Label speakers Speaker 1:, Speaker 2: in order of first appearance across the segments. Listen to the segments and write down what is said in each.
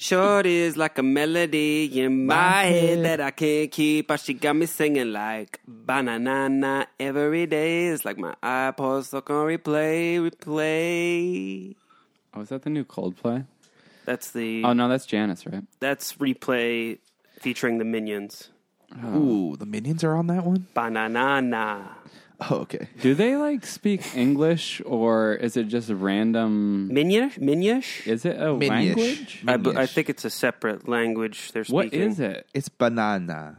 Speaker 1: Short is like a melody in my head that I can't keep. But she got me singing like banana every day. It's like my iPod stuck on replay, replay.
Speaker 2: Oh, is that the new Coldplay?
Speaker 1: That's the
Speaker 2: Oh no, that's Janice, right?
Speaker 1: that's replay featuring the Minions.
Speaker 3: Ooh, the minions are on that one.
Speaker 1: Banana
Speaker 3: Oh, okay.
Speaker 2: Do they like speak English or is it just random?
Speaker 1: Minion Minish.
Speaker 2: Is it a
Speaker 3: Minish.
Speaker 2: language?
Speaker 1: I, bu- I
Speaker 3: Minish.
Speaker 1: think it's a separate language they're
Speaker 2: What
Speaker 1: speaking.
Speaker 2: is it?
Speaker 3: It's banana.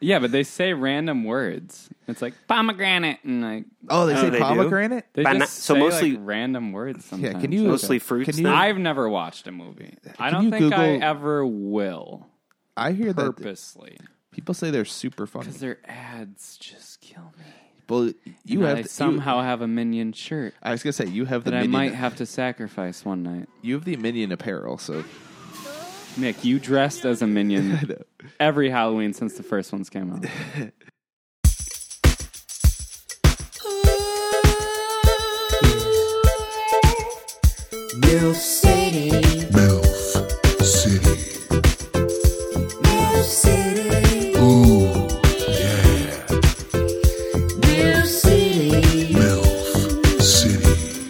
Speaker 2: Yeah, but they say random words. It's like pomegranate and like
Speaker 3: Oh, they say
Speaker 1: they do?
Speaker 3: pomegranate.
Speaker 2: they
Speaker 1: Bana-
Speaker 2: just
Speaker 1: so
Speaker 2: say
Speaker 1: mostly-
Speaker 2: like random words.
Speaker 3: Yeah,
Speaker 2: Sometimes.
Speaker 3: can you
Speaker 1: Mostly fruits
Speaker 3: Can you,
Speaker 1: then?
Speaker 3: I,
Speaker 2: I've never watched a movie. I
Speaker 3: Can
Speaker 2: don't
Speaker 3: you
Speaker 2: think I
Speaker 3: Google-
Speaker 2: ever will
Speaker 3: hear that th-
Speaker 2: purposely
Speaker 3: people say they're super funny.
Speaker 2: because their ads just kill me.
Speaker 3: Well, you
Speaker 2: And
Speaker 3: have
Speaker 2: I
Speaker 3: the- you-
Speaker 2: somehow have a minion shirt
Speaker 3: I was gonna say you have the
Speaker 2: that I
Speaker 3: minion.
Speaker 2: might have to sacrifice one night.
Speaker 3: You have the minion apparel, so
Speaker 2: Nick, you dressed as a minion
Speaker 3: I know.
Speaker 2: every Halloween since the first ones came out.
Speaker 4: Milf City.
Speaker 5: MILF City.
Speaker 4: Milf City.
Speaker 5: Ooh, Oh, yeah.
Speaker 4: Milf City.
Speaker 5: MILF City.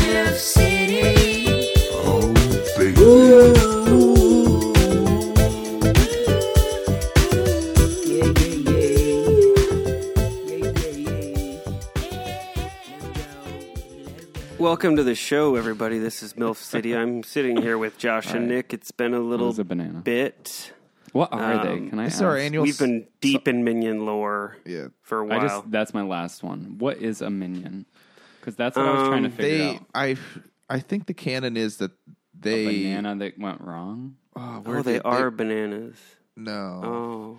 Speaker 4: Milf City.
Speaker 5: Oh, baby.
Speaker 4: Yeah, yeah, yeah. Yeah, yeah,
Speaker 1: Welcome to the show, everybody. This is MILF City. I'm sitting here with Josh and Nick. It's been a little
Speaker 2: It's a banana.
Speaker 1: bit.
Speaker 2: What are
Speaker 1: Um,
Speaker 2: they? Can I?
Speaker 3: It's our
Speaker 2: ask?
Speaker 3: annual.
Speaker 1: We've been deep in Minion lore
Speaker 3: Yeah.
Speaker 1: for a
Speaker 2: I
Speaker 1: while.
Speaker 2: just that's my last one. What is a minion? Because that's what I was
Speaker 1: Um,
Speaker 2: trying to figure
Speaker 3: They,
Speaker 2: out.
Speaker 3: I, I think the canon is that
Speaker 2: A
Speaker 3: they.
Speaker 2: banana that went wrong.
Speaker 3: Oh, where
Speaker 1: oh, they
Speaker 3: did
Speaker 1: are bananas. Oh.
Speaker 3: no,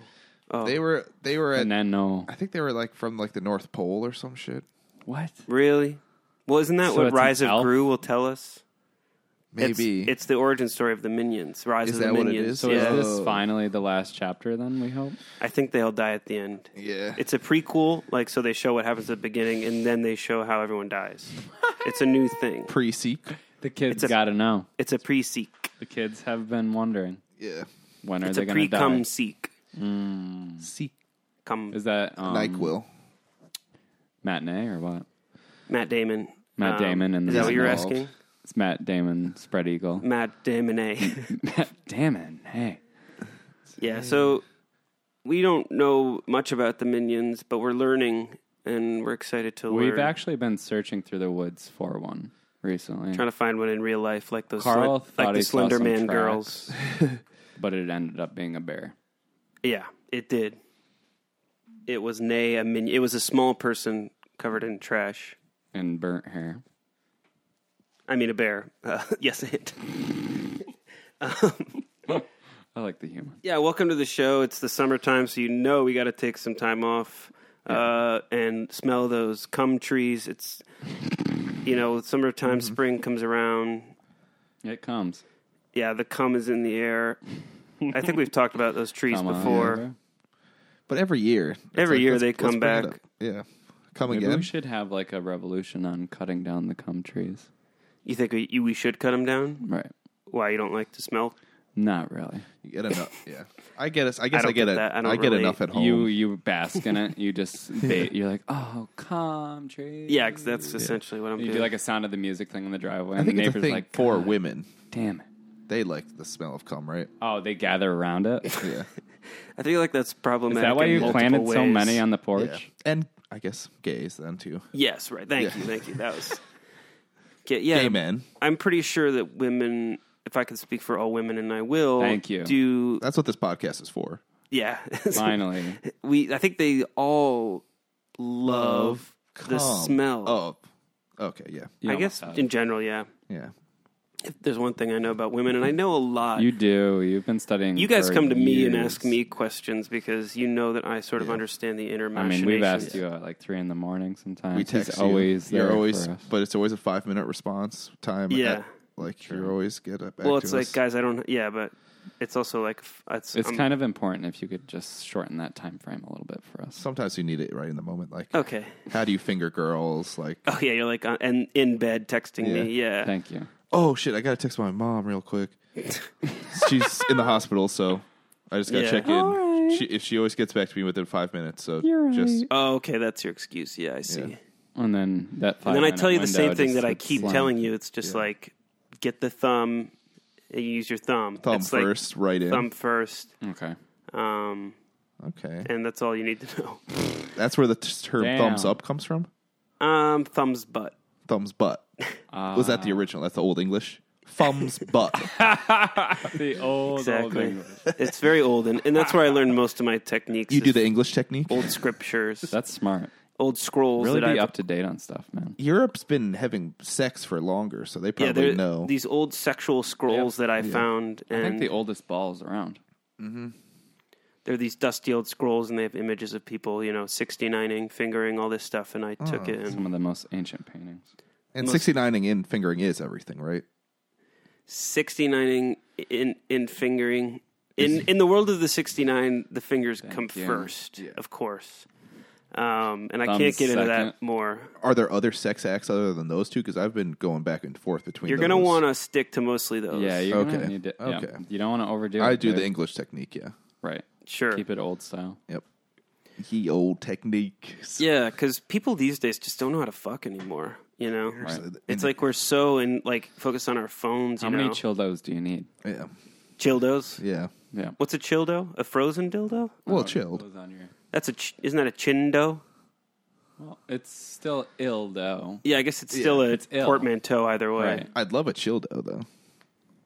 Speaker 1: Oh.
Speaker 3: they were. They were at.
Speaker 2: Banana.
Speaker 3: I think they were like from like the North Pole or some shit.
Speaker 2: What?
Speaker 1: Really? Well, isn't that
Speaker 2: So
Speaker 1: what
Speaker 2: it's an
Speaker 1: Rise of
Speaker 2: elf?
Speaker 1: Gru will tell us? It's-
Speaker 3: Maybe
Speaker 1: It's, the origin story of the Minions. Rise
Speaker 3: Is
Speaker 1: of the
Speaker 3: that what it
Speaker 1: Minions.
Speaker 3: is?
Speaker 2: So
Speaker 1: yeah.
Speaker 2: is this
Speaker 3: Oh.
Speaker 2: finally the last chapter? Then we hope.
Speaker 1: I think they'll die at the end.
Speaker 3: Yeah.
Speaker 1: It's a prequel, like so they show what happens at the beginning and then they show how everyone dies. it's a new thing.
Speaker 3: pre-seek.
Speaker 2: The kids
Speaker 1: a-
Speaker 2: got to know.
Speaker 1: It's a pre-seek.
Speaker 2: The kids have been wondering
Speaker 3: Yeah.
Speaker 2: when are
Speaker 1: It's
Speaker 2: they
Speaker 1: a
Speaker 2: going to die.
Speaker 1: pre-cum seek.
Speaker 3: Seek.
Speaker 1: Come
Speaker 2: Is that um,
Speaker 3: Nyquil.
Speaker 2: matinee or what?
Speaker 1: Matt Damon.
Speaker 2: Matt
Speaker 1: Um,
Speaker 2: Damon and
Speaker 1: Is
Speaker 2: the
Speaker 1: that what you're
Speaker 3: involved.
Speaker 1: asking?
Speaker 2: It's Matt Damon, spread eagle.
Speaker 1: Matt Damon A.
Speaker 2: Matt Damon. Hey,
Speaker 1: Yeah, so we don't know much about the minions, but we're learning and we're excited to learn.
Speaker 2: we've actually been searching through the woods for one recently,
Speaker 1: trying to find one in real life, like those
Speaker 2: Carl
Speaker 1: sli-
Speaker 2: thought
Speaker 1: like
Speaker 2: he
Speaker 1: the
Speaker 2: saw some
Speaker 1: Slender Man
Speaker 2: tracks.
Speaker 1: girls.
Speaker 2: but it ended up being a bear.
Speaker 1: Yeah, it did. It was nay a minion. It was a small person covered in trash.
Speaker 2: and burnt hair.
Speaker 1: I mean, a bear. Uh, yes, it.
Speaker 2: I like the humor.
Speaker 1: Yeah, welcome to the show. It's the summertime, so you know we got to take some time off uh, and smell those cum trees. It's you know summertime,
Speaker 2: Mm-hmm.
Speaker 1: spring comes around.
Speaker 2: It comes.
Speaker 1: Yeah, the cum is in the air. I think we've talked about those trees
Speaker 2: Come on,
Speaker 1: before.
Speaker 2: Amber.
Speaker 3: But every year, it's
Speaker 1: Every year
Speaker 3: let's-
Speaker 1: they
Speaker 3: let's
Speaker 1: come
Speaker 3: bring it
Speaker 1: back.
Speaker 3: up. Yeah, come
Speaker 2: Maybe
Speaker 3: again.
Speaker 2: we should have like a revolution on cutting down the cum trees.
Speaker 1: You think we, you, we should cut them down?
Speaker 2: Right.
Speaker 1: Why you don't like to smell?
Speaker 2: Not really.
Speaker 3: You get enough. Yeah, I get us. I guess I,
Speaker 1: don't
Speaker 3: get,
Speaker 1: get
Speaker 3: it.
Speaker 1: that. I
Speaker 3: I,
Speaker 1: don't
Speaker 3: get
Speaker 1: really-
Speaker 3: enough at home.
Speaker 2: You you bask in it. You just bait. You're like, oh, cum trees.
Speaker 1: Yeah, 'cause that's essentially what I'm
Speaker 2: You
Speaker 1: doing.
Speaker 2: do like a sound of the music thing in the driveway,
Speaker 3: I
Speaker 2: and the
Speaker 3: think it's a
Speaker 2: neighbor's
Speaker 3: thing
Speaker 2: like,
Speaker 3: for
Speaker 1: uh,
Speaker 2: "God
Speaker 3: women.
Speaker 2: damn it.
Speaker 3: They like the smell of cum, right?
Speaker 2: Oh, they gather around it. Is
Speaker 3: Yeah,
Speaker 1: I feel like that's problematic.
Speaker 2: that why
Speaker 1: in
Speaker 2: you
Speaker 1: multiple
Speaker 2: planted so
Speaker 1: ways.
Speaker 2: many on the
Speaker 3: yeah.
Speaker 2: porch?
Speaker 3: And I guess gays then too.
Speaker 1: Yes, right. Thank
Speaker 3: Yeah.
Speaker 1: you, thank you. That was. Okay, yeah,
Speaker 3: Gay men.
Speaker 1: I'm pretty sure that women, if I could speak for all women, and I will.
Speaker 2: Thank you.
Speaker 1: Do
Speaker 3: That's what this podcast is for.
Speaker 1: yeah.
Speaker 2: Finally,
Speaker 1: we I think they all love the
Speaker 3: Cum.
Speaker 1: smell.
Speaker 3: Oh, okay, yeah,
Speaker 2: You
Speaker 1: I
Speaker 2: almost
Speaker 1: guess
Speaker 2: have.
Speaker 1: in general, yeah.
Speaker 3: yeah.
Speaker 1: If there's one thing I know about women, and I know a lot.
Speaker 2: you do. You've been studying.
Speaker 1: You guys
Speaker 2: for
Speaker 1: come to me and
Speaker 2: years.
Speaker 1: ask me questions because you know that I sort of understand the inner
Speaker 2: I
Speaker 1: machinations.
Speaker 2: mean, we've asked you at like three in the morning. Sometimes
Speaker 3: We
Speaker 2: He's
Speaker 3: text you.
Speaker 2: always
Speaker 3: You're
Speaker 2: there
Speaker 3: always,
Speaker 2: for us.
Speaker 3: but it's always a five minute response time.
Speaker 1: Yeah.
Speaker 3: at- like you're always get up.
Speaker 1: Well, it's like, guys, I don't. Yeah, but it's also like f- it's, um,
Speaker 2: It's
Speaker 1: I'm-
Speaker 2: kind of important if you could just shorten that time frame a little bit for us.
Speaker 3: sometimes you need it right in the moment. Like,
Speaker 1: okay.
Speaker 3: how do you finger girls? Like,
Speaker 1: Oh yeah, you're like uh, and in bed texting me. Yeah,
Speaker 2: Thank you.
Speaker 3: oh shit, I gotta text my mom real quick. She's in the hospital, so I just gotta
Speaker 1: Yeah.
Speaker 3: check in. She, if she always gets back to me within five minutes, so
Speaker 2: You're
Speaker 3: just
Speaker 2: right.
Speaker 1: Oh, okay, that's your excuse. Yeah, I see.
Speaker 3: Yeah.
Speaker 2: And then that
Speaker 1: And
Speaker 2: five
Speaker 1: then I
Speaker 2: minute
Speaker 1: tell you the
Speaker 2: window
Speaker 1: same thing
Speaker 2: just
Speaker 1: that I
Speaker 2: would
Speaker 1: keep
Speaker 2: slam.
Speaker 1: telling you. It's just like get the thumb and use your thumb.
Speaker 3: thumb
Speaker 1: It's like
Speaker 3: first, right in.
Speaker 1: Thumb first.
Speaker 2: Okay.
Speaker 1: Um,
Speaker 3: Okay,
Speaker 1: and that's all you need to know.
Speaker 3: that's where the t- term
Speaker 2: Damn.
Speaker 3: thumbs up comes from.
Speaker 1: Um, thumbs butt.
Speaker 3: Thumbs butt. Was that the original? That's the old English. Thumbs butt.
Speaker 2: The old,
Speaker 1: Exactly.
Speaker 2: old
Speaker 1: it's very old, and, and that's where I learned most of my techniques.
Speaker 3: You
Speaker 1: is
Speaker 3: do the English technique.
Speaker 1: old scriptures,
Speaker 2: That's smart.
Speaker 1: old scrolls.
Speaker 2: Really
Speaker 1: that
Speaker 2: be
Speaker 1: I've,
Speaker 2: up to date on stuff, man.
Speaker 3: Europe's been having sex for longer, so they
Speaker 1: yeah,
Speaker 3: probably
Speaker 1: they're-
Speaker 3: know.
Speaker 1: these old sexual scrolls that I found,
Speaker 2: I think
Speaker 1: and
Speaker 2: the oldest balls around.
Speaker 1: they're these dusty old scrolls, and they have images of people, you know, sixty nining, fingering, all this stuff. And I took it
Speaker 2: Some
Speaker 1: and
Speaker 2: of the most ancient paintings.
Speaker 3: and sixty nining in fingering is everything, right?
Speaker 1: sixty nining in in fingering. In in the world of the sixty nine, the fingers come
Speaker 2: you.
Speaker 1: first, of course. Um, and I
Speaker 2: Thumbs
Speaker 1: can't get into
Speaker 2: second.
Speaker 1: that more.
Speaker 3: Are there other sex acts other than those two? Because I've been going back and forth between.
Speaker 1: You're
Speaker 3: those.
Speaker 1: gonna want to stick to mostly those.
Speaker 2: Yeah, you're gonna
Speaker 3: Okay.
Speaker 2: need to. yeah.
Speaker 3: Okay.
Speaker 2: You don't want to overdo.
Speaker 3: I
Speaker 2: it,
Speaker 3: do the
Speaker 2: dude.
Speaker 3: English technique. Yeah.
Speaker 2: right.
Speaker 1: sure.
Speaker 2: Keep it old style.
Speaker 3: Yep. Ye old technique.
Speaker 1: Yeah, because people these days just don't know how to fuck anymore. You know,
Speaker 3: Right.
Speaker 1: it's like we're so in like focused on our phones. You
Speaker 2: How
Speaker 1: know,
Speaker 2: many childos do you need?
Speaker 3: Yeah.
Speaker 1: childos?
Speaker 3: Yeah.
Speaker 2: Yeah.
Speaker 1: What's a childo? A frozen dildo?
Speaker 3: Well,
Speaker 2: What
Speaker 3: chilled.
Speaker 2: was on your?
Speaker 1: That's a ch- isn't that a chindo?
Speaker 2: Well, it's still ill though.
Speaker 1: Yeah, I guess it's still a
Speaker 2: it's ill.
Speaker 1: portmanteau either way.
Speaker 2: Right.
Speaker 3: I'd love a childo though.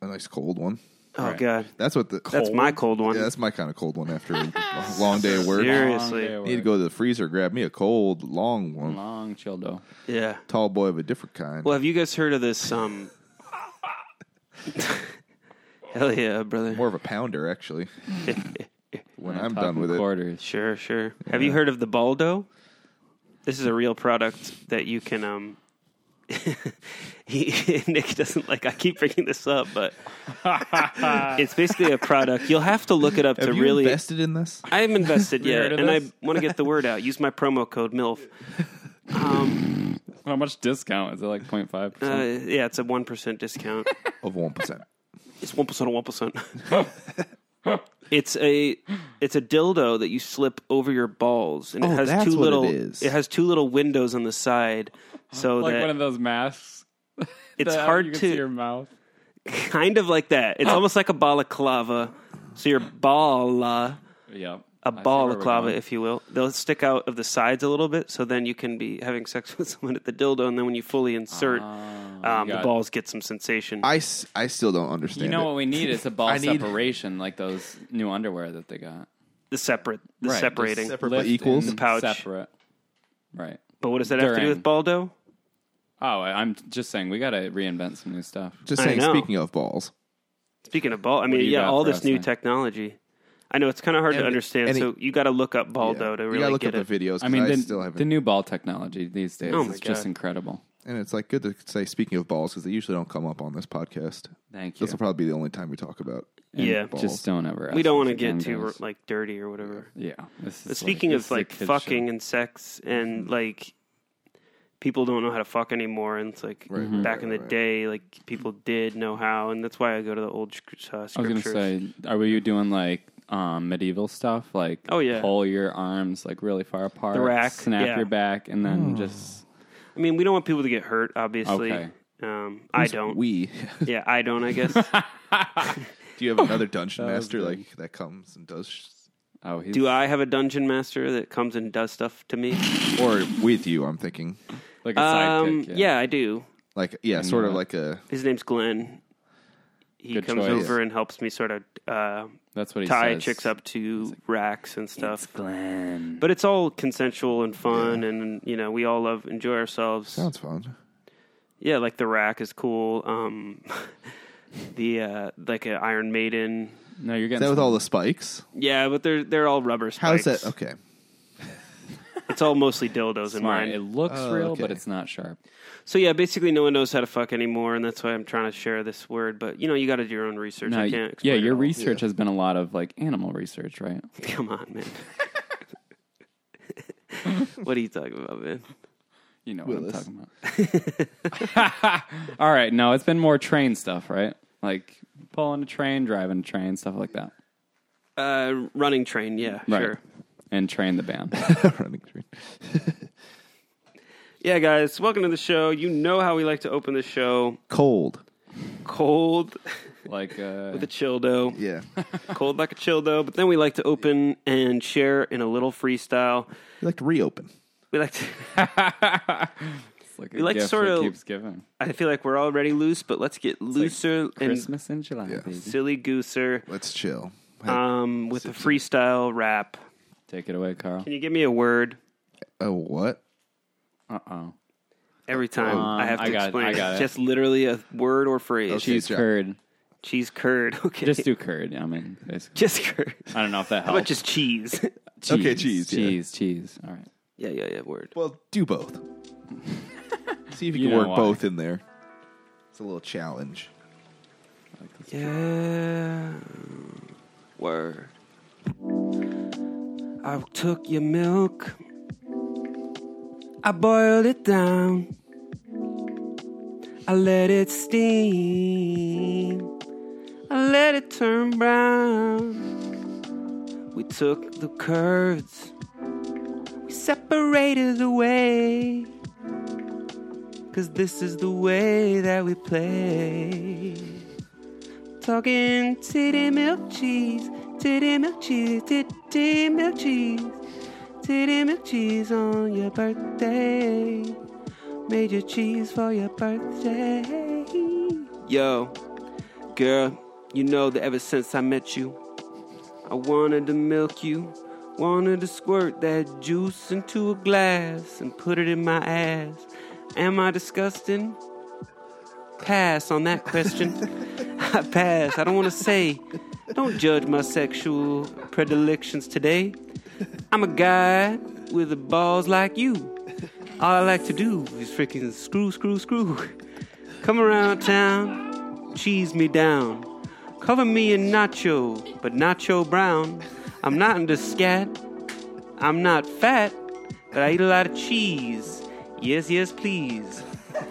Speaker 3: A nice cold one.
Speaker 1: Oh
Speaker 2: Right.
Speaker 1: god,
Speaker 3: That's what the.
Speaker 1: that's my cold one.
Speaker 3: Yeah, that's my kind of cold one after a long day of work.
Speaker 1: Seriously.
Speaker 3: Need to go to the freezer, grab me a cold, long one.
Speaker 2: long childo.
Speaker 1: yeah.
Speaker 3: Tall boy of a different kind.
Speaker 1: Well, have you guys heard of this? Um... Hell yeah, brother.
Speaker 3: More of a pounder, actually. when I'm done with it.
Speaker 2: quarters.
Speaker 1: Sure, sure. Have you heard of the Baldo? This is a real product that you can. Um, he, Nick doesn't like. I keep bringing this up, but it's basically a product. You'll have to look it up to
Speaker 3: Have you
Speaker 1: really.
Speaker 3: invested in this?
Speaker 1: I am invested
Speaker 2: You
Speaker 1: yet,
Speaker 2: heard of
Speaker 1: and I
Speaker 2: this?
Speaker 1: want to get the word out. Use my promo code MILF. Um,
Speaker 2: How much discount is it? Like 0.5
Speaker 1: uh,
Speaker 2: percent.
Speaker 1: yeah, it's a one percent discount.
Speaker 3: Of one percent.
Speaker 1: It's one percent of one percent.
Speaker 3: Uh,
Speaker 1: It's a it's a dildo that you slip over your balls, and it
Speaker 3: Oh,
Speaker 1: has
Speaker 3: that's
Speaker 1: two
Speaker 3: what it
Speaker 1: little
Speaker 3: is.
Speaker 1: has two little windows on the side, so
Speaker 2: Like
Speaker 1: that
Speaker 2: one of those masks.
Speaker 1: it's
Speaker 2: that you
Speaker 1: hard
Speaker 2: can
Speaker 1: to
Speaker 2: see your mouth.
Speaker 1: kind of like that. It's almost like a balaclava. So your ball uh, a
Speaker 2: Yeah.
Speaker 1: balaclava, if you will, they'll stick out of the sides a little bit, so then you can be having sex with someone at the dildo, and then when you fully insert,
Speaker 2: Uh,
Speaker 1: um, the
Speaker 2: Ah, got it.
Speaker 1: balls get some sensation.
Speaker 3: I, s- I still don't understand.
Speaker 2: You know
Speaker 3: it.
Speaker 2: what we need is a ball
Speaker 3: I need-
Speaker 2: separation, like those new underwear that they got.
Speaker 1: the separate, the
Speaker 2: Right, just
Speaker 1: separating.
Speaker 3: Separate
Speaker 2: Lift
Speaker 3: but equals.
Speaker 2: and
Speaker 1: Pouch.
Speaker 2: Separate. Right.
Speaker 1: but what does that have to do
Speaker 2: during.
Speaker 1: with baldo?
Speaker 2: Oh, I- I'm just saying we got to reinvent some new stuff.
Speaker 3: Just
Speaker 1: I
Speaker 3: saying.
Speaker 1: know.
Speaker 3: Speaking of balls,
Speaker 1: Speaking of ball, I mean,
Speaker 2: do you
Speaker 1: yeah,
Speaker 2: got
Speaker 1: all
Speaker 2: for
Speaker 1: this
Speaker 2: us
Speaker 1: new
Speaker 2: then?
Speaker 1: technology. I know it's kind of hard to
Speaker 3: And-
Speaker 1: understand,
Speaker 3: and
Speaker 1: so
Speaker 3: it-
Speaker 1: you got to look up
Speaker 3: yeah.
Speaker 1: Baldo to
Speaker 3: you gotta
Speaker 1: really
Speaker 3: look
Speaker 1: get
Speaker 3: up
Speaker 1: it.
Speaker 3: the videos. 'cause
Speaker 2: I mean, the,
Speaker 3: still haven't.
Speaker 2: the new ball technology these days
Speaker 1: Oh my
Speaker 2: is just
Speaker 1: God.
Speaker 2: incredible.
Speaker 3: and it's like good to say. Speaking of balls, because they usually don't come up on this podcast.
Speaker 2: Thank you.
Speaker 3: This will probably be the only time we talk about.
Speaker 2: And
Speaker 1: Yeah.
Speaker 3: balls.
Speaker 2: just don't ever.
Speaker 1: We
Speaker 2: ask
Speaker 1: don't
Speaker 2: us
Speaker 1: want to
Speaker 2: again,
Speaker 1: get too
Speaker 2: guys.
Speaker 1: like dirty or whatever.
Speaker 2: yeah. This
Speaker 1: But
Speaker 2: is
Speaker 1: speaking
Speaker 2: like,
Speaker 1: of
Speaker 2: this is a
Speaker 1: like
Speaker 2: kid's
Speaker 1: fucking
Speaker 2: show. Mm-hmm.
Speaker 1: and sex and like people don't know how to fuck anymore, and it's like
Speaker 3: Right, right,
Speaker 1: back
Speaker 3: right,
Speaker 1: in the
Speaker 3: right.
Speaker 1: day, like people did know how, and that's why I go to the old sc- uh,
Speaker 2: I was gonna
Speaker 1: scriptures.
Speaker 2: say, are we doing like um, medieval stuff? Like,
Speaker 1: Oh, yeah.
Speaker 2: pull your arms like really far apart,
Speaker 1: rack,
Speaker 2: snap
Speaker 1: yeah.
Speaker 2: your back, and
Speaker 3: Hmm.
Speaker 2: then just
Speaker 1: I mean, we don't want people to get hurt, obviously.
Speaker 2: Okay.
Speaker 1: Um, I don't.
Speaker 3: We.
Speaker 1: yeah, I don't. I guess.
Speaker 3: do you have another dungeon
Speaker 2: That was
Speaker 3: master
Speaker 2: good.
Speaker 3: like that comes and does, sh-
Speaker 2: oh, he's,
Speaker 1: do I have a dungeon master that comes and does stuff to me?
Speaker 3: or with you? I'm thinking
Speaker 2: like a
Speaker 1: Um,
Speaker 2: sidekick?
Speaker 1: yeah. I do.
Speaker 3: like yeah, sort of
Speaker 2: that.
Speaker 3: like a
Speaker 1: His name's Glenn. He
Speaker 2: Good
Speaker 1: comes
Speaker 2: choice.
Speaker 1: over and helps me sort of uh,
Speaker 2: that's what he
Speaker 1: tie
Speaker 2: says.
Speaker 1: chicks up to racks and stuff.
Speaker 2: Glenn.
Speaker 1: But it's all consensual and fun, and you know we all love enjoy ourselves.
Speaker 3: sounds fun.
Speaker 1: Yeah, like the rack is cool. Um, the uh, like an Iron Maiden.
Speaker 2: No, you're
Speaker 3: Is
Speaker 2: getting
Speaker 3: that with all the spikes?
Speaker 1: Yeah, but they're they're all rubber
Speaker 3: How's
Speaker 1: spikes.
Speaker 3: that? Okay.
Speaker 1: It's all mostly dildos in
Speaker 2: smart.
Speaker 1: mine.
Speaker 2: It looks
Speaker 3: Oh,
Speaker 2: real, but
Speaker 3: okay.
Speaker 2: it's not sharp.
Speaker 1: So yeah, basically no one knows how to fuck anymore, and that's why I'm trying to share this word. But you know you got to do your own research.
Speaker 2: No,
Speaker 1: I
Speaker 2: y-
Speaker 1: can't.
Speaker 2: yeah,
Speaker 1: explain it
Speaker 2: your
Speaker 1: all.
Speaker 2: research has been a lot of like animal research, right?
Speaker 1: Come on, man. what are you talking about, man?
Speaker 2: You know
Speaker 3: Willis.
Speaker 2: what I'm talking about. All right, no, it's been more train stuff, right? Like pulling a train, driving a train, stuff like that.
Speaker 1: Uh, running train, yeah,
Speaker 2: Right.
Speaker 1: sure.
Speaker 2: And train the band.
Speaker 3: running train.
Speaker 1: Yeah, guys, welcome to the show. You know how we like to open the show
Speaker 3: Cold.
Speaker 1: cold
Speaker 2: like uh,
Speaker 1: with a childo.
Speaker 3: Yeah. you
Speaker 1: Cold like a childo, but then we like to open and share in a little freestyle.
Speaker 3: like to reopen.
Speaker 1: We like to,
Speaker 2: it's like,
Speaker 1: we like
Speaker 2: gift
Speaker 1: sorta-
Speaker 2: that keeps giving.
Speaker 1: I feel like we're already loose, but let's get looser and
Speaker 2: Christmas in July.
Speaker 3: Yeah.
Speaker 2: Baby.
Speaker 1: silly gooser
Speaker 3: Let's chill.
Speaker 1: um, with a freestyle rap.
Speaker 2: Take it away, Carl.
Speaker 1: Can you give me a word
Speaker 3: oh, what?
Speaker 2: Uh oh.
Speaker 1: every time? I have to
Speaker 2: Um, I got it,
Speaker 1: explain.
Speaker 2: I got it.
Speaker 1: Just literally a word or phrase.
Speaker 3: Okay.
Speaker 2: Cheese
Speaker 3: Jack.
Speaker 2: curd.
Speaker 1: Cheese curd. Okay.
Speaker 2: Just do curd. I mean, basically.
Speaker 1: Just curd.
Speaker 2: I don't know if that
Speaker 1: How about
Speaker 2: helps.
Speaker 1: just cheese?
Speaker 3: Okay, cheese, yeah.
Speaker 2: Cheese. Cheese. All right.
Speaker 1: yeah, yeah, yeah. Word.
Speaker 3: Well, do both. See if you,
Speaker 2: You
Speaker 3: can
Speaker 2: know
Speaker 3: work
Speaker 2: why.
Speaker 3: both in there. It's a little challenge.
Speaker 1: Yeah. Word. I took your milk. I boiled it down. I let it steam. I let it turn brown. We took the curds. We separated the way. Cause this is the way that we play. Talking titty milk cheese, titty milk cheese, titty milk cheese, titty milk cheese on your birthday. Made your cheese for your birthday. Yo, girl, you know that ever since I met you, I wanted to milk you, wanted to squirt that juice into a glass and put it in my ass. Am I disgusting? Pass on that question. I pass. I don't want to say. Don't judge my sexual predilections today. I'm a guy with the balls like you. All I like to do is freaking screw, screw, screw. Come around town, cheese me down. Cover me in nacho, but nacho brown. I'm not into scat. I'm not fat, but I eat a lot of cheese. Yes, yes, please.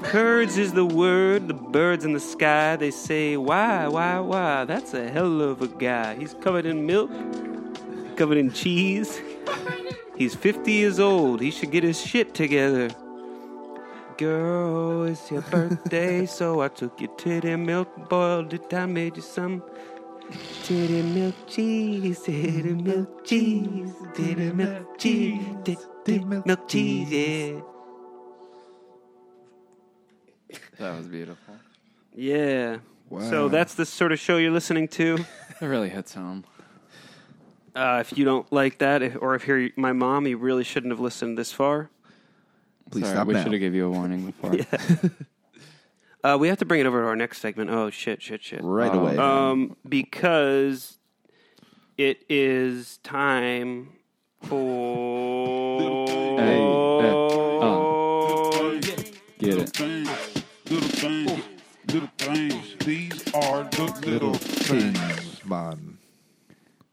Speaker 1: Curds is the word. The birds in the sky, they say, why, why, why? That's a hell of a guy. He's covered in milk, covered in cheese. He's 50 years old. He should get his shit together. Girl, it's your birthday, so I took your titty milk, boiled it down, made you some titty milk cheese, titty milk cheese, titty milk cheese, titty milk cheese, yeah.
Speaker 2: That was beautiful.
Speaker 1: Yeah. So
Speaker 3: Wow.
Speaker 1: that's the sort of show you're listening to.
Speaker 2: It really hits home.
Speaker 1: Uh, if you don't like that, if, or if you're my mom, you really shouldn't have listened this far.
Speaker 3: Please
Speaker 2: Sorry,
Speaker 3: stop
Speaker 2: we
Speaker 3: now.
Speaker 2: should have gave you a warning before.
Speaker 1: Uh, we have to bring it over to our next segment. Oh shit, shit, shit!
Speaker 3: Right
Speaker 2: Oh.
Speaker 3: away.
Speaker 1: Um, because it is time for
Speaker 2: Hey, hey, oh. Get it.
Speaker 5: things, little things, little things. These are the
Speaker 3: little
Speaker 5: little things.
Speaker 3: things, man.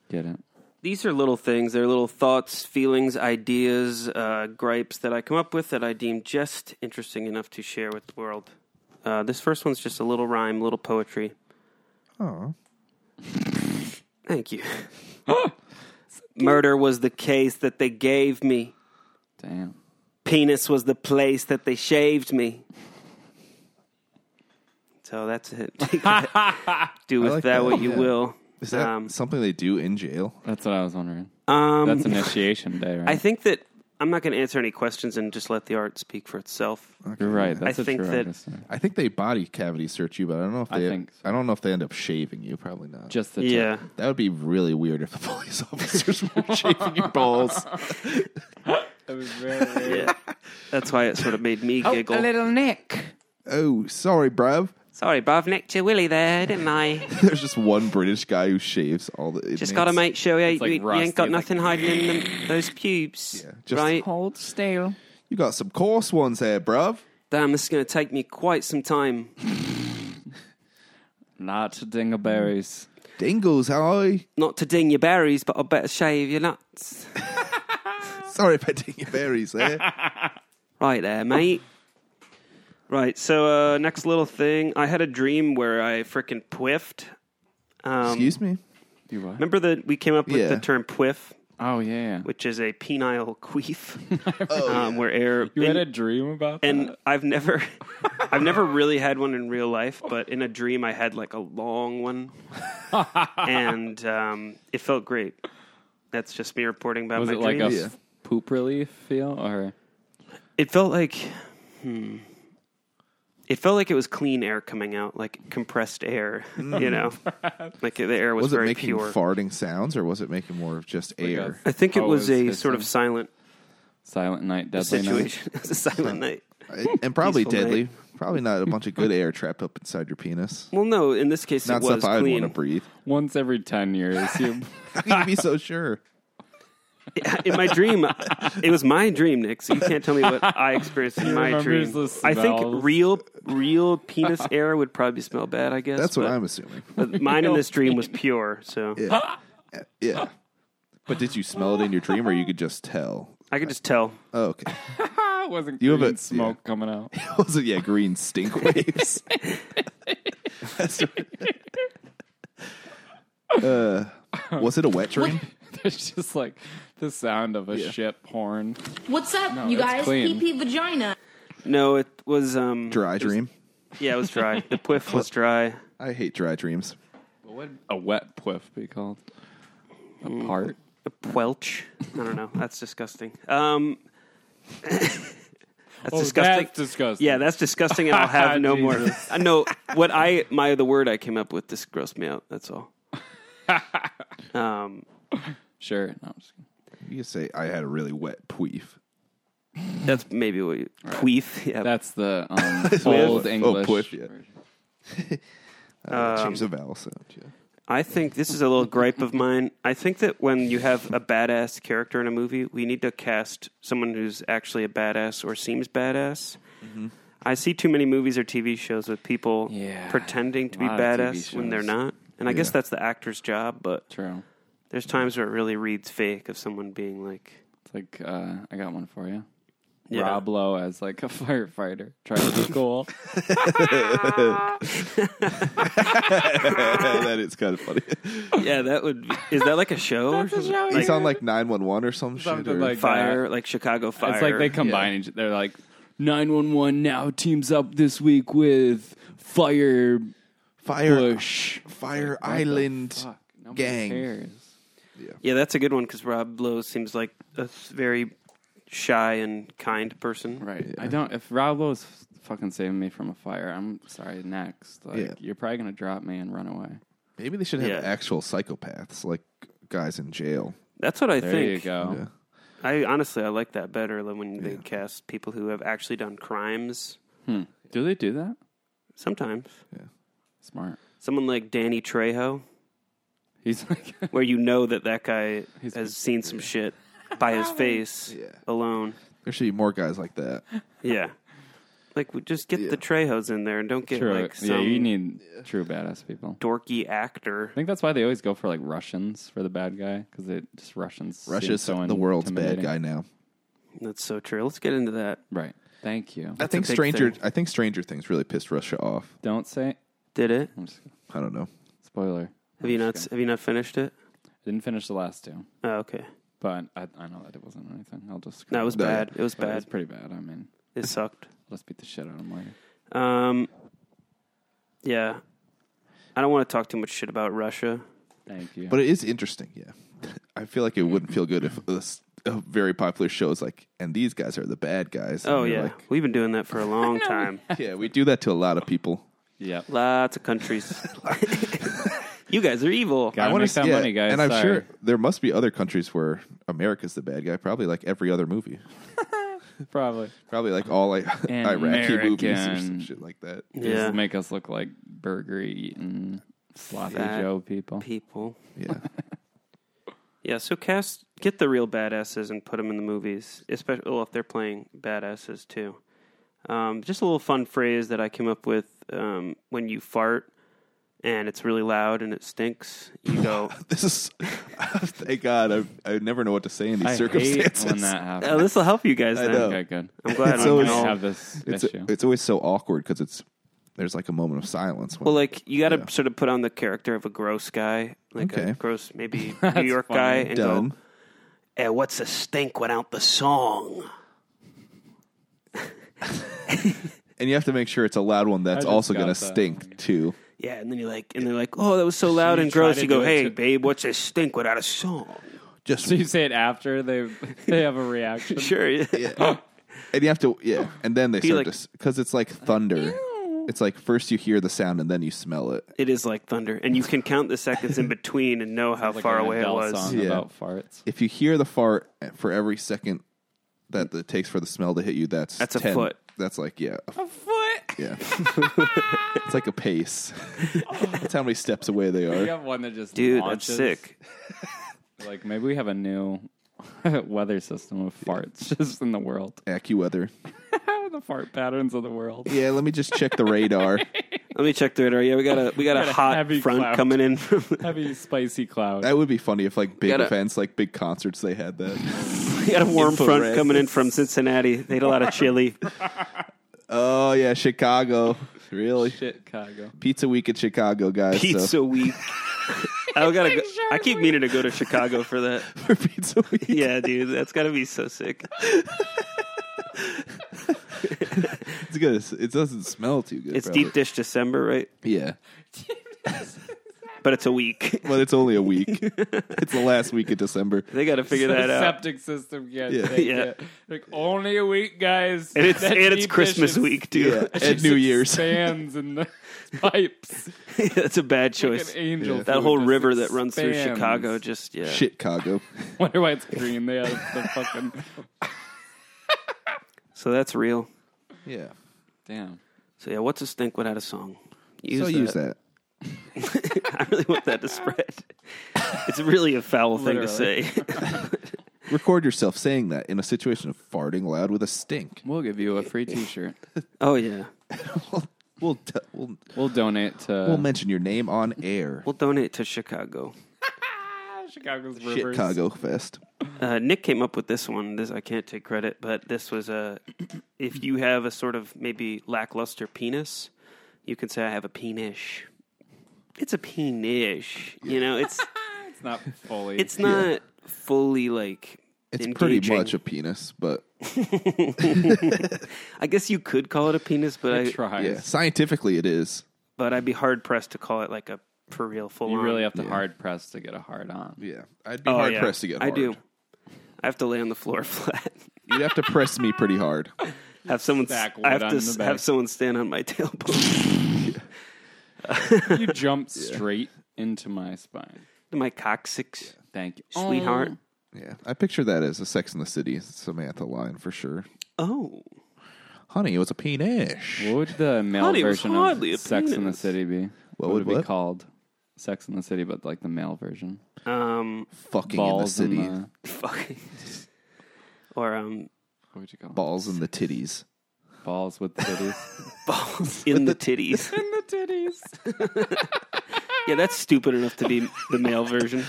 Speaker 2: Get it.
Speaker 1: these are little things. They're little thoughts, feelings, ideas, uh, gripes that I come up with that I deem just interesting enough to share with the world. Uh, this first one's just a little rhyme, little poetry.
Speaker 3: Oh,
Speaker 1: Thank you. Murder was the case that they gave me.
Speaker 2: Damn.
Speaker 1: Penis was the place that they shaved me. So that's it. Take that. Do with
Speaker 3: like
Speaker 1: that
Speaker 3: that.
Speaker 1: what you
Speaker 3: Yeah.
Speaker 1: will.
Speaker 3: is that
Speaker 1: Um,
Speaker 3: something they do in jail?
Speaker 2: That's what I was wondering.
Speaker 1: Um,
Speaker 2: That's initiation day, right?
Speaker 1: I think that I'm not going to answer any questions and just let the art speak for itself.
Speaker 2: You're right. That's
Speaker 1: I
Speaker 2: a
Speaker 1: think
Speaker 2: true
Speaker 1: that-
Speaker 2: artist.
Speaker 3: I think they body cavity search you, but I don't know if
Speaker 2: I
Speaker 3: they. I,
Speaker 2: think so.
Speaker 3: don't know if they end up shaving you. Probably not.
Speaker 2: Just the tip.
Speaker 1: Yeah.
Speaker 3: that would be really weird if the police officers were shaving your balls.
Speaker 1: yeah. That's why it sort of made me giggle.
Speaker 2: Nick.
Speaker 3: Oh, sorry, bruv.
Speaker 1: Sorry, bruv, nicked your willy there, didn't I?
Speaker 3: There's just one British guy who shaves all the.
Speaker 1: Just
Speaker 3: inmates.
Speaker 1: got to make sure you,
Speaker 2: like
Speaker 1: you- you ain't
Speaker 2: rusty,
Speaker 1: got
Speaker 2: it's
Speaker 1: nothing hiding in them, those pubes.
Speaker 3: Yeah, just-
Speaker 1: right?
Speaker 2: Hold stale.
Speaker 3: You got some coarse ones there, bruv.
Speaker 1: Damn, this is going to take me quite some time.
Speaker 2: Not dingleberries.
Speaker 3: Dingoes, hi.
Speaker 1: Not to ding your berries, but I better shave your nuts.
Speaker 3: Sorry if I ding your berries there.
Speaker 1: Right there, mate. Right. So uh, next little thing, I had a dream where I frickin' pwiffed. Um,
Speaker 3: Excuse me.
Speaker 2: You what?
Speaker 1: Remember that we came up with
Speaker 3: Yeah.
Speaker 1: the term pwiff,
Speaker 2: Oh yeah.
Speaker 1: which is a penile queef,
Speaker 3: Oh,
Speaker 1: um, where air.
Speaker 2: You had
Speaker 1: and-
Speaker 2: a dream about
Speaker 1: and
Speaker 2: that.
Speaker 1: I've never, I've never really had one in real life, but in a dream I had like a long one, and um, it felt great. That's just me reporting about
Speaker 2: Was
Speaker 1: my
Speaker 2: it like a
Speaker 1: dreams.
Speaker 2: f- poop relief feel or?
Speaker 1: It felt like, hmm, it felt like it was clean air coming out, like compressed air. You know, like the air was,
Speaker 3: Mm. Was it
Speaker 1: very
Speaker 3: making
Speaker 1: pure.
Speaker 3: farting sounds or was it making more of just air?
Speaker 1: I think it
Speaker 2: Oh,
Speaker 1: was
Speaker 2: it
Speaker 1: a
Speaker 2: was
Speaker 1: sort of
Speaker 2: hissing.
Speaker 1: silent
Speaker 2: Silent night, deadly night.
Speaker 1: situation. it was a silent night.
Speaker 3: and probably
Speaker 1: Peaceful
Speaker 3: deadly. Probably not a bunch of good air trapped up inside your penis.
Speaker 1: Well, no, in this case
Speaker 3: Not
Speaker 1: it was
Speaker 3: stuff I'd want to
Speaker 1: clean.
Speaker 3: breathe.
Speaker 2: Once every ten years, you
Speaker 3: How can you be so sure?
Speaker 1: in my dream, it was my dream, Nick. So you can't tell me what I experienced in my
Speaker 2: remembers
Speaker 1: dream.
Speaker 2: the
Speaker 1: I think
Speaker 2: smells.
Speaker 1: real, real penis air would probably smell bad. I guess
Speaker 3: That's what
Speaker 1: but-
Speaker 3: I'm assuming.
Speaker 1: But mine in this dream was pure, so
Speaker 3: Yeah. yeah. But did you smell it in your dream or you could just tell?
Speaker 1: I could just tell.
Speaker 3: Oh, okay.
Speaker 2: Ah, wasn't
Speaker 3: You have
Speaker 2: green
Speaker 3: a-
Speaker 2: smoke coming out.
Speaker 3: was it yeah green stink waves That's right. uh, was it a wet dream
Speaker 2: There's just like the sound of a
Speaker 3: Yeah.
Speaker 2: shit porn.
Speaker 6: What's up,
Speaker 2: No,
Speaker 6: you
Speaker 2: it's
Speaker 6: guys?
Speaker 2: clean.
Speaker 6: Pee pee vagina.
Speaker 1: No, it was um
Speaker 3: dry dream
Speaker 1: Yeah, it was dry. The quiff was dry.
Speaker 3: i hate dry dreams
Speaker 2: What would a wet pliff be called? A part.
Speaker 1: A Quelch. I don't know. That's disgusting. Um, that's disgusting.
Speaker 2: Oh, That's disgusting.
Speaker 1: yeah, that's disgusting. And I'll have no more.
Speaker 2: Jesus.
Speaker 1: I know what I my the word I came up with. This grossed me out. That's all. Um,
Speaker 2: Sure. No, I'm just kidding.
Speaker 3: you could say i had a really wet pweef
Speaker 1: that's maybe what you queef. Yeah,
Speaker 2: That's the um, old English.
Speaker 3: oh pweef yeah uh,
Speaker 1: Um,
Speaker 3: choose a vowel sound yeah
Speaker 1: I think this is a little gripe of mine. I think that when you have a badass character in a movie, we need to cast someone who's actually a badass or seems badass.
Speaker 3: Mm-hmm.
Speaker 1: I see too many movies or TV shows with people
Speaker 2: Yeah.
Speaker 1: pretending to
Speaker 2: A
Speaker 1: be
Speaker 2: lot of TV
Speaker 1: badass when they're
Speaker 2: shows.
Speaker 1: not. And I guess
Speaker 3: Yeah.
Speaker 1: that's the actor's job, but
Speaker 2: True.
Speaker 1: there's times where it really reads fake of someone being like,
Speaker 2: It's like uh, I got one for you.
Speaker 1: Yeah.
Speaker 2: Rob Lowe as like a firefighter trying to be cool.
Speaker 3: that is kind of funny
Speaker 1: "Yeah, that would be, is that like a show or something?
Speaker 3: you sound like 911 or some shit
Speaker 2: Something
Speaker 3: or,
Speaker 2: like-
Speaker 1: Fire, like Chicago Fire."
Speaker 2: It's like they combine each. They're like nine one one now teams up this week with Fire
Speaker 3: fire
Speaker 2: Bush
Speaker 3: fire island
Speaker 2: Nobody
Speaker 3: gang.
Speaker 2: cares.
Speaker 1: Yeah, that's a good one because Rob Lowe seems like a very shy and kind person.
Speaker 2: Right. I don't. If Rob Lowe's fucking saving me from a fire, I'm sorry. Next, like
Speaker 3: Yeah.
Speaker 2: you're probably gonna drop me and run away.
Speaker 3: maybe they should have
Speaker 1: Yeah.
Speaker 3: actual psychopaths like guys in jail
Speaker 1: That's what I
Speaker 2: There
Speaker 1: think.
Speaker 2: you go.
Speaker 3: Yeah.
Speaker 1: I honestly I like that better than when they cast people who have actually done crimes.
Speaker 2: Do they do that?
Speaker 1: Sometimes
Speaker 2: Smart.
Speaker 1: someone like Danny Trejo,
Speaker 2: He's like,
Speaker 1: where you know that that guy
Speaker 2: He's
Speaker 1: has seen some shit by his face
Speaker 3: Yeah.
Speaker 1: alone.
Speaker 3: there should be more guys like that
Speaker 1: Yeah, like we just get
Speaker 3: Yeah.
Speaker 1: the Trejos in there and don't get
Speaker 2: true.
Speaker 1: like some
Speaker 2: yeah, you need true badass people.
Speaker 1: dorky actor.
Speaker 2: I think that's why they always go for like Russians for the bad guy because it just Russians. seem
Speaker 3: Russia's
Speaker 2: so
Speaker 3: the world's bad
Speaker 2: intimidating.
Speaker 3: guy now.
Speaker 1: That's so true. Let's get into that.
Speaker 2: Right. Thank you.
Speaker 3: I think
Speaker 1: a big
Speaker 3: Stranger
Speaker 1: thing.
Speaker 3: I think Stranger Things really pissed Russia off.
Speaker 2: Don't say.
Speaker 1: Did it?
Speaker 2: I'm just,
Speaker 3: I don't know.
Speaker 2: spoiler.
Speaker 1: Have you not? Have you not finished it?
Speaker 2: Didn't finish the last two,
Speaker 1: Oh, okay.
Speaker 2: but I, I know that it wasn't anything. I'll just.
Speaker 1: No, it was
Speaker 3: No.
Speaker 1: bad. It was
Speaker 2: But It
Speaker 1: bad.
Speaker 2: was pretty bad. I mean,
Speaker 1: It sucked.
Speaker 2: let's beat the shit out of him later.
Speaker 1: Um, yeah. I don't want to talk too much shit about Russia.
Speaker 2: Thank you.
Speaker 3: But it is interesting, yeah. I feel like it wouldn't feel good if a, s- a very popular show is like, and these guys are the bad guys. and
Speaker 1: Oh
Speaker 3: you're
Speaker 1: yeah,
Speaker 3: like,
Speaker 1: we've been doing that for a long time.
Speaker 3: yeah, we do that to a lot of people.
Speaker 2: yep.
Speaker 1: Lots of countries. you guys are evil.
Speaker 2: Gotta
Speaker 3: wanna
Speaker 2: make
Speaker 3: s-
Speaker 2: that
Speaker 3: yeah,
Speaker 2: money, guys.
Speaker 3: And I'm
Speaker 2: Sorry.
Speaker 3: sure there must be other countries where America's the bad guy. Probably like every other movie.
Speaker 2: probably
Speaker 3: Probably like all like Iraqi movies or some
Speaker 2: American.
Speaker 3: shit like that.
Speaker 1: Yeah,
Speaker 2: just make us look like burger eating sloppy
Speaker 1: Fat
Speaker 2: Joe people.
Speaker 1: people.
Speaker 3: Yeah,
Speaker 1: Yeah, so cast get the real badasses and put them in the movies, especially well, if they're playing badasses too. Um, just a little fun phrase that I came up with um, when you fart. and it's really loud and it stinks, you go,
Speaker 3: This is thank God I I never know what to say in these
Speaker 2: I
Speaker 3: circumstances.
Speaker 2: hate when that happens.
Speaker 1: oh, this will help you guys then.
Speaker 3: know.
Speaker 2: Okay, good.
Speaker 1: I'm glad
Speaker 3: It's
Speaker 1: I'm
Speaker 3: always-
Speaker 1: all-
Speaker 2: I have this
Speaker 3: it's
Speaker 2: issue.
Speaker 3: it's always so awkward because it's there's like a moment of silence. When,
Speaker 1: Well, like you got to
Speaker 3: Yeah.
Speaker 1: sort of put on the character of a gross guy, like
Speaker 3: Okay.
Speaker 1: a gross maybe New
Speaker 2: That's
Speaker 1: York
Speaker 2: funny.
Speaker 1: guy, and uh,
Speaker 3: done.
Speaker 1: go, eh, "What's a stink without the song?"
Speaker 3: and you have to make sure it's a loud one that's
Speaker 2: just
Speaker 3: also
Speaker 2: got
Speaker 3: going to
Speaker 2: that.
Speaker 3: stink too.
Speaker 1: Yeah, and then you're like, and they're like, "Oh, that was so loud
Speaker 2: you
Speaker 1: and
Speaker 2: try
Speaker 1: gross."
Speaker 2: to
Speaker 1: You go,
Speaker 2: do it
Speaker 1: "Hey,
Speaker 2: to-
Speaker 1: babe, what's a stink without a song?"
Speaker 3: Just
Speaker 2: so you say it after they they have a reaction.
Speaker 1: Sure, yeah.
Speaker 3: and you have to yeah, and then they start
Speaker 1: like-
Speaker 3: to because it's like thunder. It's like first you hear the sound and then you smell it.
Speaker 1: it is like thunder, and you can count the seconds in between and know how
Speaker 2: Like
Speaker 1: far
Speaker 2: an
Speaker 1: away it
Speaker 2: Adele
Speaker 1: was.
Speaker 2: Song
Speaker 3: Yeah.
Speaker 2: about farts.
Speaker 3: If you hear the fart for every second that it takes for the smell to hit you, that's
Speaker 1: That's a
Speaker 3: 10.
Speaker 1: foot.
Speaker 3: That's like yeah, a
Speaker 2: Foot.
Speaker 3: Yeah. it's like a pace. That's how many steps away they
Speaker 2: We
Speaker 3: are.
Speaker 2: have one that just
Speaker 1: Dude,
Speaker 2: launches.
Speaker 1: that's sick.
Speaker 2: Like maybe we have a new weather system of farts just in the world.
Speaker 3: AccuWeather.
Speaker 2: the fart patterns of the world.
Speaker 3: Yeah, let me just check the radar.
Speaker 1: Let me check the radar. Yeah, we got a we got,
Speaker 2: Got
Speaker 1: a
Speaker 2: a
Speaker 1: hot
Speaker 2: heavy
Speaker 1: front
Speaker 2: cloud.
Speaker 1: coming in. from
Speaker 2: Heavy spicy cloud.
Speaker 3: That would be funny if like big
Speaker 1: Gotta-
Speaker 3: events, like big concerts, they had that.
Speaker 1: we got a warm front
Speaker 3: Infrared.
Speaker 1: coming in from Cincinnati. They had a lot of chili.
Speaker 3: Oh yeah, Chicago. Really?
Speaker 2: Shit, Chicago.
Speaker 3: Pizza week at Chicago, guys.
Speaker 1: Pizza
Speaker 3: So.
Speaker 1: week. I gotta go. I keep meaning to go to Chicago for that.
Speaker 3: For pizza week.
Speaker 1: Yeah, dude, that's gotta be so sick.
Speaker 3: It's good. It's- It doesn't smell too good.
Speaker 1: It's
Speaker 3: probably.
Speaker 1: deep dish December, right?
Speaker 3: Yeah.
Speaker 1: But it's a week.
Speaker 3: But it's only a week. it's the last week of December.
Speaker 1: They gotta figure that
Speaker 2: the
Speaker 1: out.
Speaker 2: septic system can't
Speaker 3: Yeah.
Speaker 2: take
Speaker 1: Yeah.
Speaker 2: it. Like only a week, guys.
Speaker 1: And it's
Speaker 2: That
Speaker 1: and it's
Speaker 2: deep
Speaker 1: Christmas
Speaker 2: dish
Speaker 1: week
Speaker 3: Yeah.
Speaker 1: too.
Speaker 3: At New Year's.
Speaker 2: expands and the pipes.
Speaker 1: that's a bad choice.
Speaker 2: An angel.
Speaker 3: Yeah.
Speaker 1: That
Speaker 2: food
Speaker 1: whole
Speaker 2: just
Speaker 1: river that runs through
Speaker 2: expands.
Speaker 1: Chicago, just yeah.
Speaker 3: Chicago.
Speaker 2: Wonder why it's green. They have the fucking
Speaker 1: So that's real.
Speaker 3: Yeah.
Speaker 2: damn.
Speaker 1: So yeah, what's a stink without a song? Use
Speaker 3: So use that.
Speaker 1: I really want that to spread. It's really a foul thing to
Speaker 2: Literally.
Speaker 1: say.
Speaker 3: Record yourself saying that in a situation of farting loud with a stink.
Speaker 2: We'll give you a free T-shirt.
Speaker 1: Oh yeah,
Speaker 3: we'll we'll, t- we'll
Speaker 2: We'll donate to
Speaker 3: We'll mention your name on air.
Speaker 1: we'll donate to Chicago.
Speaker 2: Chicago's rivers.
Speaker 3: Chicago Fest.
Speaker 1: Uh, Nick came up with this one. This I can't take credit, but this was a. If you have a sort of maybe lackluster penis, you can say I have a penish. It's a penish. You know, it's
Speaker 2: It's not fully.
Speaker 1: it's not fully like.
Speaker 3: It's pretty
Speaker 1: engaging.
Speaker 3: much a penis, but
Speaker 1: I guess you could call it a penis, but I,
Speaker 2: it tries.
Speaker 3: yeah, scientifically it is.
Speaker 1: but I'd be hard pressed to call it like a for real full.
Speaker 2: You
Speaker 1: on.
Speaker 2: really have to hard press to get a hard on.
Speaker 3: Yeah, I'd be
Speaker 1: Oh,
Speaker 3: hard
Speaker 1: yeah.
Speaker 3: pressed to get.
Speaker 1: I
Speaker 3: Hard.
Speaker 1: do. I have to lay on the floor flat.
Speaker 3: You'd have to press me pretty hard.
Speaker 1: have someone. s-
Speaker 2: Backward
Speaker 1: I have
Speaker 2: on
Speaker 1: to
Speaker 2: the
Speaker 1: s-
Speaker 2: back.
Speaker 1: have someone stand on my tailbone,
Speaker 2: You jump straight into my spine.
Speaker 1: my coccyx,
Speaker 2: Thank you, Oh.
Speaker 1: sweetheart.
Speaker 3: Oh. Yeah, I picture that as a Sex in the City Samantha line for sure.
Speaker 1: Oh.
Speaker 3: Honey, it was a penis.
Speaker 2: What would the male
Speaker 1: Honey, it was
Speaker 2: version
Speaker 1: hardly a
Speaker 2: of Sex in the
Speaker 1: penis.
Speaker 2: City be?
Speaker 3: What
Speaker 2: would it
Speaker 3: would
Speaker 2: be
Speaker 3: what?
Speaker 2: called? Sex in the City, but like the male version.
Speaker 1: Um,
Speaker 3: Fucking
Speaker 2: Balls
Speaker 3: in the city.
Speaker 2: and the,
Speaker 1: fucking. or um,
Speaker 2: what would you call it?
Speaker 3: Balls in the titties.
Speaker 2: Balls with titties.
Speaker 1: balls in the titties.
Speaker 2: in the titties.
Speaker 1: Yeah, that's stupid enough to be the male version.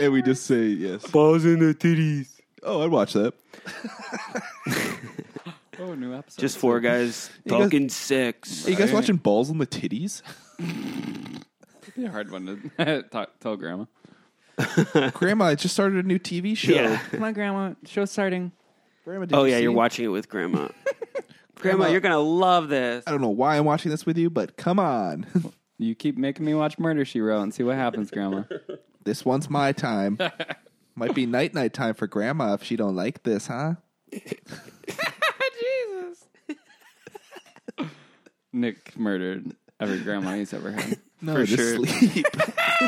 Speaker 3: And we just say yes.
Speaker 1: Balls in the titties.
Speaker 3: Oh, I'd watch that.
Speaker 2: Oh, new episode.
Speaker 1: Just four guys talking sex.
Speaker 3: Are you guys
Speaker 2: Right.
Speaker 3: watching Balls in the Titties?
Speaker 2: Be a hard one to talk, tell grandma.
Speaker 3: Grandma, I just started a new TV show.
Speaker 1: Yeah.
Speaker 2: Come on, grandma. Show starting.
Speaker 3: Grandma, did
Speaker 1: Oh
Speaker 3: you
Speaker 1: yeah, you're
Speaker 3: see-
Speaker 1: watching it with grandma. grandma, you're gonna love this.
Speaker 3: I don't know why I'm watching this with you, but come on.
Speaker 2: You keep making me watch Murder She Wrote and see what happens, grandma.
Speaker 3: this one's my time. Might be night night time for grandma if she don't like this, huh?
Speaker 2: Nick murdered every grandma he's ever had.
Speaker 3: No,
Speaker 1: For
Speaker 3: just
Speaker 1: sure.
Speaker 3: sleep.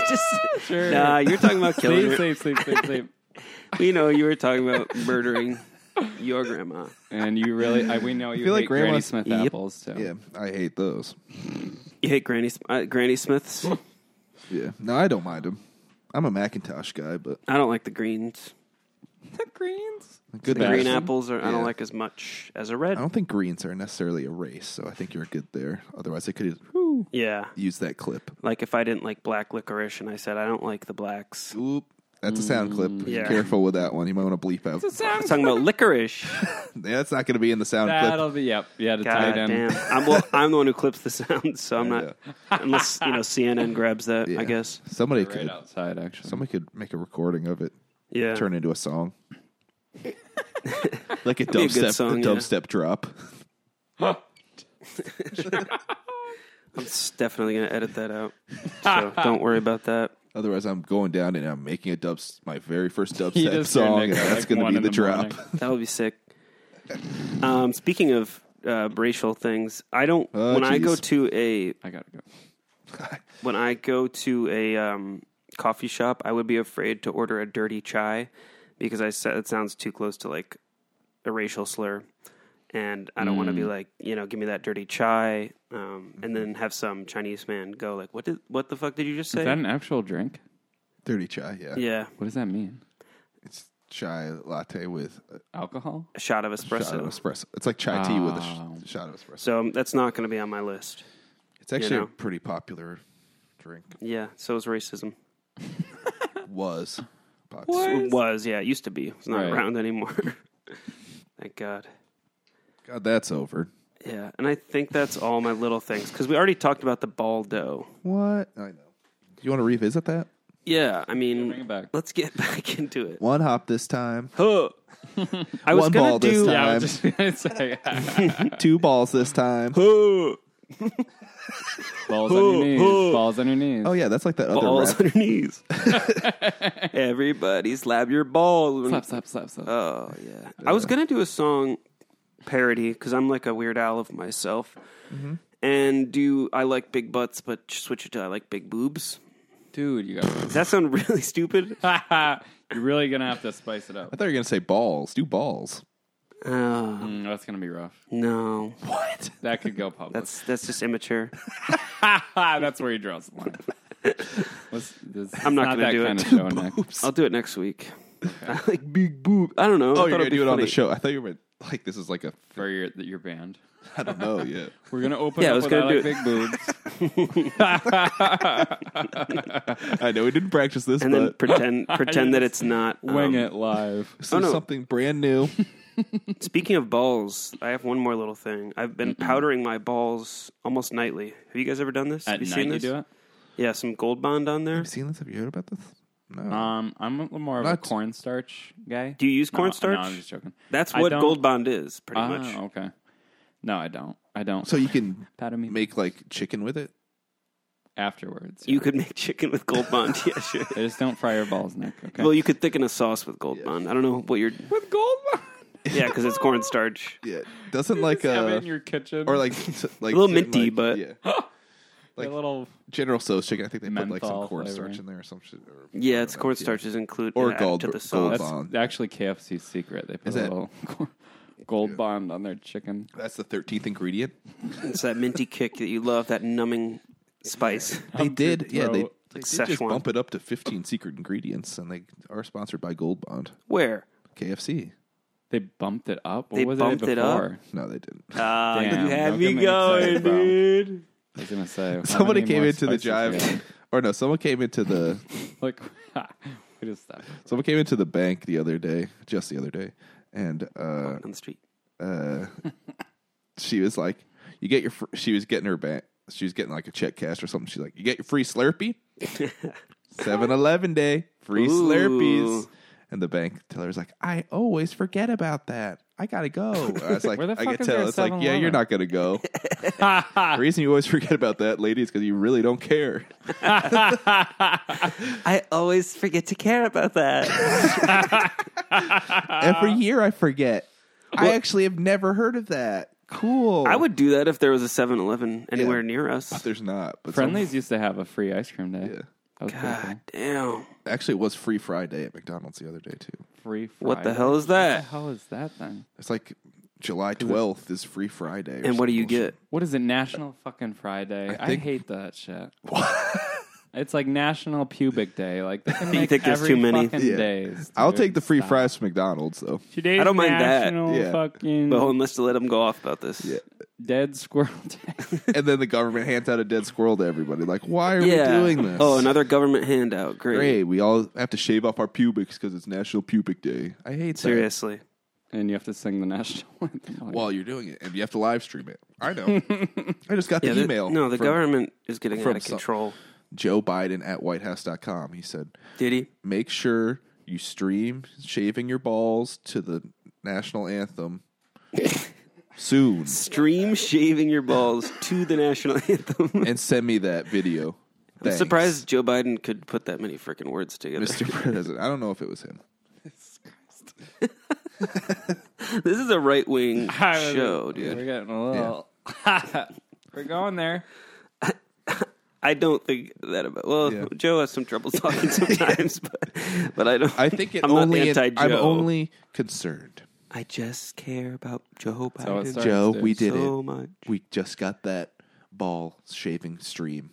Speaker 1: Just,
Speaker 2: Sure.
Speaker 1: nah, you're talking about killing.
Speaker 2: sleep,
Speaker 1: her.
Speaker 2: sleep, sleep, sleep, sleep.
Speaker 1: We know you were talking about murdering your grandma.
Speaker 2: And you really, I, we know you
Speaker 3: feel like
Speaker 2: hate Granny
Speaker 3: grandma's-
Speaker 2: Smith
Speaker 1: Yep.
Speaker 2: apples too.
Speaker 3: yeah, I hate those.
Speaker 1: You hate Granny Sm- uh, Granny Smiths.
Speaker 3: Yeah, no, I don't mind them. I'm a Macintosh guy, but
Speaker 1: I don't like the greens.
Speaker 2: The greens.
Speaker 3: good.
Speaker 2: Fashion.
Speaker 1: Green
Speaker 3: I
Speaker 1: apples are I
Speaker 3: Yeah.
Speaker 1: don't like as much as a red.
Speaker 3: don't think greens are necessarily a race, so I think you're good there. Otherwise, I could
Speaker 2: Woo!
Speaker 1: Yeah.
Speaker 3: Use that clip.
Speaker 1: Like if I didn't like black licorice and I said I don't like the blacks.
Speaker 3: Oop. That's a sound clip.
Speaker 1: Mm, yeah.
Speaker 3: Careful with that one. You might want to bleep out.
Speaker 1: I'm talking about licorice.
Speaker 3: Yeah, that's not going to be in the sound
Speaker 2: That'll be yep. Yeah, to tie
Speaker 1: God
Speaker 2: it in.
Speaker 1: damn. I'm, well, I'm the one who clips the sound, so I'm not. Unless you know CNN grabs that,
Speaker 3: clip. Yeah.
Speaker 1: I guess.
Speaker 3: somebody
Speaker 2: Right
Speaker 3: could
Speaker 2: outside, actually.
Speaker 3: somebody could make a recording of it,
Speaker 1: Yeah.
Speaker 3: turn it into a song, like a
Speaker 1: be a good
Speaker 3: dubstep,
Speaker 1: song,
Speaker 3: a
Speaker 1: yeah.
Speaker 3: dubstep drop.
Speaker 1: I'm s- definitely gonna edit that out. So don't worry about that.
Speaker 3: Otherwise, I'm going down and I'm making a dubs my very first
Speaker 2: He
Speaker 3: dubstep
Speaker 2: just heard
Speaker 3: song,
Speaker 2: Nick
Speaker 3: and
Speaker 2: at,
Speaker 3: that's
Speaker 2: like,
Speaker 3: going to
Speaker 2: one
Speaker 3: be
Speaker 2: in
Speaker 3: the,
Speaker 2: the
Speaker 3: drop.
Speaker 2: morning.
Speaker 1: That would be sick. Um, speaking of uh, racial things, I don't.
Speaker 3: Oh,
Speaker 1: when I
Speaker 3: geez.
Speaker 1: go to a
Speaker 2: I gotta go.
Speaker 1: when I go to a um, coffee shop, I would be afraid to order a dirty chai because I said it sounds too close to like a racial slur, and I don't want to be like you know give me that dirty chai, um, and then have some Chinese man go like what did what the fuck did you just say?
Speaker 2: Is that an actual drink?
Speaker 3: Dirty chai, yeah.
Speaker 1: yeah,
Speaker 2: What does that mean?
Speaker 3: it's chai latte with a
Speaker 2: Alcohol?
Speaker 1: a shot of espresso.
Speaker 3: shot of espresso. It's like chai tea with a
Speaker 2: Oh.
Speaker 3: sh- shot of espresso.
Speaker 1: so um, that's not going to be on my list.
Speaker 3: It's actually
Speaker 1: know.
Speaker 3: a pretty popular drink.
Speaker 1: Yeah, so is racism.
Speaker 3: Was popular.
Speaker 1: It was, yeah, it used to be. It's not
Speaker 2: Right.
Speaker 1: around anymore. Thank God.
Speaker 3: God, that's over.
Speaker 1: Yeah, and I think that's all my little things because we already talked about the baldo.
Speaker 3: What I know. You want to revisit that?
Speaker 1: Yeah, I mean,
Speaker 2: bring it back.
Speaker 1: let's get back into it.
Speaker 3: One hop this time,
Speaker 1: Huh. I was
Speaker 3: One
Speaker 1: gonna
Speaker 3: ball this
Speaker 1: do.
Speaker 2: Yeah, I
Speaker 3: I'm-
Speaker 2: was just gonna say.
Speaker 3: two balls this time.
Speaker 1: Huh.
Speaker 2: balls on your knees. Balls on your knees.
Speaker 3: Oh yeah, that's like that other
Speaker 1: balls
Speaker 3: rap.
Speaker 1: on your knees. Everybody slap your balls.
Speaker 2: Slap, slap, slap, slap.
Speaker 1: Oh yeah. I was gonna do a song parody because I'm like a weird owl of myself, and do I like big butts, but switch it to I like big boobs.
Speaker 2: Dude, you got
Speaker 1: Does that sound really stupid?
Speaker 2: You're really gonna have to spice it up.
Speaker 3: I thought you were gonna say balls. Do balls.
Speaker 1: Oh
Speaker 2: Mm, that's gonna be rough.
Speaker 1: no,
Speaker 3: What?
Speaker 2: That could go public. Ah,
Speaker 1: that's that's just immature.
Speaker 2: that's where he draws the line. Let's- this-
Speaker 1: I'm not gonna
Speaker 2: it's that
Speaker 1: do
Speaker 2: kind
Speaker 1: it.
Speaker 2: of show, Nick.
Speaker 1: I'll do it next week. I like big boob. I don't know.
Speaker 3: Oh,
Speaker 1: I
Speaker 3: you're
Speaker 1: thought
Speaker 3: gonna
Speaker 1: it'd be
Speaker 3: do it on the
Speaker 1: funny.
Speaker 3: show. I thought you were like this is like a
Speaker 2: for your your band.
Speaker 3: I don't know yeah.
Speaker 2: We're gonna open
Speaker 1: Yeah, I
Speaker 2: up
Speaker 1: was
Speaker 2: with I
Speaker 1: gonna do
Speaker 2: like big boobs.
Speaker 3: I know we didn't practice this,
Speaker 1: and
Speaker 3: but
Speaker 1: then pretend pretend that
Speaker 2: just
Speaker 1: it's not um,
Speaker 2: Wing it live.
Speaker 3: this
Speaker 1: oh,
Speaker 3: is
Speaker 1: no.
Speaker 3: something brand new.
Speaker 1: Speaking of balls, I have one more little thing. I've been powdering my balls almost nightly. Have you guys ever done this? have
Speaker 2: At
Speaker 1: you
Speaker 2: night,
Speaker 1: seen
Speaker 2: you
Speaker 1: this?
Speaker 2: do it.
Speaker 1: Yeah, some gold bond on there.
Speaker 3: Have you seen this? Have you heard about this? No.
Speaker 2: Um, I'm a- more of a
Speaker 3: Not-
Speaker 2: cornstarch guy.
Speaker 1: Do you use
Speaker 2: No,
Speaker 1: cornstarch?
Speaker 2: No, I'm just joking.
Speaker 1: That's
Speaker 2: I
Speaker 1: what
Speaker 2: don't-
Speaker 1: gold bond is, pretty
Speaker 2: Ah,
Speaker 1: much.
Speaker 2: okay. No, I don't. I don't.
Speaker 3: so you can
Speaker 2: pat me
Speaker 3: make like chicken with it.
Speaker 2: afterwards.
Speaker 1: You could make chicken with gold bond. yeah, sure.
Speaker 2: I just don't fry your balls, Nick. Okay.
Speaker 1: Well, you could thicken a sauce with gold bond. I don't know what you're.
Speaker 2: with gold bond.
Speaker 1: Yeah, because it's cornstarch.
Speaker 3: Yeah. Doesn't like
Speaker 2: Have it
Speaker 3: uh
Speaker 2: in your kitchen
Speaker 3: or like t- like
Speaker 1: A little
Speaker 3: in,
Speaker 1: minty,
Speaker 3: like-
Speaker 1: but-
Speaker 3: yeah.
Speaker 2: a
Speaker 3: like-
Speaker 2: little.
Speaker 3: General So's chicken. I think they put like
Speaker 2: Menthol
Speaker 3: some cornstarch
Speaker 2: flavoring.
Speaker 3: in there or some shit. Or,
Speaker 1: Yeah, it's cornstarch is included
Speaker 3: Or
Speaker 1: add
Speaker 3: Gold-
Speaker 1: to the
Speaker 3: Gold
Speaker 1: sauce.
Speaker 2: That's
Speaker 3: bond.
Speaker 2: actually KFC's secret. They put
Speaker 3: Is
Speaker 2: a
Speaker 3: it?
Speaker 2: little gold bond on their chicken.
Speaker 3: That's the thirteenth ingredient.
Speaker 1: It's that minty kick that you love, that numbing spice.
Speaker 3: They did, yeah. They,
Speaker 2: throat.
Speaker 3: they did just
Speaker 1: Szechuan.
Speaker 3: bump it up to fifteen secret ingredients, and they are sponsored by Gold Bond
Speaker 1: Where?
Speaker 3: KFC.
Speaker 2: They bumped it up. What
Speaker 1: They
Speaker 2: was
Speaker 1: bumped
Speaker 2: it
Speaker 1: it up?
Speaker 2: before?
Speaker 3: No, they didn't.
Speaker 1: Ah,
Speaker 2: Damn,
Speaker 1: you had
Speaker 2: don't
Speaker 1: me
Speaker 2: get me
Speaker 1: going,
Speaker 2: excited, bro.
Speaker 1: dude.
Speaker 2: I was gonna say how
Speaker 3: Somebody
Speaker 2: many
Speaker 3: came
Speaker 2: more
Speaker 3: into the
Speaker 2: spices we
Speaker 3: jive,
Speaker 2: have?
Speaker 3: or no, someone came into the
Speaker 2: Like, we just uh, stopped.
Speaker 3: someone came into the bank the other day, just the other day, and uh,
Speaker 1: On the street.
Speaker 3: uh, she was like, "You get your." Fr-, she was getting her bank. She was getting like a check cash or something. She's like, "You get your free Slurpee, 7-Eleven day, free
Speaker 1: Ooh.
Speaker 3: Slurpees." And the bank teller was like, "I always forget about that. I gotta go." And I was like,
Speaker 2: Where the
Speaker 3: "I
Speaker 2: fuck
Speaker 3: could
Speaker 2: is there
Speaker 3: tell."
Speaker 2: a
Speaker 3: It's like, "Yeah, you're
Speaker 2: 7-Eleven?"
Speaker 3: not gonna go." the reason you always forget about that, lady, is because you really don't care.
Speaker 1: I always forget to care about that. Uh,
Speaker 3: Every year I forget. I actually have never heard of that. Cool.
Speaker 1: I would do that if there was a 7 Eleven anywhere near us.
Speaker 3: There's not. But some-
Speaker 2: Friendlies used to have a free ice cream day.
Speaker 3: Yeah.
Speaker 2: That was pretty
Speaker 1: God Ah, damn.
Speaker 3: actually, it was free Friday at McDonald's the other day too.
Speaker 2: cool. Free.
Speaker 1: What the
Speaker 2: Friday.
Speaker 1: hell is
Speaker 2: What the
Speaker 1: that?
Speaker 2: hell is that then?
Speaker 3: It's like July 12th is free Friday. or
Speaker 1: And what do
Speaker 3: some
Speaker 1: you
Speaker 3: bullshit.
Speaker 1: get?
Speaker 2: What is it? National fucking Friday. I,
Speaker 3: think-
Speaker 2: hate that shit. It's like National Pubic Day. Like they can
Speaker 1: You
Speaker 2: make
Speaker 1: think there's
Speaker 2: every
Speaker 1: too many?
Speaker 2: fucking
Speaker 3: Yeah.
Speaker 2: days.
Speaker 3: I'll
Speaker 2: dude.
Speaker 3: take the free
Speaker 2: Stop.
Speaker 3: fries from McDonald's though.
Speaker 2: Today's
Speaker 1: I don't mind that.
Speaker 2: National
Speaker 3: Yeah.
Speaker 2: Fucking
Speaker 1: But hold on, let's let him go off about this.
Speaker 3: Yeah.
Speaker 2: Dead Squirrel Day.
Speaker 3: and then the government hands out a dead squirrel to everybody. Like, why are
Speaker 1: Yeah.
Speaker 3: we doing this?
Speaker 1: Oh, another government handout. Great.
Speaker 3: Great. We all have to shave off our pubics because it's National Pubic Day. I hate that.
Speaker 1: Seriously.
Speaker 2: and you have to sing the national anthem. Like,
Speaker 3: While you're doing it, and you have to live stream it. I know. I just got the
Speaker 1: the-
Speaker 3: email.
Speaker 1: no, the
Speaker 3: from
Speaker 1: government is getting
Speaker 3: from
Speaker 1: out of
Speaker 3: some-
Speaker 1: control.
Speaker 3: Joe Biden at WhiteHouse.com. He said,
Speaker 1: Did he?
Speaker 3: make sure you stream shaving your balls to the national anthem soon,
Speaker 1: Stream shaving your balls to the national anthem.
Speaker 3: and send me that video.
Speaker 1: I'm
Speaker 3: Thanks,
Speaker 1: surprised Joe Biden could put that many freaking words together.
Speaker 3: Mr. President. I don't know if it was him.
Speaker 1: This is a right wing
Speaker 2: I was-
Speaker 1: show, dude.
Speaker 2: We're getting a little. we're going there.
Speaker 1: I don't think that about. Well,
Speaker 3: Yeah.
Speaker 1: Joe has some trouble talking sometimes, but but I don't.
Speaker 3: I think it
Speaker 1: I'm
Speaker 3: only.
Speaker 1: not anti-Joe.
Speaker 3: I'm only concerned.
Speaker 1: I just care about Joe
Speaker 2: So it
Speaker 1: Biden so,
Speaker 2: starts,
Speaker 3: Joe,
Speaker 2: dude.
Speaker 3: we did it.
Speaker 1: much.
Speaker 3: We just got that ball shaving stream.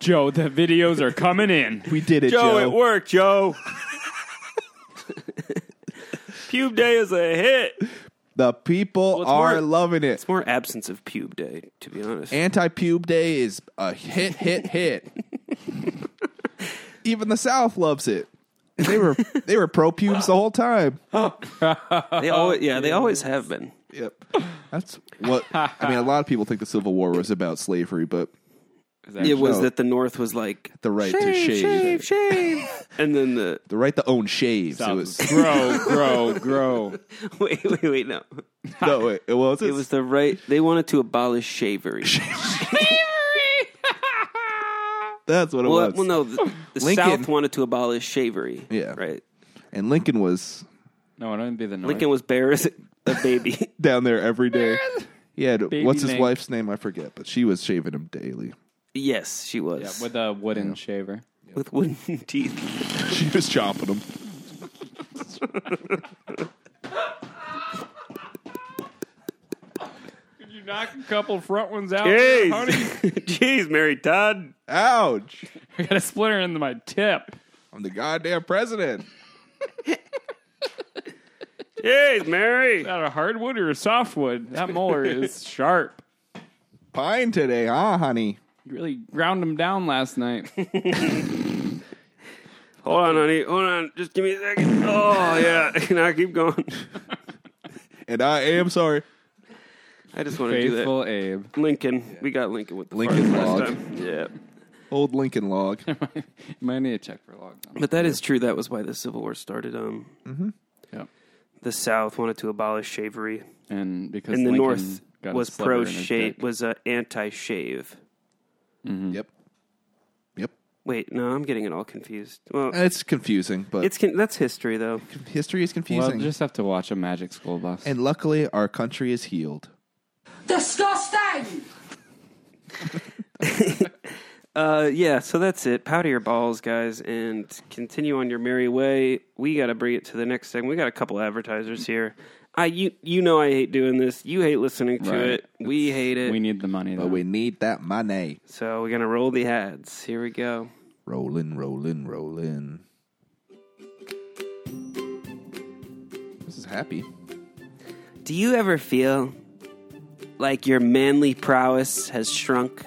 Speaker 2: Joe, the videos are coming in.
Speaker 3: We did it,
Speaker 1: worked, Joe. pube day is a hit.
Speaker 3: the people
Speaker 1: it's
Speaker 3: are
Speaker 1: more-
Speaker 3: loving it.
Speaker 1: It's more absence of pube day, to be honest.
Speaker 3: Anti pube day is a hit, hit, hit. Even the South loves it. And they were they were pro pubes the whole time.
Speaker 1: they always, yeah, they always have been.
Speaker 3: Yep, that's what I mean. A lot of people think the Civil War was about slavery, but
Speaker 1: It was
Speaker 3: No.
Speaker 1: that the North was like
Speaker 3: the right to
Speaker 1: shave,
Speaker 3: shave,
Speaker 1: shave, shave, and then the
Speaker 3: the right to own shaves. It
Speaker 2: Stop.
Speaker 3: was
Speaker 2: grow, grow, grow.
Speaker 1: wait, wait, wait, no.
Speaker 3: no, it, it was
Speaker 1: It was the right. They wanted to abolish shavery.
Speaker 3: that's what it
Speaker 1: Well,
Speaker 3: was.
Speaker 1: well, no, the, the
Speaker 3: Lincoln-
Speaker 1: South wanted to abolish shavery.
Speaker 3: Yeah.
Speaker 1: right.
Speaker 3: And Lincoln was
Speaker 2: No, it wouldn't be the North.
Speaker 1: Lincoln was bare as a baby.
Speaker 3: down there every day. He had what's his
Speaker 2: Link.
Speaker 3: wife's name? I forget, but she was shaving him daily.
Speaker 1: yes, she was
Speaker 2: yeah,
Speaker 1: with,
Speaker 2: with a wooden shaver.
Speaker 1: wooden teeth.
Speaker 3: She was chomping him.
Speaker 2: Could you knock a couple front ones out?
Speaker 1: jeez, Mary Todd.
Speaker 3: Ouch!
Speaker 2: I got a splinter into my tip.
Speaker 3: I'm the goddamn president.
Speaker 1: Jeez, Mary.
Speaker 2: Is that a hardwood or a softwood? That molar is sharp.
Speaker 3: Pine today, huh, honey?
Speaker 2: You really ground him down last night.
Speaker 1: Hold on, honey. Hold on. Just give me a second. Oh yeah. Can I keep going?
Speaker 3: And I am sorry.
Speaker 1: I just want to do that.
Speaker 2: Faithful Abe.
Speaker 1: Lincoln. We got Lincoln with the
Speaker 3: Lincoln
Speaker 1: farts
Speaker 3: log.
Speaker 1: last time. Yeah.
Speaker 3: Old Lincoln log.
Speaker 1: Mm-hmm.
Speaker 2: Might need a check for log. time.
Speaker 1: But that is true. That was why the Civil War started. Um,
Speaker 3: Mm-hmm.
Speaker 2: Yep.
Speaker 1: the South wanted to abolish shavery,
Speaker 2: And because
Speaker 1: and the
Speaker 2: Lincoln
Speaker 1: North
Speaker 2: got a
Speaker 1: was
Speaker 2: splinter in
Speaker 1: pro
Speaker 2: his
Speaker 1: shave
Speaker 2: dick.
Speaker 1: was uh, anti shave.
Speaker 3: Yep. Yep.
Speaker 1: Wait, no, I'm getting it all confused. Well,
Speaker 2: Uh,
Speaker 3: It's confusing, but
Speaker 1: it's con- that's history though.
Speaker 3: history is
Speaker 2: Well,
Speaker 3: confusing.
Speaker 2: just have to watch a Magic School Bus.
Speaker 3: and luckily, our country is healed.
Speaker 4: Disgusting!
Speaker 1: Uh, yeah, so that's it. Powder your balls, guys, and continue on your merry way. We got to bring it to the next segment. We got a couple advertisers here. I you you know I hate doing this. You hate listening to
Speaker 2: Right.
Speaker 1: it. We hate it.
Speaker 2: we need the money.
Speaker 3: But
Speaker 2: though.
Speaker 3: we need that money.
Speaker 1: so we're gonna roll the ads. Here we go.
Speaker 3: Rolling, rolling, rolling. This is happy.
Speaker 1: Do you ever feel like your manly prowess has shrunk?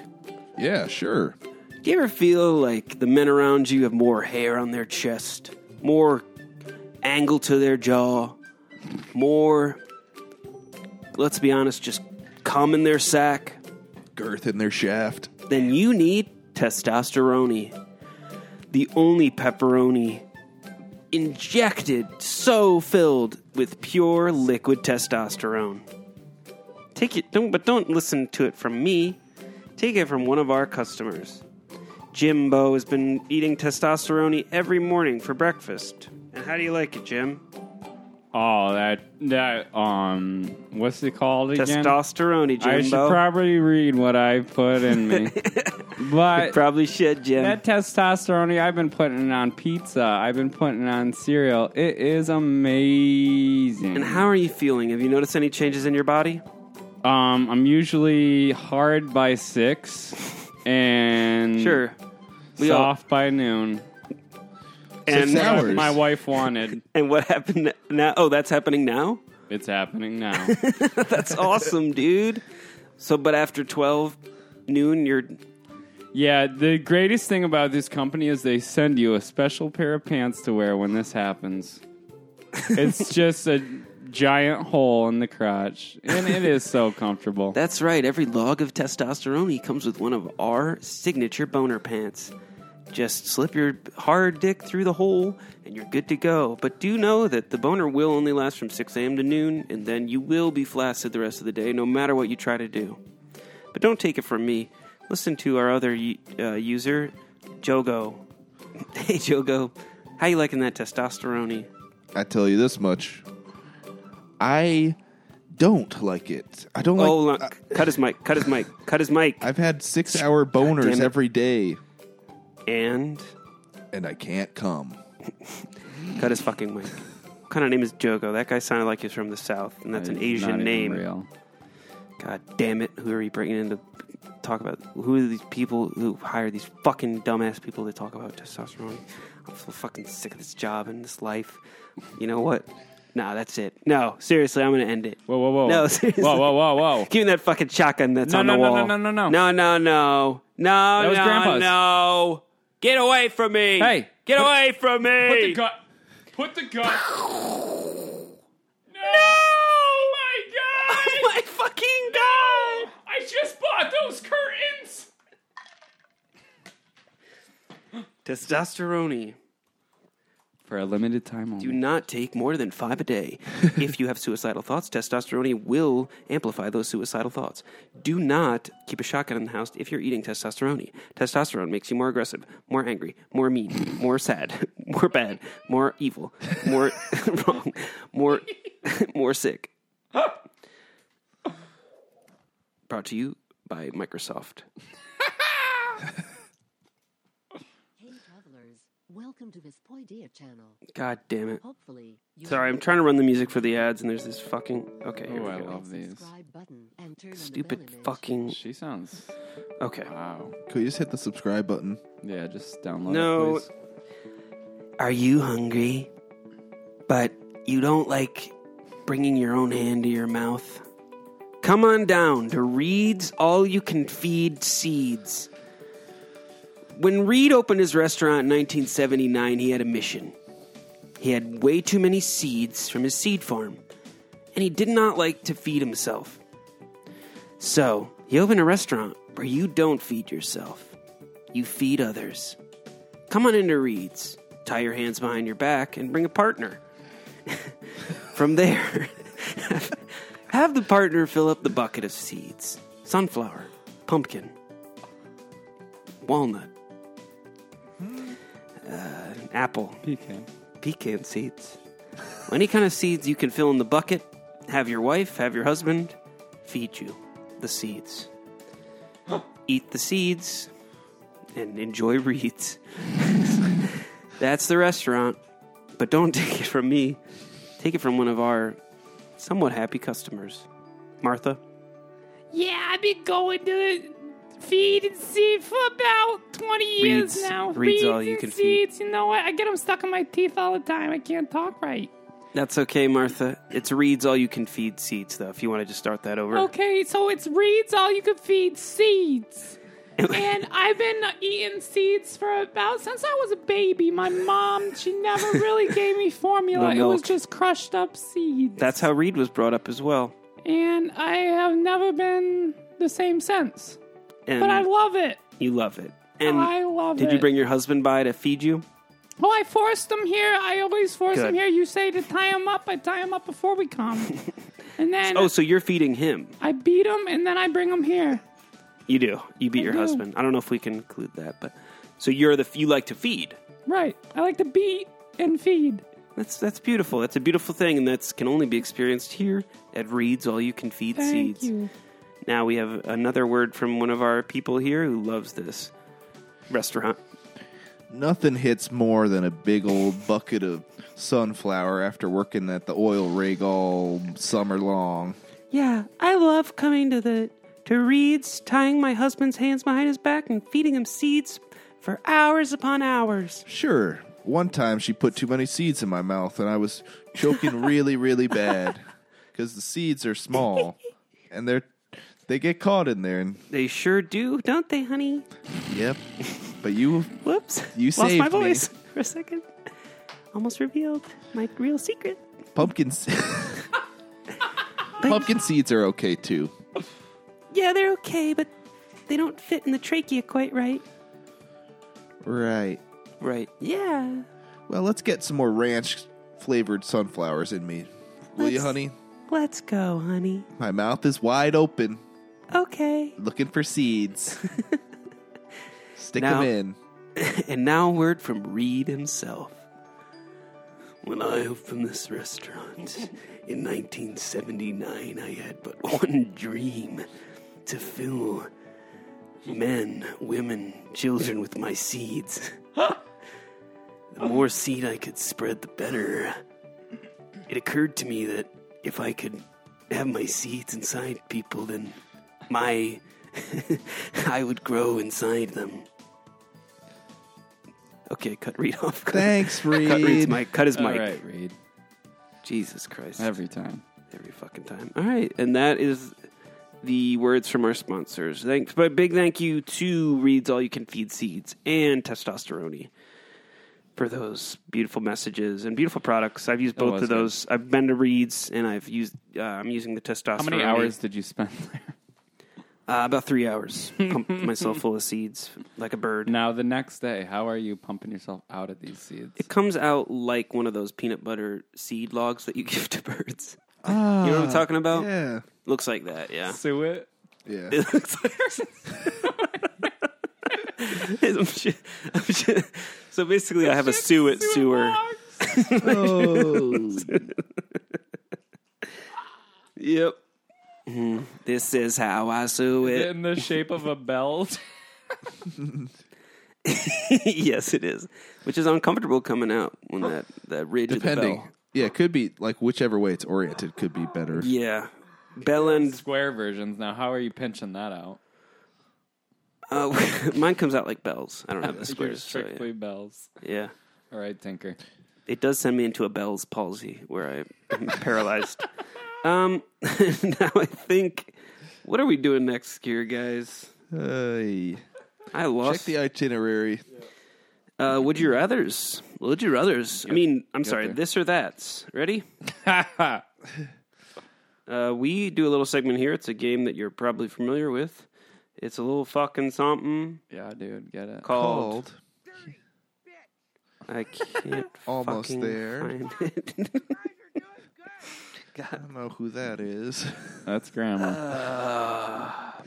Speaker 3: Yeah, sure.
Speaker 1: Do you ever feel like the men around you have more hair on their chest, more angle to their jaw, more, let's be honest, just cum in their sack?
Speaker 3: Girth in their shaft.
Speaker 1: Then you need testosterone, the only pepperoni injected, so filled with pure liquid testosterone. Take it, don't, but don't listen to it from me. Take it from one of our customers. Jimbo has been eating testosterone every morning for breakfast. And how do you like it, Jim?
Speaker 2: oh, that that um, what's it called again?
Speaker 1: Testosterone,
Speaker 2: I should
Speaker 1: Jimbo.
Speaker 2: probably read what I put in me. but
Speaker 1: Probably should, Jim.
Speaker 2: that testosterone I've been putting on pizza, I've been putting on cereal. It is amazing.
Speaker 1: and how are you feeling? Have you noticed any changes in your body?
Speaker 2: Um, I'm usually hard by six. and
Speaker 1: Sure. We all-
Speaker 2: soft by noon.
Speaker 1: and,
Speaker 3: Six hours.
Speaker 2: My wife wanted.
Speaker 1: and what happened now? Oh, that's happening now?
Speaker 2: It's happening now.
Speaker 1: That's awesome, dude. So, but after 12 noon, you're.
Speaker 2: yeah, the greatest thing about this company is they send you a special pair of pants to wear when this happens. It's just a giant hole in the crotch, and it is so comfortable.
Speaker 1: That's right. Every log of testosterone comes with one of our signature boner pants. Just slip your hard dick through the hole and you're good to go. But do know that the boner will only last from 6 a.m. to noon, and then you will be flaccid the rest of the day no matter what you try to do. But don't take it from me. Listen to our other u- uh, user, Jogo. hey, Jogo. How you liking that testosterone?
Speaker 3: I tell you this much. I don't like it. I don't
Speaker 1: Oh,
Speaker 3: like.
Speaker 1: look, cut his mic. Cut his mic. Cut his mic.
Speaker 3: I've had six hour
Speaker 1: damn
Speaker 3: boners
Speaker 1: it.
Speaker 3: every day,
Speaker 1: And
Speaker 3: and I can't come.
Speaker 1: cut his fucking mic. What kind of name is Jogo? That guy sounded like he's from the south, and that's an
Speaker 2: It's not
Speaker 1: Asian
Speaker 2: even
Speaker 1: name.
Speaker 2: real.
Speaker 1: God damn it! Who are you bringing in to talk about? Who are these people who hire these fucking dumbass people to talk about testosterone? I'm so fucking sick of this job and this life. You know what? Nah, that's it. No, seriously, I'm gonna end it.
Speaker 2: Whoa, whoa, whoa!
Speaker 1: No, seriously.
Speaker 2: Whoa, whoa, whoa, whoa!
Speaker 1: Give me that fucking shotgun that's
Speaker 2: No,
Speaker 1: on
Speaker 2: no,
Speaker 1: the
Speaker 2: no,
Speaker 1: wall.
Speaker 2: no, no, no,
Speaker 1: no,
Speaker 2: no.
Speaker 1: no, no, no,
Speaker 2: That was
Speaker 1: no,
Speaker 2: Grandpa's.
Speaker 1: no. Get away from me!
Speaker 2: Hey,
Speaker 1: get
Speaker 2: put-
Speaker 1: away from me!
Speaker 2: Put the gun. Put the gun. No! my god!
Speaker 1: Oh my fucking
Speaker 2: No! I just bought those curtains.
Speaker 1: Testosterone.
Speaker 2: For a limited time only.
Speaker 1: Do not take more than five a day. if you have suicidal thoughts, testosterone will amplify those suicidal thoughts. Do not keep a shotgun in the house if you're eating testosterone. Testosterone makes you more aggressive, more angry, more mean, more sad, more bad, more evil, more wrong, more more sick. Brought to you by Microsoft.
Speaker 6: Hey travelers, welcome to this Poidea channel.
Speaker 1: God damn it.
Speaker 6: Hopefully, you
Speaker 1: Sorry, I'm trying to run the music for the ads, and there's this fucking. Okay, here
Speaker 2: Oh, I
Speaker 1: we go.
Speaker 2: love these.
Speaker 6: subscribe button and turn on the bell
Speaker 1: Stupid
Speaker 6: image.
Speaker 1: fucking.
Speaker 2: She sounds.
Speaker 1: Okay.
Speaker 2: Wow.
Speaker 3: Could you just hit the subscribe button?
Speaker 2: Yeah, just download
Speaker 1: No.
Speaker 2: it, please.
Speaker 1: Are you hungry, but you don't like bringing your own hand to your mouth? Come on down to Reed's All You Can Feed Seeds. When Reed opened his restaurant in 1979, he had a mission. He had way too many seeds from his seed farm, and he did not like to feed himself. So, he opened a restaurant where you don't feed yourself, you feed others. Come on into Reed's, tie your hands behind your back, and bring a partner. From there, have the partner fill up the bucket of seeds sunflower, pumpkin, walnut, uh, apple,
Speaker 2: PK.
Speaker 1: pecan seeds. Any kind of seeds you can fill in the bucket, have your wife, have your husband feed you the seeds. Eat the seeds and enjoy reeds. That's the restaurant, but don't take it from me. Take it from one of our somewhat happy customers. Martha,
Speaker 7: Yeah, I've been going to feed and seed for about 20
Speaker 1: Reeds.
Speaker 7: years now.
Speaker 1: Reeds all you
Speaker 7: and
Speaker 1: can feed.
Speaker 7: seeds. You know what? I get them stuck in my teeth all the time. I can't talk right.
Speaker 1: that's okay, Martha. It's reeds all you can feed seeds, though, if you want to just start that over.
Speaker 7: Okay, so it's reeds all you can feed seeds. and I've been eating seeds for about since I was a baby. My mom, she never really gave me formula. It
Speaker 1: No
Speaker 7: was
Speaker 1: milk.
Speaker 7: just crushed up seeds.
Speaker 1: That's how Reed was brought up as well.
Speaker 7: and I have never been the same since.
Speaker 1: And
Speaker 7: But I love it.
Speaker 1: you love it. And
Speaker 7: I love it.
Speaker 1: Did you bring your husband by to feed you?
Speaker 7: Oh, I forced them here. I always force
Speaker 1: Good.
Speaker 7: them here. You say to tie them up. I tie them up before we come. and then
Speaker 1: Oh, so you're feeding him.
Speaker 7: I beat them and then I bring them here.
Speaker 1: You do. You beat your
Speaker 7: do.
Speaker 1: husband. I don't know if we can include that, but so you're the you like to feed.
Speaker 7: Right. I like to beat and feed.
Speaker 1: That's that's beautiful. That's a beautiful thing, and that's can only be experienced here at Reed's All You Can Feed
Speaker 7: Thank
Speaker 1: Seeds.
Speaker 7: you.
Speaker 1: Now we have another word from one of our people here who loves this restaurant.
Speaker 3: Nothing hits more than a big old bucket of sunflower after working at the oil rig all summer long.
Speaker 1: Yeah, I love coming to the to reeds, tying my husband's hands behind his back and feeding him seeds for hours upon hours.
Speaker 3: Sure. One time she put too many seeds in my mouth and I was choking really, really bad because the seeds are small and they're they get caught in there. And
Speaker 1: They sure do, don't they, honey?
Speaker 3: yep. But you
Speaker 1: Whoops.
Speaker 3: You
Speaker 1: Lost my
Speaker 3: saved me.
Speaker 1: voice for a second. Almost revealed my real secret.
Speaker 3: pumpkin se- pumpkin seeds are okay too.
Speaker 1: Yeah, they're okay, but they don't fit in the trachea quite right.
Speaker 3: Right.
Speaker 1: Right. Yeah.
Speaker 3: Well, let's get some more ranch flavored sunflowers in me. Will you,
Speaker 1: Let's-
Speaker 3: honey?
Speaker 1: Let's go, honey.
Speaker 3: My mouth is wide open
Speaker 1: Okay.
Speaker 3: looking for seeds. Stick
Speaker 1: Now-
Speaker 3: them in.
Speaker 1: And now a word from Reed himself. When I opened this restaurant in 1979, I had but one dream to fill men, women, children with my seeds. the more seed I could spread, the better. It occurred to me that if I could have my seeds inside people, then my. I would grow inside them. Okay, cut Reed off.
Speaker 3: Thanks,
Speaker 1: Cut Reed's
Speaker 3: Reed.
Speaker 1: mic. Cut his
Speaker 2: All
Speaker 1: mic.
Speaker 2: right, Reed.
Speaker 1: Jesus Christ. Every.
Speaker 2: Every time.
Speaker 1: fucking time. All right. And that is the words from our sponsors. Thanks. But big thank you to Reed's All You Can Feed Seeds and Testosterone for those beautiful messages and beautiful products. I've used both
Speaker 2: was
Speaker 1: of
Speaker 2: good.
Speaker 1: those. I've been to Reed's and I've used, uh, I'm using the testosterone.
Speaker 2: How many hours did you spend there?
Speaker 1: Uh, about three hours. Pumped myself full of seeds like a bird.
Speaker 2: Now, the next day, how are you pumping yourself out of these seeds?
Speaker 1: It comes out like one of those peanut butter seed logs that you give to birds. you
Speaker 2: Uh,
Speaker 1: know what I'm talking about?
Speaker 3: Ah, Yeah.
Speaker 1: Looks like that, yeah.
Speaker 2: Sue it.
Speaker 3: Yeah.
Speaker 1: It looks like I'm sure- I'm sure- so basically, I have a suet sewer.
Speaker 3: Oh.
Speaker 1: Yep. Mhm. This is how I sew it.
Speaker 2: In the shape of a belt.
Speaker 1: yes, it is. Which is uncomfortable coming out when that, that ridge of the
Speaker 3: Depending.
Speaker 1: bell.
Speaker 3: Yeah, it could be like whichever way it's oriented could be better.
Speaker 1: Yeah. Bell end.
Speaker 2: Square versions. Now, how are you pinching that out?
Speaker 1: Uh, mine comes out like bells. I don't have the squares. so yeah.
Speaker 2: strictly bells.
Speaker 1: yeah.
Speaker 2: All right, Tinker.
Speaker 1: it does send me into a Bell's palsy where I am paralyzed. Um, now I think, what are we doing next year, guys?
Speaker 3: Hey.
Speaker 1: I
Speaker 3: Check
Speaker 1: lost.
Speaker 3: the itinerary.
Speaker 1: uh, would you rather's? Would you rather's? I mean, I'm sorry,
Speaker 2: there.
Speaker 1: this or that's. Ready?
Speaker 2: Ha
Speaker 1: Uh, we do a little segment here. It's a game that you're probably familiar with. It's a little fucking something
Speaker 2: Yeah, dude, get it.
Speaker 1: called.
Speaker 3: Called.
Speaker 1: I can't.
Speaker 3: Almost
Speaker 1: fucking
Speaker 3: there.
Speaker 1: Find it.
Speaker 3: I don't know who that is.
Speaker 2: That's grandma.
Speaker 1: Uh,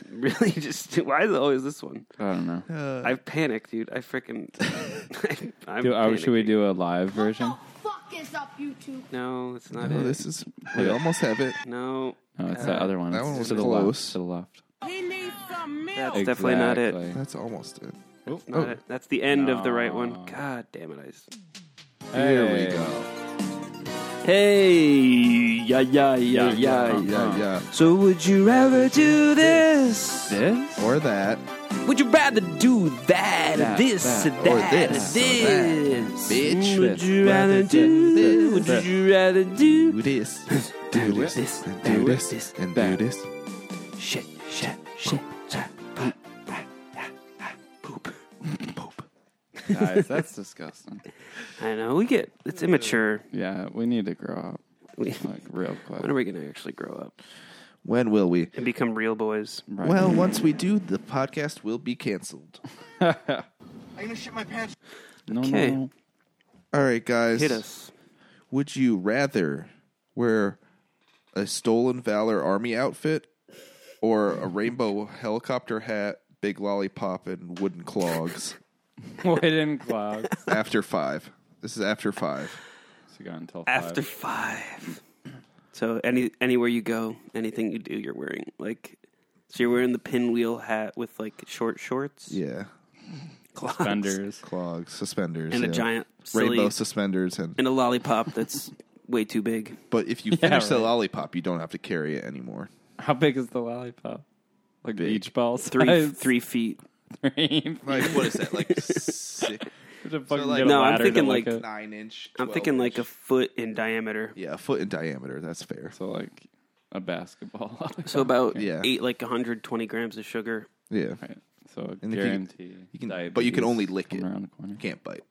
Speaker 1: really? Just why is it always this one?
Speaker 2: I don't know.
Speaker 3: Uh,
Speaker 1: I've panicked, dude. I freaking. I'm
Speaker 2: Do, uh, should we
Speaker 1: panicking.
Speaker 2: do a live version?
Speaker 8: fuck is up, you two?
Speaker 1: No, it's not
Speaker 3: Oh,
Speaker 1: it.
Speaker 3: this is. We almost have it.
Speaker 1: No,
Speaker 2: No, it's that other one.
Speaker 3: that
Speaker 2: It's
Speaker 3: one was
Speaker 2: to the
Speaker 3: close.
Speaker 2: Left, to the left.
Speaker 1: that's definitely not it.
Speaker 2: Exactly.
Speaker 3: That's almost it.
Speaker 1: Not it. That's the end of the right one. God damn it, I just...
Speaker 3: Here
Speaker 2: Hey.
Speaker 3: we go.
Speaker 1: Hey, yeah, yeah, yeah, yeah,
Speaker 3: Yeah, yeah.
Speaker 1: So would you rather do this?
Speaker 2: This?
Speaker 3: Or that.
Speaker 1: Would you rather do that,
Speaker 2: That,
Speaker 1: this,
Speaker 2: that,
Speaker 1: that,
Speaker 3: or this, or that.
Speaker 1: this?
Speaker 3: Bitch.
Speaker 1: Would you rather do this? Would you rather do
Speaker 3: Do this. Do this. and Do this. And do this.
Speaker 1: shit, shit, shit, shit, poop, poop?
Speaker 2: Guys, that's disgusting.
Speaker 1: I know we get it's immature.
Speaker 2: Yeah, we need to grow up
Speaker 1: We,
Speaker 2: like real
Speaker 1: when are
Speaker 2: quick.
Speaker 1: we gonna actually grow up
Speaker 3: When will we?
Speaker 1: and become real boys?
Speaker 2: Right.
Speaker 3: Well, once we do, the podcast will be canceled.
Speaker 2: no,
Speaker 1: okay.
Speaker 2: no, no.
Speaker 3: All right, guys.
Speaker 1: Hit us.
Speaker 3: Would you rather wear a stolen valor army outfit or a rainbow helicopter hat, big lollipop, and wooden clogs
Speaker 2: Wooden clouds.
Speaker 3: after five? This is after five.
Speaker 2: So got until five.
Speaker 1: After five. So any anywhere you go, anything you do, you're wearing like. So you're wearing the pinwheel hat with like short shorts,
Speaker 3: Yeah,
Speaker 1: clogs,
Speaker 2: Fenders.
Speaker 3: clogs, suspenders,
Speaker 1: and a
Speaker 3: yeah.
Speaker 1: giant silly,
Speaker 3: rainbow suspenders, and
Speaker 1: and a lollipop that's way too big.
Speaker 3: but if you finish the
Speaker 2: right.
Speaker 3: lollipop, you don't have to carry it anymore.
Speaker 2: How big is the lollipop? Like
Speaker 3: Big.
Speaker 2: beach ball size.
Speaker 1: Three three feet.
Speaker 2: three.
Speaker 3: Like what is that? Like six,
Speaker 2: There's a fucking
Speaker 3: like-
Speaker 2: get a
Speaker 3: No, I'm
Speaker 2: ladder to
Speaker 1: thinking
Speaker 2: look
Speaker 1: like-
Speaker 2: at.
Speaker 3: nine inch.
Speaker 1: I'm
Speaker 3: 12
Speaker 1: thinking like a
Speaker 3: inch.
Speaker 1: foot in diameter.
Speaker 3: yeah, a foot in diameter. That's fair.
Speaker 2: so like a basketball.
Speaker 1: So about
Speaker 3: Yeah.
Speaker 1: eight, like 120 grams of sugar.
Speaker 3: Yeah,
Speaker 2: Right. So
Speaker 3: And if you-
Speaker 2: guarantee
Speaker 3: you can- but you
Speaker 2: diabetes
Speaker 3: can only lick
Speaker 2: come
Speaker 3: it.
Speaker 2: around the corner,
Speaker 3: can't bite.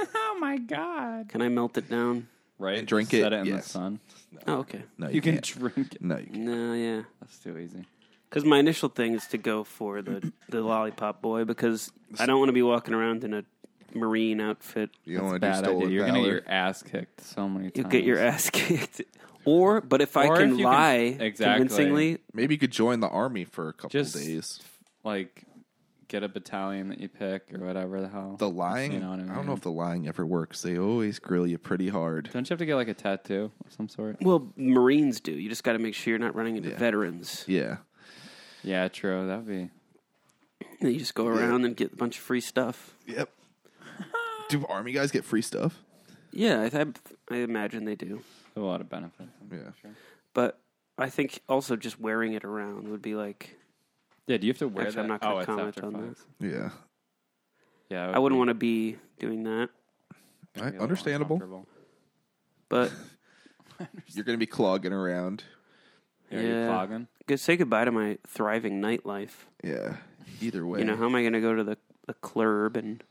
Speaker 7: Oh my god.
Speaker 1: Can I melt it down?
Speaker 2: right?
Speaker 3: And drink
Speaker 2: Set
Speaker 3: it,
Speaker 2: it in
Speaker 3: yes.
Speaker 2: the sun.
Speaker 1: Oh, okay.
Speaker 3: No, you,
Speaker 2: You, can
Speaker 3: can't.
Speaker 2: drink it.
Speaker 3: no, you can't.
Speaker 1: No, yeah.
Speaker 2: That's too easy.
Speaker 1: Because my initial thing is to go for the the lollipop boy because I don't want to be walking around in a marine outfit.
Speaker 3: You don't want to do
Speaker 2: Bad idea.
Speaker 3: stolen
Speaker 2: You're gonna
Speaker 3: valor.
Speaker 2: get your ass kicked so many times.
Speaker 1: You'll get your ass kicked. Or, but if I
Speaker 2: Or
Speaker 1: can
Speaker 2: if you can-
Speaker 1: lie
Speaker 2: Exactly.
Speaker 1: convincingly,
Speaker 3: Maybe you could join the army for a couple
Speaker 2: Just-
Speaker 3: days.
Speaker 2: like get a battalion that you pick or whatever the hell.
Speaker 3: The lying,
Speaker 2: You know what I
Speaker 3: I,
Speaker 2: mean?
Speaker 3: don't know if the lying ever works. They always grill you pretty hard.
Speaker 2: Don't you have to get like a tattoo of some sort?
Speaker 1: well, Marines do. You just got to make sure you're not running into
Speaker 3: Yeah.
Speaker 1: veterans.
Speaker 3: Yeah,
Speaker 2: Yeah, true. That'd be
Speaker 1: And you just go around and get a bunch of free stuff.
Speaker 3: yep. Do army guys get free stuff?
Speaker 1: Yeah, I, I, I imagine they do.
Speaker 2: a lot of benefits.
Speaker 3: Yeah,
Speaker 1: But I think also just wearing it around would be like
Speaker 2: Yeah, do you have to wear
Speaker 1: Actually,
Speaker 2: that?
Speaker 1: I'm not gonna
Speaker 2: oh, it's
Speaker 1: comment
Speaker 2: after
Speaker 1: on
Speaker 2: five.
Speaker 3: yeah.
Speaker 2: Yeah,
Speaker 1: I wouldn't want to be doing that.
Speaker 3: Right, Understandable.
Speaker 1: But
Speaker 3: You're going to be clogging around.
Speaker 2: Yeah, you're
Speaker 1: Yeah.
Speaker 2: clogging.
Speaker 1: go- say goodbye to my thriving nightlife.
Speaker 3: Yeah. Either way,
Speaker 1: You know, how am I going to go to the the club and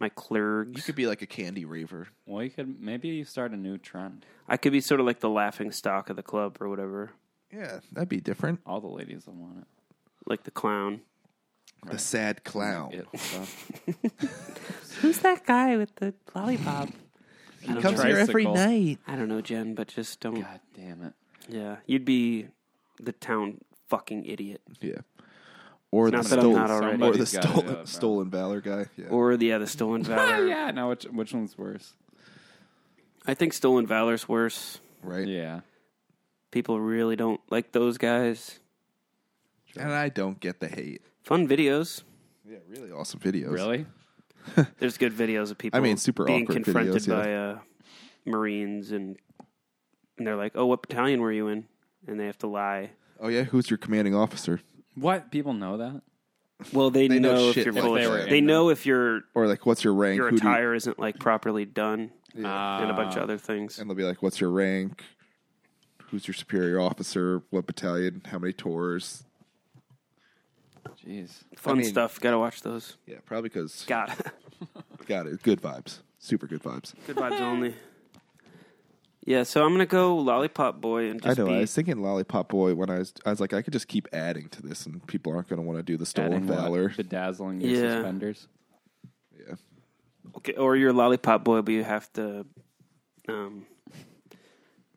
Speaker 1: my
Speaker 3: you
Speaker 1: clergs?
Speaker 3: could be like a candy raver.
Speaker 2: Well, you could maybe you start a new trend.
Speaker 1: I could be sort of like the laughing stock of the club or whatever,
Speaker 3: Yeah, that'd be different.
Speaker 2: All the ladies will want it.
Speaker 1: like the clown.
Speaker 3: The sad clown.
Speaker 2: It stuff.
Speaker 1: Who's that guy with the lollipop? I don't,
Speaker 3: Comes
Speaker 1: know.
Speaker 3: here every
Speaker 2: Tricycle.
Speaker 3: night.
Speaker 1: I don't know, Jen, but just don't.
Speaker 2: God damn it!
Speaker 1: Yeah, you'd be the town fucking idiot,
Speaker 3: Yeah. Or the
Speaker 1: Not that I'm
Speaker 3: stolen,
Speaker 1: not already.
Speaker 3: or the
Speaker 2: Somebody's gotta do
Speaker 3: stolen,
Speaker 2: it, bro.
Speaker 3: stolen valor guy. Yeah.
Speaker 1: or the yeah, the stolen valor.
Speaker 2: Oh, yeah, now which which one's worse?
Speaker 1: I think stolen valor's worse.
Speaker 3: right.
Speaker 2: Yeah,
Speaker 1: People really don't like those guys.
Speaker 3: And I don't get the hate.
Speaker 1: Fun videos.
Speaker 3: Yeah, really awesome videos.
Speaker 2: really?
Speaker 1: There's good videos of people.
Speaker 3: I mean, super
Speaker 1: being
Speaker 3: awkward
Speaker 1: confronted
Speaker 3: videos, yeah.
Speaker 1: by uh, Marines and and they're like, "Oh, what battalion were you in?" And they have to lie.
Speaker 3: Oh yeah, who's your commanding officer?
Speaker 2: What people know that?
Speaker 1: Well, they,
Speaker 3: They know
Speaker 1: know, if
Speaker 3: shit
Speaker 1: you're
Speaker 3: like
Speaker 1: full of
Speaker 2: that. If they
Speaker 1: shit.
Speaker 2: were
Speaker 1: They
Speaker 2: in
Speaker 1: know if your
Speaker 3: Or like, what's your rank?
Speaker 1: your
Speaker 3: Who do you-
Speaker 1: attire isn't like properly done, and a bunch of
Speaker 2: Ah.
Speaker 1: other things.
Speaker 3: and they'll be like, "What's your rank? Who's your superior officer? What battalion? How many tours?"
Speaker 2: Jeez.
Speaker 1: Fun
Speaker 3: mean-
Speaker 1: stuff. Got to watch those.
Speaker 3: Yeah, probably because
Speaker 1: God,
Speaker 3: got it. Good vibes, super good vibes.
Speaker 1: good vibes only. Yeah, so I'm gonna go lollipop boy and
Speaker 3: I
Speaker 1: just
Speaker 3: know. I
Speaker 1: be
Speaker 3: was thinking Lollipop Boy when I was. I was like, I could just keep adding to this, and people aren't going to want to do the stolen
Speaker 2: Adding what?
Speaker 3: valor.
Speaker 2: bedazzling your
Speaker 1: Yeah.
Speaker 2: suspenders.
Speaker 1: okay, or you're lollipop boy, but you have to um,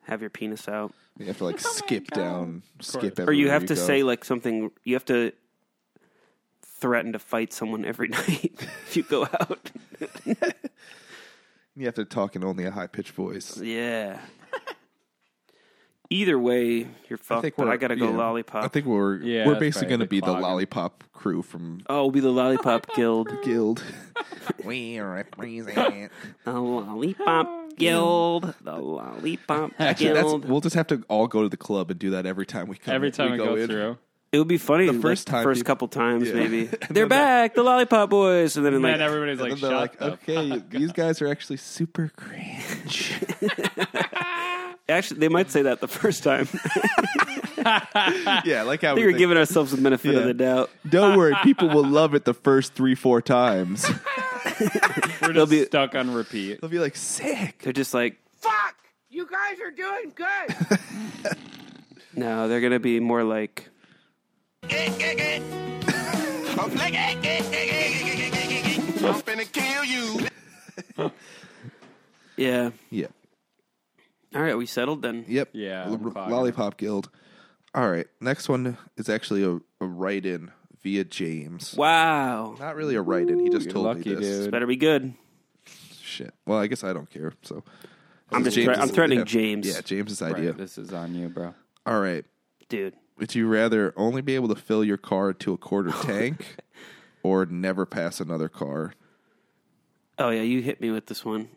Speaker 1: have your penis out.
Speaker 3: You have to
Speaker 1: Oh
Speaker 3: like skip down, skip.
Speaker 1: or you
Speaker 3: everywhere
Speaker 1: have to
Speaker 3: go.
Speaker 1: say like something you have to threaten to fight someone every night if you go out
Speaker 3: You have to talk in only a high pitched voice.
Speaker 1: yeah either way you're fucked but i gotta go
Speaker 3: yeah.
Speaker 1: lollipop
Speaker 3: I think we're
Speaker 2: Yeah,
Speaker 3: we're
Speaker 2: that's
Speaker 3: basically
Speaker 2: right,
Speaker 3: going to
Speaker 2: the
Speaker 3: be the
Speaker 2: clogging.
Speaker 3: Lollipop crew from
Speaker 1: oh we'll be the lollipop guild
Speaker 3: Guild. we represent.
Speaker 1: the lollipop guild the lollipop
Speaker 3: Actually, that's,
Speaker 1: guild
Speaker 3: we'll just have to all go to the club and do that every time we come.
Speaker 2: Every time
Speaker 3: we
Speaker 2: I go,
Speaker 3: in.
Speaker 2: through,
Speaker 1: it would be funny the
Speaker 3: first
Speaker 1: first,
Speaker 3: time
Speaker 1: first
Speaker 3: people-
Speaker 1: couple times
Speaker 3: Yeah.
Speaker 1: maybe they're back the lollipop boys and then
Speaker 2: and
Speaker 1: like
Speaker 2: then everybody's like,
Speaker 3: And then
Speaker 2: "Shut
Speaker 3: they're like,
Speaker 2: up."
Speaker 3: okay, these guys are actually super cringe.
Speaker 1: actually they might say that the first time
Speaker 3: yeah, like how
Speaker 1: we
Speaker 3: we
Speaker 1: were
Speaker 3: think-
Speaker 1: giving ourselves the benefit of
Speaker 3: Yeah.
Speaker 1: the doubt
Speaker 3: Don't worry, people will love it the first three, four times.
Speaker 2: We're just
Speaker 1: be-
Speaker 2: stuck on repeat.
Speaker 3: They'll be like, sick.
Speaker 1: they're just like
Speaker 4: Fuck! You guys are doing good!
Speaker 1: No, they're gonna be more like
Speaker 9: I'm finna kill you.
Speaker 1: yeah.
Speaker 3: Yeah.
Speaker 1: All right, we settled then.
Speaker 3: Yep.
Speaker 2: Yeah,
Speaker 3: L-
Speaker 2: I'm
Speaker 3: r-
Speaker 2: fogging.
Speaker 3: Lollipop Guild. All right. Next one is actually a, a write in via James.
Speaker 1: Wow,
Speaker 3: Not really a write in. He just
Speaker 2: You're
Speaker 3: told
Speaker 2: lucky,
Speaker 3: me this.
Speaker 2: dude.
Speaker 1: better be good.
Speaker 3: Shit. Well, I guess I don't care. So
Speaker 1: I'm
Speaker 3: This
Speaker 1: just
Speaker 3: is
Speaker 1: thre-
Speaker 3: James's-
Speaker 1: I'm threatening
Speaker 3: yeah.
Speaker 1: James,
Speaker 3: Yeah, James's
Speaker 2: Right,
Speaker 3: idea.
Speaker 2: this is on you, bro.
Speaker 3: All right.
Speaker 1: dude.
Speaker 3: Would you rather only be able to fill your car to a quarter tank or never pass another car?
Speaker 1: Oh yeah, you hit me with this one,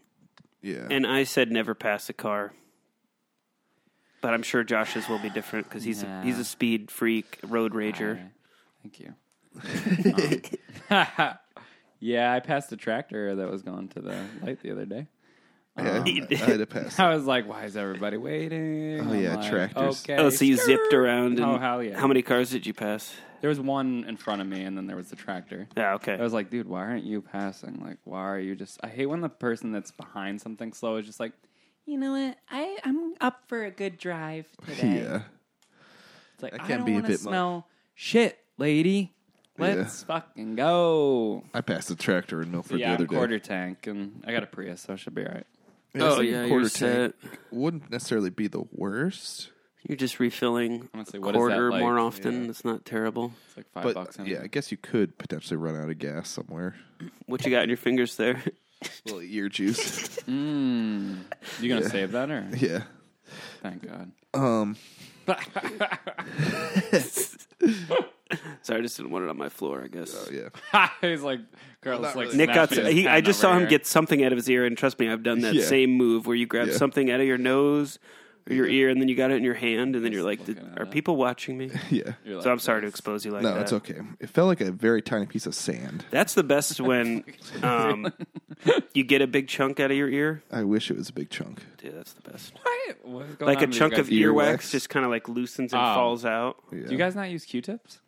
Speaker 3: Yeah.
Speaker 1: and I said never pass a car but I'm sure Josh's will be different because he's
Speaker 2: Yeah.
Speaker 1: a, he's a speed freak, road rager.
Speaker 2: Alright. Thank you. Um, yeah, I passed a tractor that was going to the light the other day.
Speaker 3: Yeah, I, I had to pass.
Speaker 2: I was like, why is everybody waiting?
Speaker 3: Oh,
Speaker 2: I'm
Speaker 3: yeah,
Speaker 2: like,
Speaker 3: tractors.
Speaker 2: Okay.
Speaker 1: Oh, so you zipped around. And
Speaker 2: Oh, hell yeah.
Speaker 1: How many cars did you pass?
Speaker 2: There was one in front of me, and then there was the tractor.
Speaker 1: Yeah, okay.
Speaker 2: I was like, dude, why aren't you passing? Like, why are you just? I hate when the person that's behind something slow is just like,
Speaker 7: You know what? I I'm up for a good drive today.
Speaker 3: Yeah.
Speaker 2: it's like
Speaker 3: That
Speaker 2: I
Speaker 3: can
Speaker 2: don't
Speaker 3: be a
Speaker 2: want to
Speaker 3: bit much.
Speaker 2: smell shit, lady.
Speaker 3: Yeah.
Speaker 2: Let's fucking go.
Speaker 3: I passed the tractor in Milford
Speaker 2: yeah,
Speaker 3: the other
Speaker 2: I'm quarter
Speaker 3: day.
Speaker 2: tank, and I got a Prius, so I should be all right.
Speaker 1: oh
Speaker 3: so
Speaker 1: yeah, you're
Speaker 3: quarter tank.
Speaker 1: set.
Speaker 3: Wouldn't necessarily be the worst,
Speaker 1: You're just refilling
Speaker 2: Honestly,
Speaker 1: a
Speaker 2: what is that
Speaker 1: quarter
Speaker 2: like?
Speaker 1: more often.
Speaker 2: Yeah.
Speaker 1: It's not terrible.
Speaker 2: It's like five
Speaker 3: but
Speaker 2: bucks. In.
Speaker 3: yeah, I guess you could potentially run out of gas somewhere.
Speaker 1: What you got in your fingers there?
Speaker 3: Well, ear juice.
Speaker 2: you gonna save that or?
Speaker 3: yeah.
Speaker 2: Thank God.
Speaker 3: Um.
Speaker 1: Sorry, I just didn't want it on my floor. I guess.
Speaker 3: Oh yeah.
Speaker 2: He's like, Carlos,
Speaker 3: not
Speaker 2: like
Speaker 3: really.
Speaker 1: Nick got.
Speaker 2: snapping his
Speaker 1: He, I
Speaker 2: pen
Speaker 1: just
Speaker 2: over
Speaker 1: saw him
Speaker 2: here.
Speaker 1: get something out of his ear, and trust me, I've done that
Speaker 3: Yeah.
Speaker 1: same move where you grab
Speaker 3: Yeah.
Speaker 1: something out of your nose or your ear, and then you got it in your hand, and then you're like,
Speaker 2: looking at
Speaker 1: "Are
Speaker 2: it.
Speaker 1: people watching me?"
Speaker 3: Yeah.
Speaker 2: You're
Speaker 1: So
Speaker 2: like,
Speaker 1: I'm sorry to expose you like
Speaker 3: No,
Speaker 1: that.
Speaker 3: it's okay. It felt like a very tiny piece of sand.
Speaker 1: That's the best when um, you get a big chunk out of your ear.
Speaker 3: I wish it was a big chunk.
Speaker 1: Dude, that's the best.
Speaker 2: What? What is going
Speaker 1: Like
Speaker 2: on
Speaker 1: a
Speaker 2: with you
Speaker 1: chunk
Speaker 2: guys?
Speaker 1: of
Speaker 3: ear
Speaker 1: earwax
Speaker 3: wax?
Speaker 1: just kind of like loosens and
Speaker 2: Oh.
Speaker 1: falls out.
Speaker 3: Yeah.
Speaker 2: Do you guys not use Q-tips?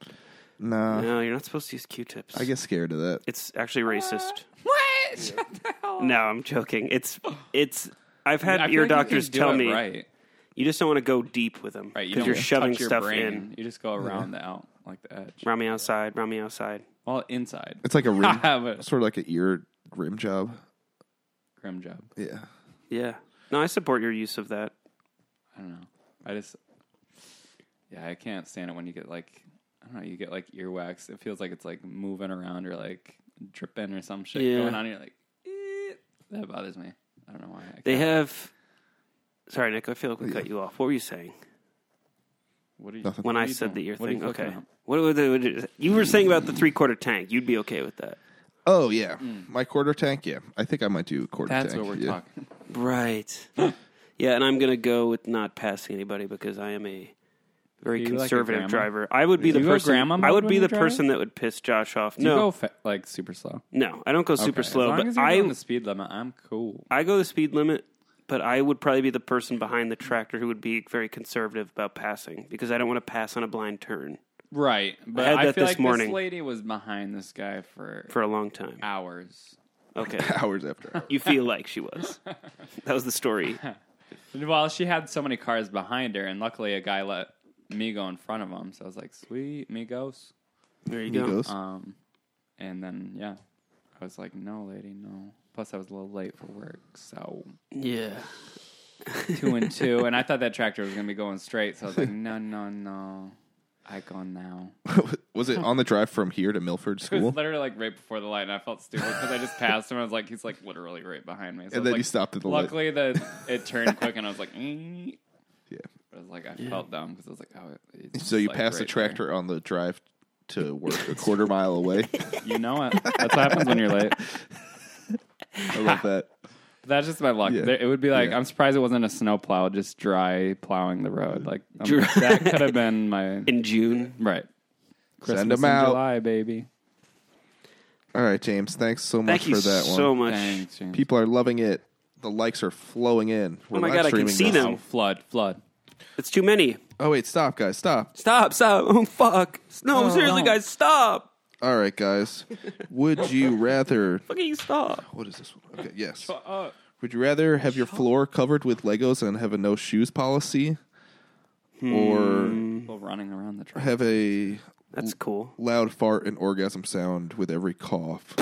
Speaker 3: Nah.
Speaker 1: No, you're not supposed to use Q-tips.
Speaker 3: I get scared of that.
Speaker 1: it's actually racist.
Speaker 7: What? Shut the hell. up.
Speaker 1: No, I'm joking. It's it's. I've had
Speaker 2: I feel
Speaker 1: ear
Speaker 2: like you can
Speaker 1: doctors
Speaker 2: do
Speaker 1: tell
Speaker 2: it
Speaker 1: me
Speaker 2: right,
Speaker 1: you just don't want to go deep with them
Speaker 2: right? You
Speaker 1: because
Speaker 2: don't
Speaker 1: are shoving
Speaker 2: touch your
Speaker 1: stuff
Speaker 2: brain.
Speaker 1: in.
Speaker 2: You just go around the out, like the edge,
Speaker 1: Round me outside, round me outside.
Speaker 2: well, inside.
Speaker 3: It's like a rim,
Speaker 2: But-
Speaker 3: sort of like an ear rim job.
Speaker 2: Grim job.
Speaker 3: Yeah.
Speaker 1: Yeah. No, I support your use of that.
Speaker 2: I don't know. I just, yeah, I can't stand it when you get like, I don't know, you get like earwax. It feels like it's like moving around or like dripping or some shit
Speaker 1: Yeah.
Speaker 2: going on. And you're like, eh. that bothers me. I don't know why. I
Speaker 1: They
Speaker 2: can't-
Speaker 1: have. Sorry, Nick. I feel like we cut you off. What were you saying
Speaker 2: what are you,
Speaker 3: Nothing.
Speaker 1: when
Speaker 2: what
Speaker 1: I
Speaker 2: are you
Speaker 1: said the
Speaker 2: doing?
Speaker 1: ear
Speaker 2: What are
Speaker 1: thing?
Speaker 2: you looking
Speaker 1: Okay.
Speaker 2: up?
Speaker 1: What, what, what, what you were saying about the three quarter tank? You'd be okay with that,
Speaker 3: Oh yeah. My quarter tank. Yeah. I think I might do quarter
Speaker 2: Mm. That's
Speaker 3: tank.
Speaker 2: what we're
Speaker 3: yeah.
Speaker 2: talking.
Speaker 1: right? yeah, and I'm gonna go with not passing anybody because I am a very
Speaker 2: You're like a
Speaker 1: conservative
Speaker 2: grandma.
Speaker 1: driver. I would be the
Speaker 2: you go
Speaker 1: person.
Speaker 2: grandma
Speaker 1: I
Speaker 2: mode
Speaker 1: would
Speaker 2: when
Speaker 1: be
Speaker 2: you're
Speaker 1: the
Speaker 2: driving?
Speaker 1: person that would piss Josh off.
Speaker 2: You go
Speaker 1: No,
Speaker 2: fa- like super slow.
Speaker 1: no, I don't go super
Speaker 2: Okay,
Speaker 1: slow,
Speaker 2: As long
Speaker 1: but
Speaker 2: as you're
Speaker 1: I
Speaker 2: doing the speed limit, I'm cool.
Speaker 1: I go the speed limit, but I would probably be the person behind the tractor who would be very conservative about passing because I don't want to pass on a blind turn
Speaker 2: Right, but
Speaker 1: had
Speaker 2: I,
Speaker 1: that
Speaker 2: feel
Speaker 1: this
Speaker 2: like
Speaker 1: morning.
Speaker 2: this lady was behind this guy for,
Speaker 1: for a long time.
Speaker 2: hours.
Speaker 1: Okay.
Speaker 3: Hours after. hours.
Speaker 1: You feel like she was. That was the story.
Speaker 2: Well, she had so many cars behind her, and luckily a guy let me go in front of him. So I was like, "Sweet amigos."
Speaker 1: There you
Speaker 3: He
Speaker 1: go.
Speaker 3: goes.
Speaker 2: Um, and then yeah, I was like, "No, lady, no." Plus, I was a little late for work, so
Speaker 1: Yeah.
Speaker 2: two and two. and I thought that tractor was gonna be going straight, so I was like, "No, no, no." I go now. It
Speaker 3: was it on the drive from here to Milford
Speaker 2: was
Speaker 3: School?
Speaker 2: literally like right before the light, and I felt stupid because I just passed him. I was like, he's like literally right behind me. So I was
Speaker 3: and then
Speaker 2: like,
Speaker 3: you stopped at the light.
Speaker 2: Luckily, the it turned quick, and I was like, "Eh."
Speaker 3: Yeah.
Speaker 2: I was like, I felt dumb because I was like, oh. it's
Speaker 3: So you
Speaker 2: like
Speaker 3: passed the
Speaker 2: right
Speaker 3: tractor on the drive to work a quarter mile away.
Speaker 2: there. You know it. That's what happens when you're late.
Speaker 3: I love that.
Speaker 2: That's just my luck.
Speaker 3: Yeah.
Speaker 2: There- It would be like
Speaker 3: Yeah.
Speaker 2: I'm surprised it wasn't a snowplow, just dry plowing the road. Like I'm- that could have been my
Speaker 1: In June.
Speaker 2: right. Christmas
Speaker 3: Send 'em
Speaker 2: in
Speaker 3: out.
Speaker 2: July, baby.
Speaker 3: All right, James. Thanks so much
Speaker 1: Thank you
Speaker 3: for that one.
Speaker 1: so much.
Speaker 2: Thanks, James.
Speaker 3: People are loving it. The likes are flowing in. We're
Speaker 1: Oh my
Speaker 3: live
Speaker 1: God, I can
Speaker 3: streaming
Speaker 1: see
Speaker 3: this.
Speaker 1: them.
Speaker 2: Oh, flood, flood.
Speaker 1: It's too many.
Speaker 3: Oh wait, stop, guys, stop.
Speaker 1: Stop, stop. Oh, fuck. No, seriously,
Speaker 2: don't.
Speaker 1: guys, stop.
Speaker 3: All right, guys. Would you rather?
Speaker 1: Fucking stop.
Speaker 3: What is this one? Okay, yes.
Speaker 2: up.
Speaker 3: Would you rather have your floor covered with Legos and have a no shoes policy, or
Speaker 2: People running around the track.
Speaker 3: have a
Speaker 1: That's cool.
Speaker 3: loud fart and orgasm sound with every cough?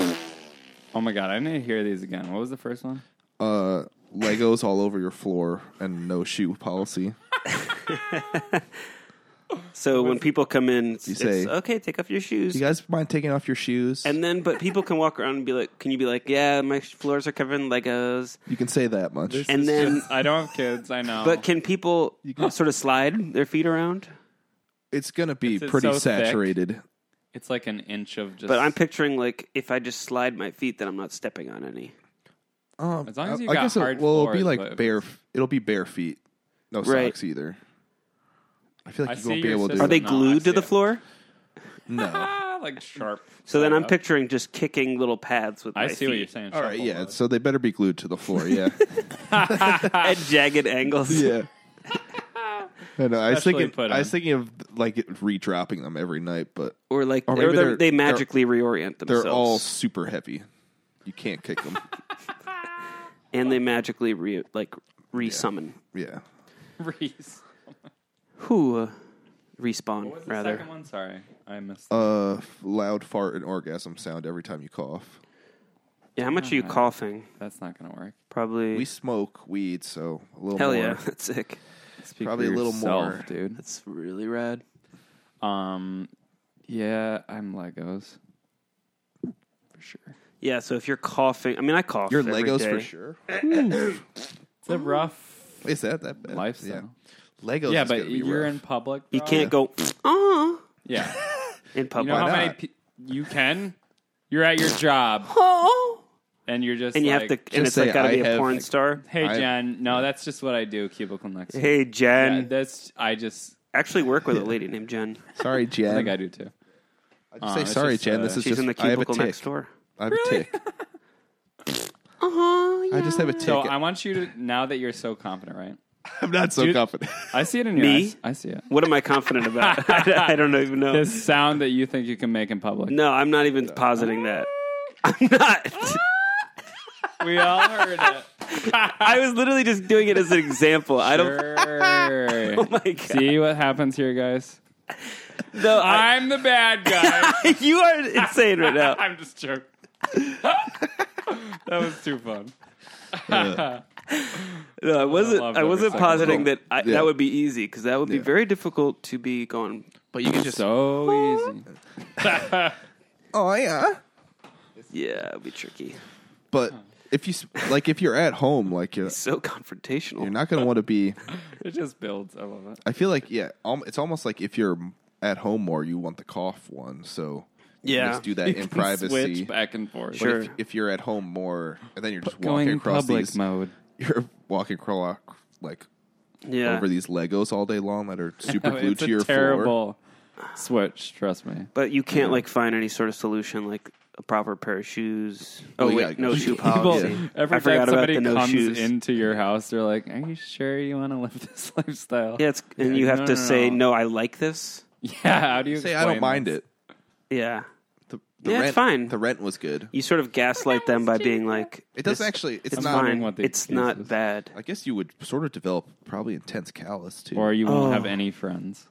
Speaker 2: Oh my god, I need to hear these again. What was the first one?
Speaker 3: Uh, Legos all over your floor and no shoe policy.
Speaker 1: So when people come in, it's,
Speaker 3: say-
Speaker 1: it's, okay, take off your shoes.
Speaker 3: Do you guys mind taking off your shoes?
Speaker 1: and then, but people can walk around and be like, can you be like, yeah, my floors are covered in Legos.
Speaker 3: you can say that much.
Speaker 2: This
Speaker 1: And
Speaker 2: is
Speaker 1: then-
Speaker 2: just- I don't have kids. I know,
Speaker 1: But can people sort of slide their feet around?
Speaker 3: It's gonna be
Speaker 2: It's- it's
Speaker 3: pretty
Speaker 2: so thick.
Speaker 3: saturated.
Speaker 2: it's like an inch of just.
Speaker 1: But I'm picturing like if I just slide my feet, then I'm not stepping on any.
Speaker 3: Um,
Speaker 2: As long as
Speaker 3: I-
Speaker 2: you
Speaker 3: I
Speaker 2: got
Speaker 3: guess
Speaker 2: hard
Speaker 3: it, well, it'll be
Speaker 2: floors,
Speaker 3: like
Speaker 2: but if
Speaker 3: bare. It'll be bare feet, no
Speaker 1: Right.
Speaker 3: socks either. I feel like
Speaker 2: I
Speaker 3: you
Speaker 2: see
Speaker 3: won't be
Speaker 2: your
Speaker 3: able to.
Speaker 2: sister.
Speaker 3: do
Speaker 1: Are they
Speaker 2: No, I
Speaker 1: glued to
Speaker 2: see
Speaker 1: the
Speaker 2: it.
Speaker 1: floor?
Speaker 3: No.
Speaker 2: Ah, like sharp.
Speaker 1: So then
Speaker 2: side
Speaker 1: I'm
Speaker 2: up.
Speaker 1: picturing just kicking little pads with my
Speaker 2: I see what you're
Speaker 1: feet
Speaker 2: saying.
Speaker 3: All right,
Speaker 2: Shuffle
Speaker 3: yeah.
Speaker 2: mode.
Speaker 3: So they better be glued to the floor. Yeah,
Speaker 1: at jagged angles.
Speaker 3: yeah. I know. I was
Speaker 2: Especially
Speaker 3: thinking.
Speaker 2: put
Speaker 3: I was
Speaker 2: on.
Speaker 3: thinking of like redropping them every night, but
Speaker 1: Or like
Speaker 3: Or
Speaker 1: or
Speaker 3: maybe
Speaker 1: they're-
Speaker 3: they're-
Speaker 1: they
Speaker 3: they're-
Speaker 1: magically reorient
Speaker 3: they're
Speaker 1: themselves.
Speaker 3: all super heavy. You can't kick them.
Speaker 1: and they magically re like resummon.
Speaker 3: yeah.
Speaker 2: Reese.
Speaker 1: Who uh, respawn
Speaker 2: What's the
Speaker 1: rather?
Speaker 2: second one? Sorry, I missed.
Speaker 3: Uh, f- loud fart and orgasm sound every time you cough.
Speaker 1: Yeah, how much are you coughing?
Speaker 2: That's not gonna work.
Speaker 1: Probably.
Speaker 3: Uh, We smoke weed, so a little
Speaker 1: Hell
Speaker 3: more.
Speaker 1: yeah, that's sick.
Speaker 2: Speak
Speaker 3: Probably
Speaker 2: for
Speaker 3: a little
Speaker 2: yourself,
Speaker 3: more.
Speaker 2: dude.
Speaker 1: That's really rad.
Speaker 2: Um, yeah, I'm Legos for sure.
Speaker 1: Yeah, so if you're coughing, I mean, I cough.
Speaker 3: Your
Speaker 1: every
Speaker 3: Legos
Speaker 1: day.
Speaker 3: for sure.
Speaker 2: It's a rough
Speaker 3: Is that that bad?
Speaker 2: lifestyle.
Speaker 3: Yeah. Legos.
Speaker 2: Yeah,
Speaker 3: is gonna
Speaker 2: but
Speaker 3: be
Speaker 2: you're
Speaker 3: rough.
Speaker 2: in public.
Speaker 1: You
Speaker 2: bro.
Speaker 1: can't go, oh,
Speaker 2: Yeah,
Speaker 1: in
Speaker 2: you
Speaker 1: public.
Speaker 2: know how many
Speaker 3: not?
Speaker 2: pe- you can. You're at your job
Speaker 1: oh.
Speaker 2: and you're just
Speaker 1: And you have
Speaker 2: like,
Speaker 1: to, and it's
Speaker 3: say,
Speaker 1: like got to
Speaker 3: "I
Speaker 1: be a
Speaker 3: have,
Speaker 1: porn
Speaker 3: like-
Speaker 1: star.
Speaker 2: Hey,
Speaker 3: I-
Speaker 2: Jen. No, that's just what I do. Cubicle next. to me.
Speaker 1: Hey,
Speaker 2: yeah,
Speaker 1: Jen.
Speaker 2: that's I just
Speaker 1: actually work with a lady named Jen.
Speaker 3: Sorry, Jen.
Speaker 2: I think I do too.
Speaker 3: I'd
Speaker 2: Uh,
Speaker 3: say
Speaker 2: it's
Speaker 3: sorry,
Speaker 2: just,
Speaker 3: Jen.
Speaker 2: uh,
Speaker 3: this is
Speaker 1: She's
Speaker 3: just
Speaker 1: in the
Speaker 3: I have a
Speaker 1: cubicle
Speaker 3: tick.
Speaker 1: next door.
Speaker 3: I have a tick.
Speaker 1: Oh, yeah.
Speaker 3: I just have a tick.
Speaker 2: So I want you to now that you're so confident, right?
Speaker 3: I'm not so
Speaker 2: Dude.
Speaker 3: confident.
Speaker 2: I see it in your
Speaker 1: Me?
Speaker 2: eyes. I see it.
Speaker 1: What am I confident about? I don't even know.
Speaker 2: This sound that you think you can make in public.
Speaker 1: No, I'm not even positing that. I'm not.
Speaker 2: We all heard it.
Speaker 1: I was literally just doing it as an example. I don't.
Speaker 2: Sure.
Speaker 1: Oh my god!
Speaker 2: See what happens here, guys.
Speaker 1: No, I,
Speaker 2: I'm the bad guy.
Speaker 1: you are insane right now.
Speaker 2: I'm just joking. that was too fun.
Speaker 1: No, I wasn't.
Speaker 2: love
Speaker 1: I
Speaker 2: every
Speaker 1: wasn't
Speaker 2: second.
Speaker 1: positing that I,
Speaker 3: Yeah.
Speaker 1: that would be easy because that would be
Speaker 3: Yeah.
Speaker 1: very difficult to be gone.
Speaker 3: but you can just.
Speaker 2: So easy.
Speaker 3: Oh yeah.
Speaker 1: Yeah, it'd be tricky.
Speaker 3: But if you s- like, if you're at home, like you're,
Speaker 1: So confrontational.
Speaker 3: you're not gonna want to be.
Speaker 2: It just builds. I love it.
Speaker 3: I feel like yeah, um, it's almost like if you're at home more, you want the cough one. So you can
Speaker 1: Yeah.
Speaker 3: just do that
Speaker 2: You
Speaker 3: in
Speaker 2: can
Speaker 3: privacy.
Speaker 2: Switch back and forth.
Speaker 1: Sure.
Speaker 3: If, if you're at home more, and then you're just walking
Speaker 2: Going
Speaker 3: across
Speaker 2: public
Speaker 3: these,
Speaker 2: mode.
Speaker 3: you're walking across like
Speaker 1: yeah,
Speaker 3: over these Legos all day long that are super glued
Speaker 2: It's
Speaker 3: to
Speaker 2: a
Speaker 3: your floor.
Speaker 2: terrible switch. Trust me.
Speaker 1: but you can't like find any sort of solution like a proper pair of shoes. Oh
Speaker 3: Well, you
Speaker 1: wait,
Speaker 3: gotta
Speaker 1: no
Speaker 3: go-
Speaker 1: shoe
Speaker 2: People,
Speaker 1: policy. Oh,
Speaker 2: every
Speaker 1: I
Speaker 2: time
Speaker 1: forgot about
Speaker 2: somebody
Speaker 1: the no
Speaker 2: comes
Speaker 1: shoes.
Speaker 2: into your house, they're like, "Are you sure you want to live this lifestyle?"
Speaker 1: yeah, it's, and you
Speaker 2: No,
Speaker 1: have to
Speaker 2: no, no.
Speaker 1: say no. I like this.
Speaker 2: Yeah, how do you
Speaker 3: Say I don't
Speaker 2: explain
Speaker 3: mind
Speaker 2: this?
Speaker 3: it.
Speaker 1: Yeah,
Speaker 3: The, the
Speaker 1: Yeah, it's
Speaker 3: rent,
Speaker 1: fine.
Speaker 3: The rent was good.
Speaker 1: you sort of gaslight them by being like,
Speaker 3: It doesn't
Speaker 1: "This-
Speaker 3: actually. It's,
Speaker 1: It's
Speaker 3: not.
Speaker 1: fine.
Speaker 2: what the
Speaker 1: it's
Speaker 2: excuse
Speaker 1: not
Speaker 2: is.
Speaker 1: bad.
Speaker 3: I guess you would sort of develop probably intense callous too.
Speaker 2: Or you won't
Speaker 1: Oh.
Speaker 2: have any friends.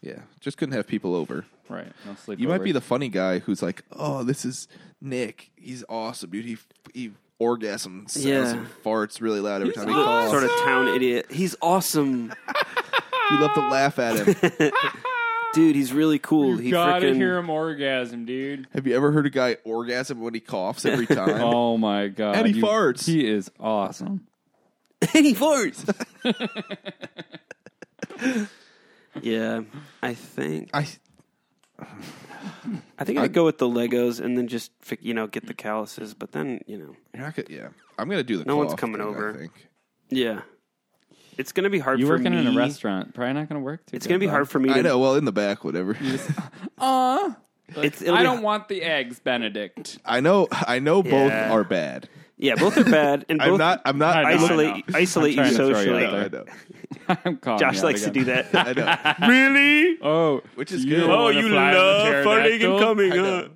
Speaker 3: yeah, just couldn't have people over.
Speaker 2: Right. No sleep.
Speaker 3: You might be the funny guy who's like, "Oh, this is Nick. He's awesome, dude. He he orgasms, sounds
Speaker 1: Yeah.
Speaker 3: and farts really loud every time he calls.
Speaker 1: Sort of town idiot. He's awesome,
Speaker 3: You love to laugh at him.
Speaker 1: dude. He's really cool. He
Speaker 2: gotta
Speaker 1: frickin-
Speaker 2: hear him orgasm, dude.
Speaker 3: have you ever heard a guy orgasm when he coughs every time?
Speaker 2: Oh my god.
Speaker 3: And he
Speaker 2: you-
Speaker 3: farts.
Speaker 2: He is awesome.
Speaker 1: and he farts. yeah, I think
Speaker 3: I
Speaker 1: I think I'd go with the Legos and then just fi- you know get the calluses. But then you know,
Speaker 3: you're not gonna, yeah. I'm gonna do the.
Speaker 1: No one's
Speaker 3: cough
Speaker 1: coming
Speaker 3: thing,
Speaker 1: over.
Speaker 3: I think.
Speaker 1: yeah, it's gonna be hard.
Speaker 2: You
Speaker 1: for
Speaker 2: working in a
Speaker 1: me.
Speaker 2: restaurant? Probably not gonna work too.
Speaker 1: It's gonna be hard for me. To,
Speaker 3: I know. Well, in the back, whatever.
Speaker 1: It's, it'll
Speaker 2: I
Speaker 1: be-
Speaker 2: don't want the eggs, Benedict.
Speaker 3: I know. I know. Both
Speaker 1: Yeah.
Speaker 3: are bad.
Speaker 1: Yeah, both are bad. And both
Speaker 3: I'm not. I'm not.
Speaker 2: I know, I know.
Speaker 1: isolate isolate you
Speaker 2: I'm trying to throw you
Speaker 3: I
Speaker 1: socially.
Speaker 2: out
Speaker 3: know. I know.
Speaker 2: I'm calling
Speaker 1: Josh
Speaker 2: you out
Speaker 1: likes to
Speaker 2: again.
Speaker 1: do that.
Speaker 3: I know.
Speaker 1: really?
Speaker 2: Oh,
Speaker 3: Which is
Speaker 2: you
Speaker 3: good.
Speaker 2: don't
Speaker 3: Oh,
Speaker 2: wanna fly with a pterodactyl?
Speaker 3: I know.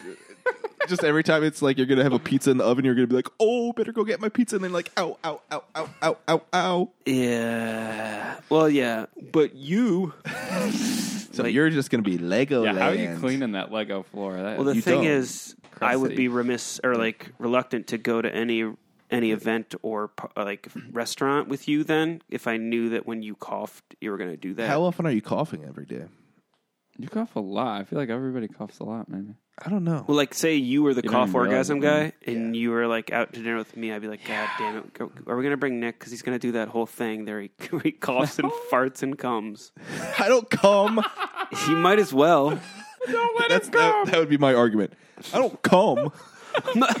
Speaker 3: Just every time it's like you're gonna have a pizza in the oven, you're gonna be like, "Oh, better go get my pizza," and then like, "Ow, ow, ow, ow, ow, ow, ow."
Speaker 1: Yeah. Well, yeah, but you.
Speaker 3: So
Speaker 1: Like-
Speaker 3: you're just gonna be Lego
Speaker 2: Yeah,
Speaker 3: land.
Speaker 2: how are you cleaning that Lego floor? That,
Speaker 1: Well, the
Speaker 3: You
Speaker 1: thing
Speaker 3: don't.
Speaker 1: is, I would
Speaker 2: Crusty.
Speaker 1: be remiss or like reluctant to go to any any event or pu- like restaurant with you then if I knew that when you coughed you were going to do that.
Speaker 3: How often are you coughing every day?
Speaker 2: you cough a lot. I feel like everybody coughs a lot, maybe.
Speaker 3: I don't know.
Speaker 1: well, like say you were the
Speaker 2: You don't
Speaker 1: cough
Speaker 2: even realize
Speaker 1: orgasm
Speaker 2: it,
Speaker 1: guy and you were like out to dinner with me, I'd be like, God damn it, go- are we going to bring Nick? Because he's going to do that whole thing there. He, he coughs and farts and comes.
Speaker 3: I don't come.
Speaker 1: He might as well.
Speaker 3: That's that, that would be my argument. I don't come.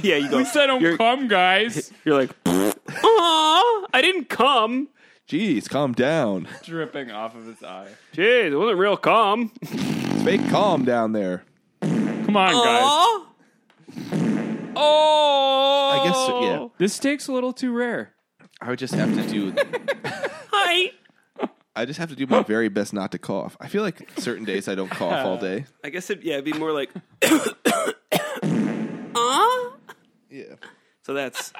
Speaker 1: yeah, you go.
Speaker 2: I don't
Speaker 1: you're,
Speaker 2: come, guys.
Speaker 1: you're like, aw, I didn't come.
Speaker 3: Jeez, calm down.
Speaker 2: dripping off of his eye.
Speaker 1: Jeez, it wasn't real calm.
Speaker 3: It's fake calm down there.
Speaker 2: Come on, guys.
Speaker 1: Oh. Oh.
Speaker 3: I guess, yeah.
Speaker 2: This steak's a little too rare.
Speaker 3: I would just have to do.
Speaker 1: Hi.
Speaker 3: I just have to do my very best not to cough. I feel like certain days I don't cough all day.
Speaker 1: I guess it yeah, it'd be more like
Speaker 3: Yeah.
Speaker 1: so that's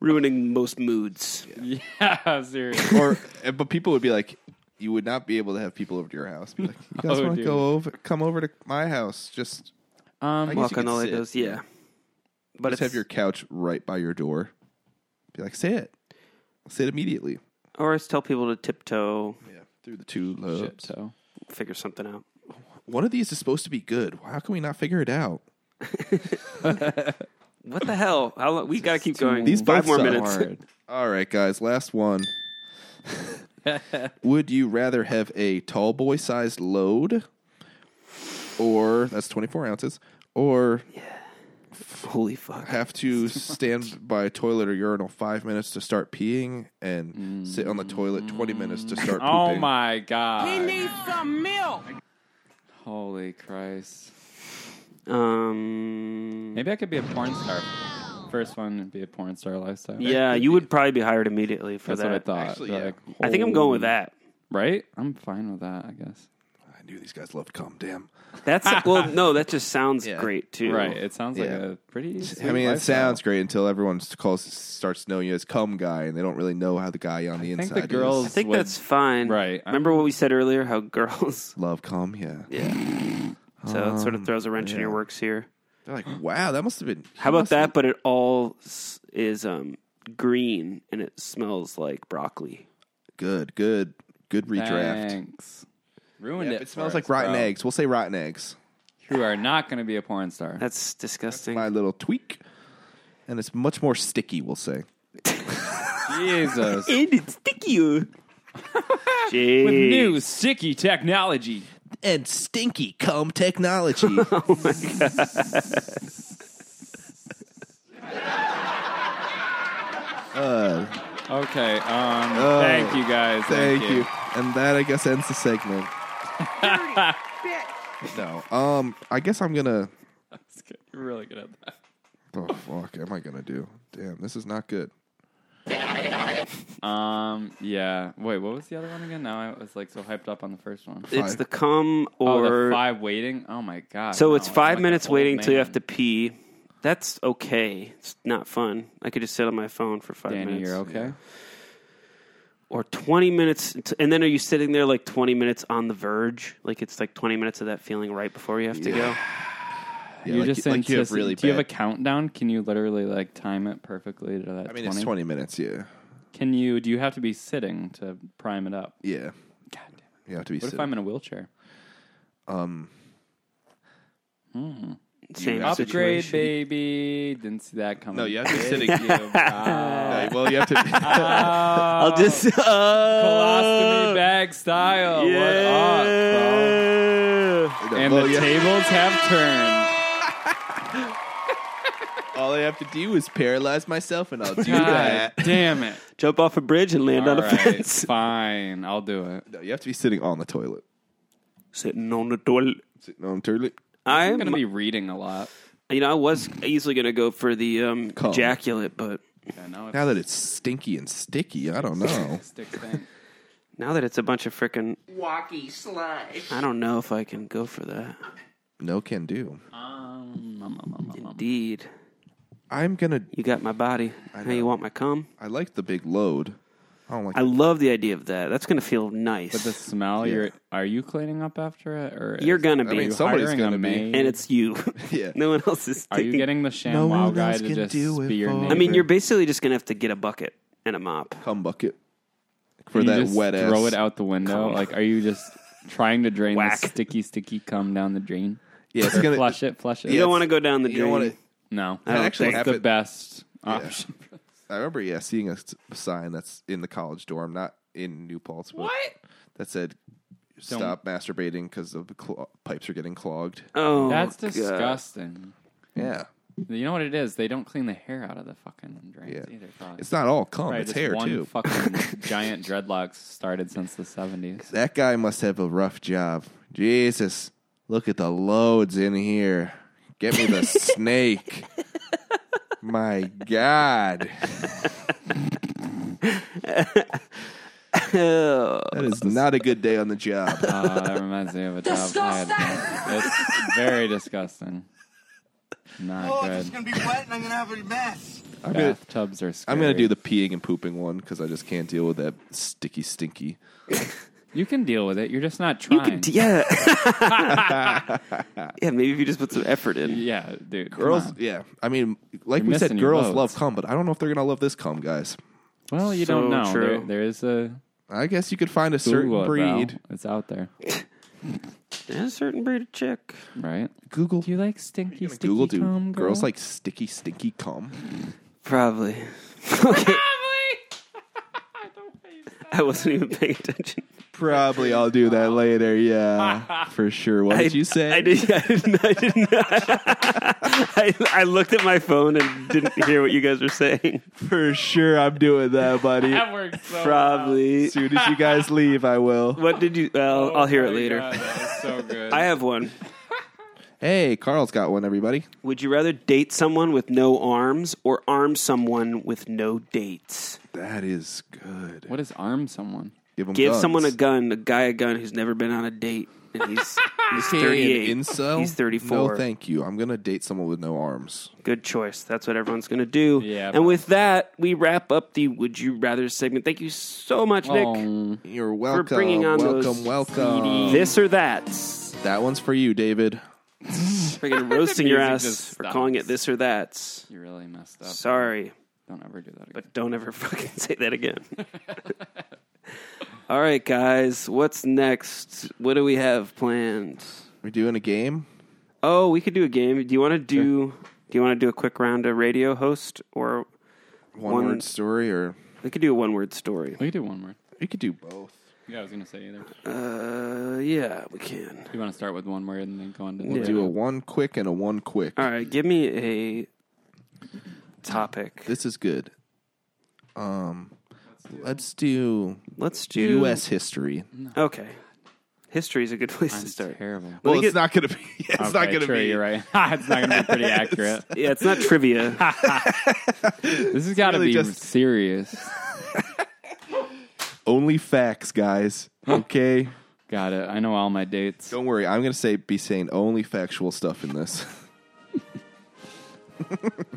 Speaker 1: ruining most moods.
Speaker 2: Yeah, seriously.
Speaker 3: Or eh, but people would be like, you would not be able to have people over to your house. Be like, you guys
Speaker 2: Oh,
Speaker 3: want to
Speaker 2: dude.
Speaker 3: go over? Come over to my house. Just I
Speaker 2: Um,
Speaker 3: guess
Speaker 1: Walk
Speaker 3: you could
Speaker 1: on all it
Speaker 3: sit.
Speaker 1: does, yeah. But
Speaker 3: Just
Speaker 1: it's
Speaker 3: have your couch right by your door. Be like, say it. Say it immediately.
Speaker 1: or it's tell people to tiptoe,
Speaker 3: Yeah. Through the two
Speaker 2: shit,
Speaker 3: lobes.
Speaker 2: so.
Speaker 1: figure something out.
Speaker 3: One of these is supposed to be good. How can we not figure it out?
Speaker 1: What the hell? How long, we gotta keep going.
Speaker 3: These
Speaker 1: five
Speaker 3: both
Speaker 1: more
Speaker 3: suck.
Speaker 1: minutes.
Speaker 2: Hard.
Speaker 3: All right, guys, last one. Would you rather have a tall boy sized load or that's 24 ounces or
Speaker 1: Holy fuck!
Speaker 3: have to stand by a toilet or urinal five minutes to start peeing and sit on the toilet 20 minutes to start pooping?
Speaker 2: Oh my god!
Speaker 4: Need some milk.
Speaker 2: Holy Christ!
Speaker 1: Um,
Speaker 2: Maybe I could be a porn star. First one would be a porn star lifestyle.
Speaker 1: yeah, you would probably be hired immediately for
Speaker 2: that's
Speaker 1: that.
Speaker 2: what I thought. Oh.
Speaker 3: Actually,
Speaker 2: They're
Speaker 3: yeah.
Speaker 1: I think I'm going with that.
Speaker 2: Right? I'm fine with that. I guess.
Speaker 3: I knew these guys loved calm damn.
Speaker 1: That's well, no, that just sounds
Speaker 3: Yeah.
Speaker 1: great too.
Speaker 2: Right. It sounds like
Speaker 3: Yeah.
Speaker 2: a pretty.
Speaker 3: I
Speaker 2: sweet
Speaker 3: mean, it
Speaker 2: lifestyle.
Speaker 3: sounds great until everyone calls starts knowing you as cum guy and they don't really know how the guy on the
Speaker 2: I think
Speaker 3: inside
Speaker 2: the girls
Speaker 1: I think
Speaker 2: would-
Speaker 1: that's fine.
Speaker 2: Right.
Speaker 1: Remember what we said earlier? How girls.
Speaker 3: is. love cum, yeah.
Speaker 1: Yeah. So it sort of throws a wrench in your works here.
Speaker 3: They're like, "Wow, that must have been
Speaker 1: How about that? But it all s- is um, green and it smells like broccoli.
Speaker 3: Good, good, good redraft.
Speaker 2: Thanks. Ruined
Speaker 3: Yep,
Speaker 2: it.
Speaker 3: it smells
Speaker 2: for
Speaker 3: like
Speaker 2: us,
Speaker 3: rotten
Speaker 2: bro.
Speaker 3: eggs. We'll say rotten eggs.
Speaker 2: You are not going to be a porn star.
Speaker 1: That's disgusting.
Speaker 3: My little tweak. And it's much more sticky, we'll say.
Speaker 2: Jesus.
Speaker 1: and it's sticky. Jeez.
Speaker 2: With new sticky technology.
Speaker 3: And stinky cum technology.
Speaker 2: Okay. Um, thank you guys.
Speaker 3: Oh, Thank you. And that I guess ends the segment. no. Um I guess I'm gonna
Speaker 2: That's good. You're really good at that.
Speaker 3: Oh fuck, am I gonna do? Damn, this is not good.
Speaker 2: Um, yeah. Wait, what was the other one again? Now I was like so hyped up on the first one.
Speaker 1: It's
Speaker 3: Five.
Speaker 1: the cum
Speaker 2: Oh, the
Speaker 1: or.
Speaker 2: five waiting. Oh my god.
Speaker 1: so
Speaker 2: no,
Speaker 1: it's
Speaker 2: I'm
Speaker 1: five
Speaker 2: like an
Speaker 1: minutes
Speaker 2: old
Speaker 1: waiting till you
Speaker 2: man.
Speaker 1: have to pee. That's okay. It's not fun. I could just sit on my phone for five
Speaker 2: Danny,
Speaker 1: minutes.
Speaker 2: you're okay.
Speaker 1: Or 20 minutes. t- And then are you sitting there like 20 minutes on the verge? Like it's like 20 minutes of that feeling right before you have to go?
Speaker 3: Yeah,
Speaker 2: you're
Speaker 3: like-
Speaker 2: just
Speaker 3: like you have
Speaker 2: anticipating-
Speaker 3: really
Speaker 2: Do you have a
Speaker 3: bad-
Speaker 2: countdown? Can you literally like time it perfectly to that?
Speaker 3: I mean it's twenty minutes, yeah.
Speaker 2: Can you? Do you have to be sitting to prime it up?
Speaker 3: Yeah.
Speaker 2: God damn. it.
Speaker 3: You have to be
Speaker 2: What if
Speaker 3: sitting.
Speaker 2: I'm in a wheelchair?
Speaker 1: Same.
Speaker 3: have to-
Speaker 2: Upgrade,
Speaker 3: Situation.
Speaker 2: baby. Didn't see that coming.
Speaker 3: No, you have to be
Speaker 2: Thank
Speaker 3: sitting.
Speaker 2: you. God.
Speaker 3: No, well you have to
Speaker 1: I'll just.
Speaker 3: uh,
Speaker 1: Oh.
Speaker 2: Colostomy bag style. What up, bro? And
Speaker 3: Well,
Speaker 2: the
Speaker 3: you-
Speaker 2: tables have turned.
Speaker 3: all I have to do is paralyze myself and I'll do
Speaker 2: God
Speaker 3: that.
Speaker 2: damn it.
Speaker 1: Jump off a bridge and land on
Speaker 2: All
Speaker 1: a
Speaker 2: right,
Speaker 1: fence.
Speaker 2: fine. I'll do it.
Speaker 3: No, you have to be sitting on the toilet.
Speaker 1: Sitting on the toilet.
Speaker 3: Sitting on the toilet.
Speaker 2: I'm
Speaker 1: I'm,
Speaker 2: going to be reading a lot.
Speaker 1: you know, I was easily gonna go for the um,
Speaker 3: Cum.
Speaker 1: ejaculate, but
Speaker 2: Yeah, now
Speaker 3: Now that it's stinky and sticky, I don't know.
Speaker 2: stick thing.
Speaker 1: now that it's a bunch of frickin'
Speaker 4: Walkie slide.
Speaker 1: I don't know if I can go for that.
Speaker 3: no can do.
Speaker 2: Um, um, um, um, um, um.
Speaker 1: Indeed,
Speaker 3: I'm gonna.
Speaker 1: you got my body. Now you want my cum?
Speaker 3: I like the big load. I don't like.
Speaker 1: I love the idea of that. That's gonna feel nice.
Speaker 2: But the smell, you're, are you cleaning up after it? or is-
Speaker 1: You're gonna
Speaker 3: I
Speaker 1: be,
Speaker 3: mean,
Speaker 2: you
Speaker 3: somebody's
Speaker 2: hiring
Speaker 3: gonna
Speaker 2: a
Speaker 3: be.
Speaker 2: maid?
Speaker 1: and it's you.
Speaker 3: Yeah.
Speaker 1: no one else is.
Speaker 2: Are you
Speaker 1: taking-
Speaker 2: getting the
Speaker 3: No
Speaker 2: ShamWow
Speaker 3: one
Speaker 2: guy
Speaker 3: else
Speaker 2: to
Speaker 3: can
Speaker 2: just
Speaker 3: do it
Speaker 2: be your
Speaker 3: for
Speaker 2: neighbor?
Speaker 1: I mean, you're basically just gonna have to get a bucket and a mop.
Speaker 3: cum bucket for
Speaker 2: You
Speaker 3: that
Speaker 2: just
Speaker 3: wet ass.
Speaker 2: Throw it out the window. Like, are you just trying to drain
Speaker 1: Whack.
Speaker 2: the sticky, sticky cum down the drain?
Speaker 3: Yeah, it's gonna.
Speaker 2: Flush it, flush it.
Speaker 1: You don't
Speaker 3: it's-
Speaker 1: want to go down the
Speaker 3: You don't
Speaker 1: drain.
Speaker 3: want it.
Speaker 2: No,
Speaker 1: don't
Speaker 3: actually
Speaker 2: that's the
Speaker 3: happened-
Speaker 2: best option.
Speaker 3: I remember, yeah, seeing a s- sign that's in the college dorm, not in New Paltz, but
Speaker 7: What?
Speaker 3: that said, "Stop masturbating because the cl- pipes are getting clogged."
Speaker 1: Oh,
Speaker 2: That's
Speaker 1: God.
Speaker 2: disgusting.
Speaker 3: Yeah,
Speaker 2: You know what it is? They don't clean the hair out of the fucking drains
Speaker 3: Yeah.
Speaker 2: either. Probably.
Speaker 3: It's not all cum,
Speaker 2: Probably
Speaker 3: it's
Speaker 2: just
Speaker 3: hair
Speaker 2: one
Speaker 3: too.
Speaker 2: fucking giant dreadlocks started since the seventies.
Speaker 3: That guy must have a rough job. Jesus, look at the loads in here. Get me the snake. My God. That is not a good day on the job.
Speaker 2: Uh, that reminds me of a job. I had done. It's very disgusting. Not good.
Speaker 9: be wet and I'm gonna have a mess.
Speaker 3: Oh, I'm gonna,
Speaker 2: Bathtubs are. Scary.
Speaker 3: I'm gonna do the peeing and pooping one because I just can't deal with that sticky, stinky.
Speaker 2: You can deal with it. You're just not trying.
Speaker 1: You could, yeah. yeah, maybe if you just put some effort in.
Speaker 2: yeah, dude. come
Speaker 3: Girls,
Speaker 2: on.
Speaker 3: yeah. I mean, like
Speaker 2: You're
Speaker 3: we said,
Speaker 2: missing your
Speaker 3: girls
Speaker 2: loads.
Speaker 3: love cum, but I don't know if they're gonna love this cum, guys.
Speaker 2: Well, you
Speaker 1: So
Speaker 2: don't know. There,
Speaker 1: true.
Speaker 2: there is a
Speaker 3: I guess you could find a certain
Speaker 2: Google it, bro.
Speaker 3: breed.
Speaker 2: It's out there,
Speaker 1: There's a certain breed of chick.
Speaker 2: right?
Speaker 3: Google.
Speaker 2: Do you like stinky, sticky
Speaker 3: Google, dude.
Speaker 2: cum, girl?
Speaker 3: Girls like sticky, stinky cum.
Speaker 1: Probably. I wasn't even paying attention.
Speaker 3: Probably I'll do that later. Yeah, for sure. What did
Speaker 1: I-
Speaker 3: you say?
Speaker 1: I, did, I didn't. I, didn't I, I looked at my phone and didn't hear what you guys were saying.
Speaker 3: For sure, I'm doing that, buddy.
Speaker 7: That works so
Speaker 1: Probably.
Speaker 3: As soon as you guys leave, I will.
Speaker 1: What did you? Well, I'll hear it
Speaker 2: my
Speaker 1: later.
Speaker 2: God, that was so good.
Speaker 1: I have one.
Speaker 3: Hey, Carl's got one. Everybody.
Speaker 1: Would you rather date someone with no arms or arm someone with no dates?
Speaker 3: That is good.
Speaker 2: what is arm someone?
Speaker 3: Give, 'em
Speaker 1: Give
Speaker 3: guns.
Speaker 1: someone a gun, a guy a gun who's never been on a date, and he's, he's
Speaker 3: Hey, an
Speaker 1: 38.
Speaker 3: Incel.
Speaker 1: He's 34.
Speaker 3: No, thank you. I'm gonna date someone with no arms.
Speaker 1: Good choice. That's what everyone's going to do.
Speaker 2: Yeah.
Speaker 1: and with that, we wrap up the Would You Rather segment. Thank you so much, Nick.
Speaker 2: Oh,
Speaker 3: You're welcome.
Speaker 1: bringing on
Speaker 3: welcome,
Speaker 1: those
Speaker 3: welcome.
Speaker 1: This or that.
Speaker 3: That one's for you, David.
Speaker 1: Freaking roasting your
Speaker 2: music just
Speaker 1: ass for calling it
Speaker 2: stops.
Speaker 1: this or that.
Speaker 2: you really messed up.
Speaker 1: Sorry,
Speaker 2: Don't ever do that again.
Speaker 1: but don't ever fucking say that again. All right, guys, what's next? What do we have planned?
Speaker 3: We're doing a game.
Speaker 1: Oh, we could do a game. Do you want to do? Do you want to do a quick round of radio host, or
Speaker 3: One,
Speaker 1: One-
Speaker 3: word story, or
Speaker 1: we could do a one-word story?
Speaker 2: we could do one more.
Speaker 3: we could do both.
Speaker 2: Yeah, I was gonna say either.
Speaker 1: Uh, yeah, we can.
Speaker 2: You want to start with one word and then go on to
Speaker 1: We'll
Speaker 2: the
Speaker 3: Do a one quick and a one quick.
Speaker 1: All right, give me a topic.
Speaker 3: This is good. Um, let's do
Speaker 1: Let's do
Speaker 3: U.S. history.
Speaker 1: Okay, history is a good place
Speaker 2: I'm
Speaker 1: to start.
Speaker 2: terrible.
Speaker 3: Well,
Speaker 1: we
Speaker 3: it's
Speaker 1: could-
Speaker 3: not gonna be. yeah, It's not
Speaker 2: Okay,
Speaker 3: gonna
Speaker 2: true,
Speaker 3: be.
Speaker 2: You're right. it's not gonna be pretty accurate.
Speaker 1: Yeah, it's not trivia.
Speaker 2: This has got to
Speaker 3: really
Speaker 2: be
Speaker 3: just-
Speaker 2: serious.
Speaker 3: Only facts, guys. Okay.
Speaker 2: got it. I know all my dates.
Speaker 3: Don't worry. I'm gonna say be saying only factual stuff in this.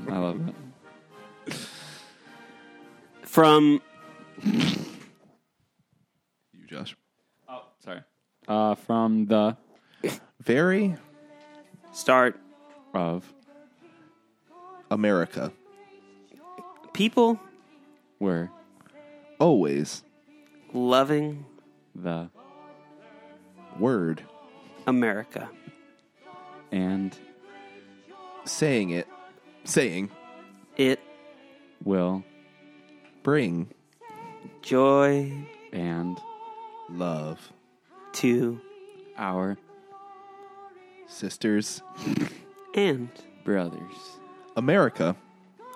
Speaker 2: I love it.
Speaker 1: From
Speaker 3: you, Josh.
Speaker 2: Oh, sorry. Uh, from the
Speaker 3: Very
Speaker 1: start
Speaker 2: of
Speaker 3: America.
Speaker 1: people
Speaker 2: were
Speaker 3: Always
Speaker 1: loving
Speaker 2: the
Speaker 3: word
Speaker 1: America.
Speaker 2: and
Speaker 3: saying it saying
Speaker 1: It
Speaker 2: will
Speaker 3: bring
Speaker 1: joy
Speaker 2: and
Speaker 3: love
Speaker 1: to
Speaker 2: our
Speaker 3: sisters
Speaker 1: and
Speaker 2: brothers
Speaker 3: America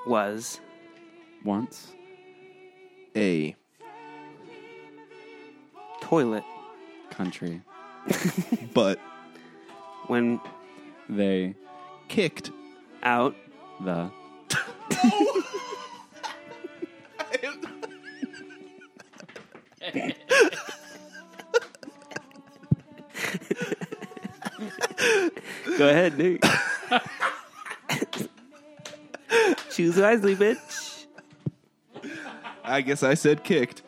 Speaker 1: was
Speaker 2: once
Speaker 3: a
Speaker 1: toilet
Speaker 2: country
Speaker 3: but
Speaker 1: when
Speaker 2: they
Speaker 3: kicked
Speaker 1: out
Speaker 2: the
Speaker 1: Go ahead, Nick. Choose wisely, bitch.
Speaker 3: I guess I said kicked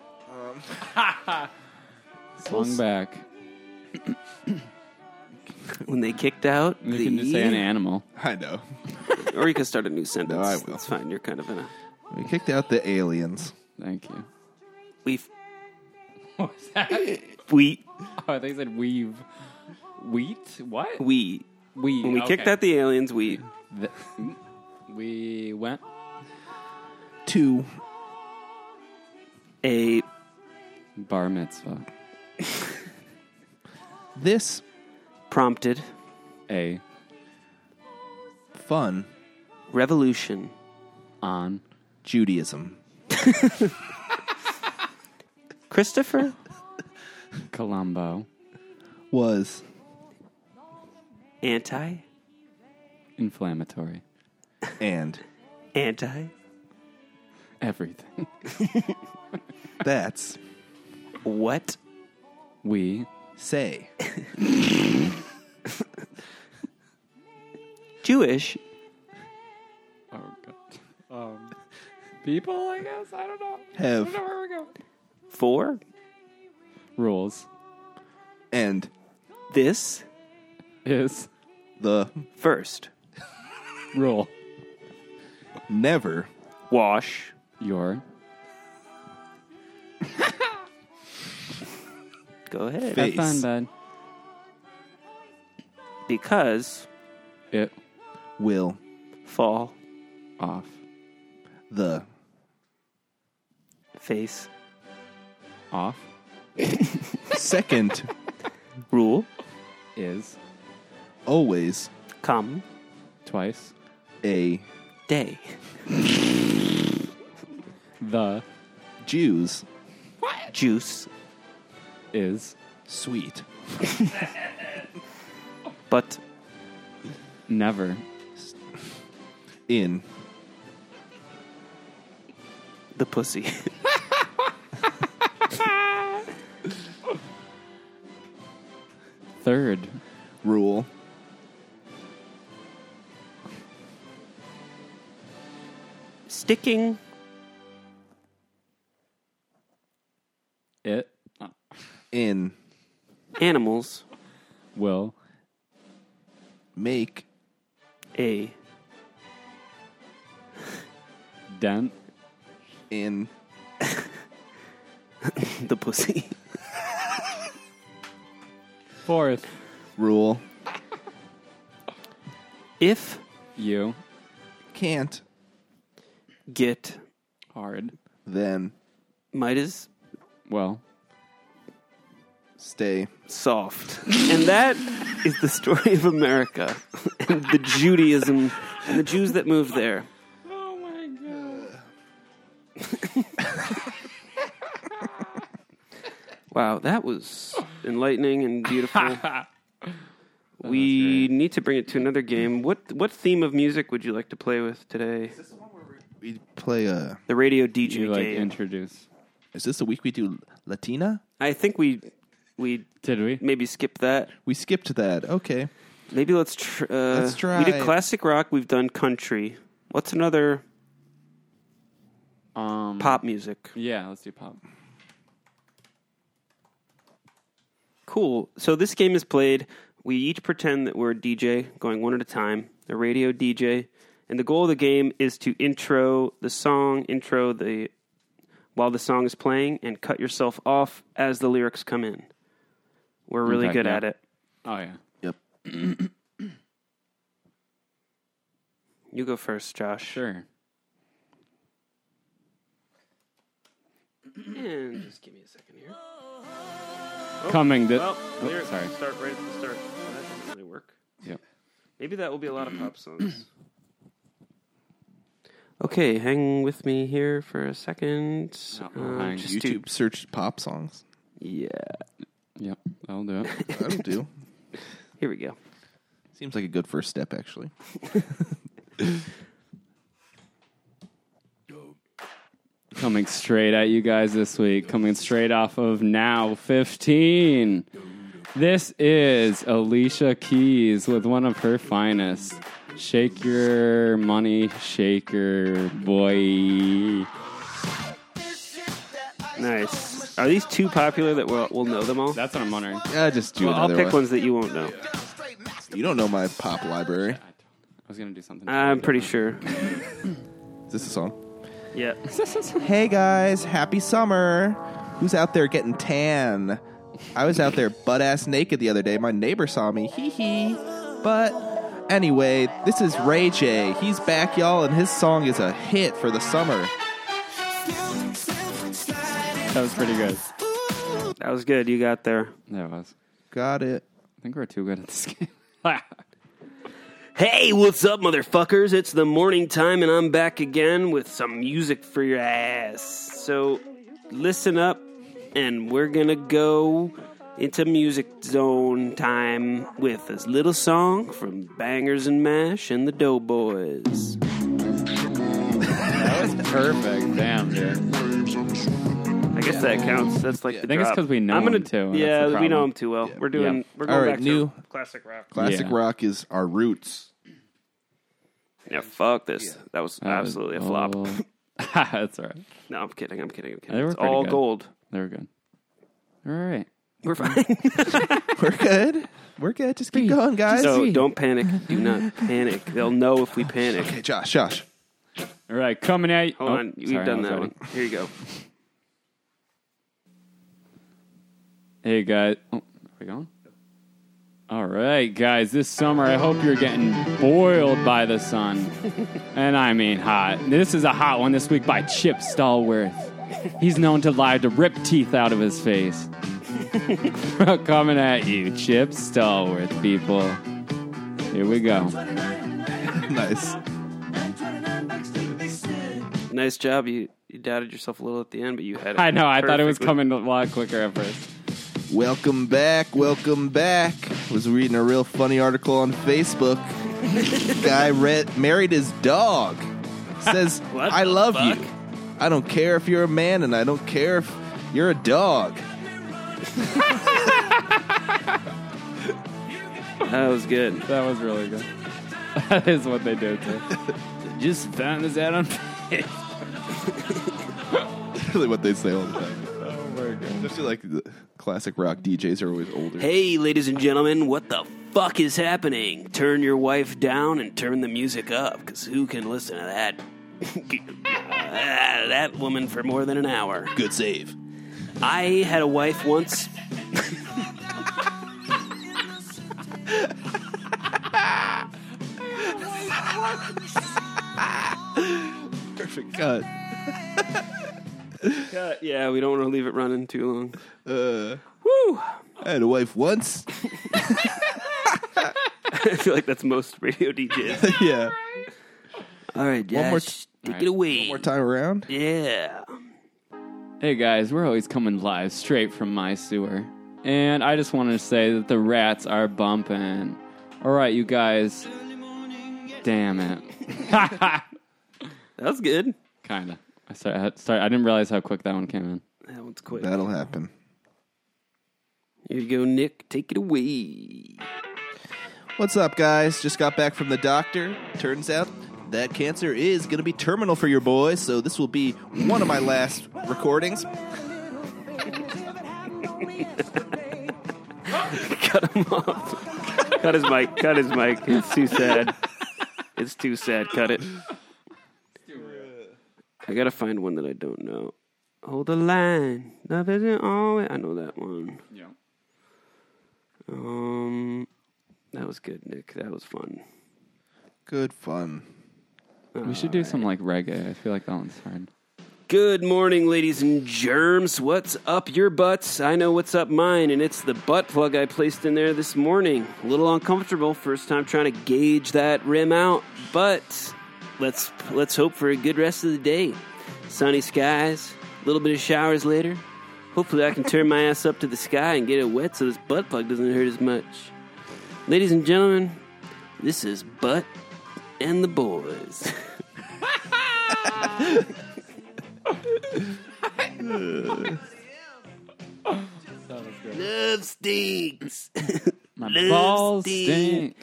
Speaker 2: swung back.
Speaker 1: When they kicked out,
Speaker 2: You
Speaker 1: the,
Speaker 2: can just say an animal.
Speaker 3: I know
Speaker 1: or you can start a new sentence.
Speaker 3: No, I will.
Speaker 1: That's fine. You're kind of in a.
Speaker 3: we kicked out the aliens
Speaker 2: Thank you.
Speaker 1: We
Speaker 2: What was that?
Speaker 1: we
Speaker 2: Oh, they said weave. Wheat? What?
Speaker 1: we
Speaker 2: We.
Speaker 1: when we kicked out the aliens, we
Speaker 2: the. We went
Speaker 3: to
Speaker 1: a
Speaker 2: bar mitzvah.
Speaker 3: this
Speaker 1: prompted
Speaker 2: A
Speaker 3: fun
Speaker 1: Revolution.
Speaker 2: on.
Speaker 3: Judaism.
Speaker 1: Christopher
Speaker 2: Colombo.
Speaker 3: Was
Speaker 1: anti
Speaker 2: Inflammatory.
Speaker 3: and
Speaker 1: anti
Speaker 2: Everything.
Speaker 3: that's
Speaker 1: what
Speaker 2: We
Speaker 3: say
Speaker 1: Jewish
Speaker 2: oh god. Um, people, I guess. I don't know. I
Speaker 3: have
Speaker 2: don't know where we're going.
Speaker 1: for
Speaker 2: Rules
Speaker 3: and
Speaker 1: this
Speaker 2: is
Speaker 3: the
Speaker 1: first
Speaker 2: rule
Speaker 3: never
Speaker 1: wash
Speaker 2: your
Speaker 1: go ahead
Speaker 3: Face.
Speaker 2: fun bud.
Speaker 1: because
Speaker 2: It
Speaker 3: will
Speaker 1: fall
Speaker 2: off
Speaker 3: the
Speaker 1: face
Speaker 2: off
Speaker 3: second
Speaker 1: rule
Speaker 2: is
Speaker 3: always
Speaker 1: come
Speaker 2: twice
Speaker 3: a
Speaker 1: day
Speaker 2: the
Speaker 3: Jews
Speaker 1: juice
Speaker 2: is
Speaker 3: sweet
Speaker 1: but
Speaker 2: never
Speaker 3: in
Speaker 1: the pussy
Speaker 2: third
Speaker 3: rule
Speaker 1: sticking
Speaker 2: it
Speaker 3: in
Speaker 1: animals
Speaker 2: will
Speaker 3: make
Speaker 1: a
Speaker 2: dent
Speaker 3: in
Speaker 1: the pussy
Speaker 2: fourth
Speaker 3: rule
Speaker 1: if
Speaker 2: you
Speaker 3: can't
Speaker 1: get
Speaker 2: hard
Speaker 3: then
Speaker 1: might as
Speaker 2: well
Speaker 3: stay
Speaker 1: soft and that is the story of america and the judaism and the jews that moved there
Speaker 7: Oh my god.
Speaker 1: Wow, that was enlightening and beautiful. we need to bring it to another game. What what theme of music would you like to play with today?
Speaker 3: we play a
Speaker 1: The radio DJ
Speaker 2: you like
Speaker 1: game.
Speaker 2: introduce
Speaker 3: is this the week we do Latina
Speaker 1: I think we we
Speaker 2: did we
Speaker 1: maybe skip that.
Speaker 3: we skipped that okay
Speaker 1: Maybe let's tr- uh,
Speaker 3: Let's try-
Speaker 1: We did classic rock. We've done country. What's another
Speaker 2: um
Speaker 1: pop music?
Speaker 2: yeah let's do pop
Speaker 1: Cool. So this game is played. We each pretend that we're a DJ, going one at a time, a radio DJ, and the goal of the game is to intro the song, intro the while the song is playing, and cut yourself off as the lyrics come in. We're really
Speaker 2: Okay,
Speaker 1: good
Speaker 2: yeah.
Speaker 1: at it.
Speaker 2: oh yeah
Speaker 3: yep
Speaker 1: You go first, Josh.
Speaker 2: sure
Speaker 1: And just give me a second here.
Speaker 2: coming to
Speaker 1: Well, lyrics
Speaker 2: sorry.
Speaker 1: start right at the start. Well, that doesn't really work.
Speaker 2: Yep.
Speaker 1: Maybe that will be a lot of pop songs. okay, hang with me here for a second. Uh,
Speaker 2: Yeah, we'll hang.
Speaker 1: just to-
Speaker 3: YouTube search pop songs
Speaker 1: yeah.
Speaker 2: yep that'll do it
Speaker 3: that'll do
Speaker 1: Here we go.
Speaker 3: seems like a good first step actually
Speaker 2: coming straight at you guys this week, coming straight off of Now 15. This is Alicia Keys with one of her finest. Shake your money, shaker boy.
Speaker 1: Nice. Are these too popular that we'll, we'll know them all?
Speaker 2: That's what I'm wondering.
Speaker 3: yeah just do
Speaker 1: Well, I'll
Speaker 3: another
Speaker 1: pick
Speaker 3: one
Speaker 1: ones that you won't know.
Speaker 3: you don't know my pop library
Speaker 2: I was gonna do something.
Speaker 1: I'm Uh, pretty sure.
Speaker 3: is this a song
Speaker 1: Yeah.
Speaker 3: Hey guys, happy summer. Who's out there getting tan? I was out there butt ass naked the other day. My neighbor saw me. Hee hee. But anyway, this is Ray J. He's back, y'all, and his song is a hit for the summer.
Speaker 2: That was pretty good.
Speaker 1: That was good. You got there.
Speaker 2: That was.
Speaker 3: Got it.
Speaker 2: I think we're too good at this game.
Speaker 1: Hey, what's up, motherfuckers? It's the morning time, and I'm back again with some music for your ass. So, listen up, and we're gonna go into music zone time with this little song from Bangers and Mash and the Doughboys.
Speaker 2: Perfect. Damn, dude.
Speaker 1: I guess that counts. That's like the
Speaker 2: I think it's
Speaker 1: drop.
Speaker 2: 'cause we know
Speaker 1: I'm gonna,
Speaker 2: him, too, and that's the
Speaker 1: Yeah, we know
Speaker 2: problem.
Speaker 1: him too well. We're doing.
Speaker 2: Yep.
Speaker 1: We're going
Speaker 3: All right,
Speaker 1: back
Speaker 3: new-
Speaker 1: to classic rock.
Speaker 3: Classic
Speaker 2: Yeah.
Speaker 3: rock is our roots.
Speaker 1: Yeah, fuck this. That was absolutely a flop.
Speaker 2: Oh. That's all right.
Speaker 1: No, I'm kidding. I'm kidding. I'm
Speaker 2: They
Speaker 1: kidding.
Speaker 2: were
Speaker 1: It's
Speaker 2: pretty
Speaker 1: all
Speaker 2: good.
Speaker 1: gold.
Speaker 2: They were good. All right.
Speaker 1: We're
Speaker 2: Mm-hmm.
Speaker 1: fine.
Speaker 3: We're good. We're good. Just keep going, guys.
Speaker 1: so don't panic. Do not panic. They'll know if we panic.
Speaker 3: Hey, Josh, Josh.
Speaker 2: All right. Coming at you.
Speaker 1: Hold
Speaker 2: Oh,
Speaker 1: on. We've
Speaker 2: sorry, I
Speaker 1: done
Speaker 2: was
Speaker 1: that
Speaker 2: ready.
Speaker 1: one. Here you go.
Speaker 2: Hey guys, oh, are we going? All right, guys. This summer, I hope you're getting boiled by the sun, and I mean hot. This is a hot one this week by Chip Stallworth. He's known to lie to rip teeth out of his face. Coming at you, Chip Stallworth, people. Here we go.
Speaker 3: Nice.
Speaker 1: Nice job. You you doubted yourself a little at the end, but you had. It
Speaker 2: I know. I thought it was
Speaker 1: perfectly.
Speaker 2: coming a lot quicker at first.
Speaker 3: Welcome back, welcome back. Was reading a real funny article on Facebook. Guy read married his dog. Says,
Speaker 1: What
Speaker 3: "I
Speaker 1: the
Speaker 3: love
Speaker 1: fuck?
Speaker 3: you. I don't care if you're a man, and I don't care if you're a dog."
Speaker 1: That was good.
Speaker 2: That was really good. That is what they did. Too. Just found this out on.
Speaker 3: really, what they say all the time.
Speaker 1: Oh
Speaker 3: Especially like the classic rock DJs are always older.
Speaker 1: Hey, ladies and gentlemen, what the fuck is happening? Turn your wife down and turn the music up, because who can listen to that? Ah, that woman for more than an hour.
Speaker 3: Good save.
Speaker 1: I had a wife once.
Speaker 3: Perfect cut.
Speaker 1: Uh, yeah, we don't want to leave it running too long.
Speaker 3: Uh,
Speaker 1: Woo!
Speaker 3: I had a wife once.
Speaker 1: I feel like that's most radio DJs.
Speaker 3: yeah.
Speaker 1: All right, Josh,
Speaker 3: more t-
Speaker 1: take it away.
Speaker 3: More time around.
Speaker 1: Yeah.
Speaker 2: Hey guys, we're always coming live straight from my sewer. And I just wanted to say that the rats are bumping. Alright, you guys. Damn it.
Speaker 1: That was good.
Speaker 2: Kinda. I, start, I, had- sorry, I didn't realize how quick that one came in.
Speaker 1: That one's quick.
Speaker 3: That'll happen.
Speaker 1: Here you go, Nick. Take it away.
Speaker 3: What's up, guys? Just got back from the doctor. Turns out that cancer is going to be terminal for your boy, so this will be one of my last recordings.
Speaker 1: Cut him off. Cut his mic. Cut his mic. It's too sad. It's too sad. Cut it. I gotta find one that I don't know. Hold the line. Love isn't always. I know that one.
Speaker 2: Yeah.
Speaker 1: Um, that was good, Nick. That was fun.
Speaker 3: Good fun.
Speaker 2: We should do some like reggae. I feel like that one's hard.
Speaker 1: Good morning, ladies and germs. What's up your butts? I know what's up mine, and it's the butt plug I placed in there this morning. A little uncomfortable, first time trying to gauge that rim out, but let's let's hope for a good rest of the day. Sunny skies, a little bit of showers later. Hopefully, I can turn my ass up to the sky and get it wet so this butt plug doesn't hurt as much. Ladies and gentlemen, this is Butt and the Boys. Love stinks.
Speaker 2: My
Speaker 1: Love
Speaker 2: balls
Speaker 1: stink.
Speaker 2: stink.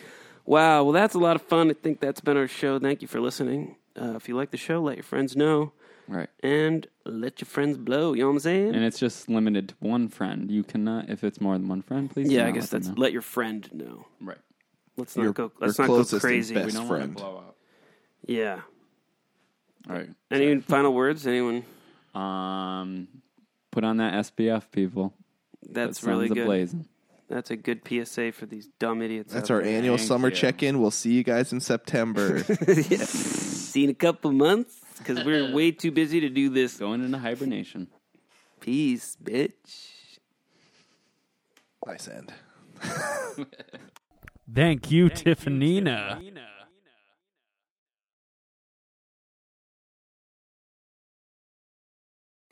Speaker 1: Wow, well, that's a lot of fun. I think that's been our show. Thank you for listening. Uh, if you like the show, let your friends know
Speaker 2: Right.
Speaker 1: and let your friends blow. You know what I'm saying?
Speaker 2: And it's just limited to one friend. You cannot, if it's more than one friend, please. do
Speaker 1: yeah, I
Speaker 2: not
Speaker 1: guess
Speaker 2: let
Speaker 1: that's
Speaker 2: them know.
Speaker 1: let your friend know.
Speaker 2: right.
Speaker 1: Let's not
Speaker 3: Your-
Speaker 1: go. Let's
Speaker 3: your
Speaker 1: not go
Speaker 3: closest and
Speaker 1: crazy.
Speaker 3: best.
Speaker 2: We don't
Speaker 3: friend.
Speaker 2: want to blow up.
Speaker 1: Yeah.
Speaker 2: All right.
Speaker 1: Any final words? Anyone?
Speaker 2: Um, put on that SBF, people.
Speaker 1: That's
Speaker 2: that
Speaker 1: really
Speaker 2: sun's
Speaker 1: good.
Speaker 2: ablazing.
Speaker 1: That's a good PSA for these dumb idiots.
Speaker 3: That's
Speaker 1: out
Speaker 3: our
Speaker 1: there.
Speaker 3: annual
Speaker 2: Thank
Speaker 3: summer
Speaker 2: you.
Speaker 3: check in. We'll see you guys in September.
Speaker 1: Yeah. See you in a couple months because we're way too busy to do this.
Speaker 2: Going into hibernation.
Speaker 1: Peace, bitch.
Speaker 3: nice end.
Speaker 10: Thank you, Tiffanina.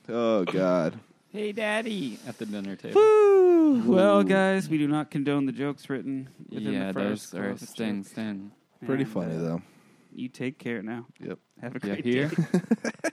Speaker 3: Oh God.
Speaker 2: Hey, Daddy, at the dinner table.
Speaker 1: Well, guys, we do not condone the jokes written within
Speaker 2: yeah,
Speaker 1: the first
Speaker 2: those are
Speaker 1: clause of
Speaker 2: sting,
Speaker 1: jokes.
Speaker 2: sting.
Speaker 3: Pretty
Speaker 1: And,
Speaker 3: funny
Speaker 1: uh,
Speaker 3: though.
Speaker 1: You take care now.
Speaker 3: Yep.
Speaker 1: Have a
Speaker 2: Yeah,
Speaker 1: great day.
Speaker 2: here.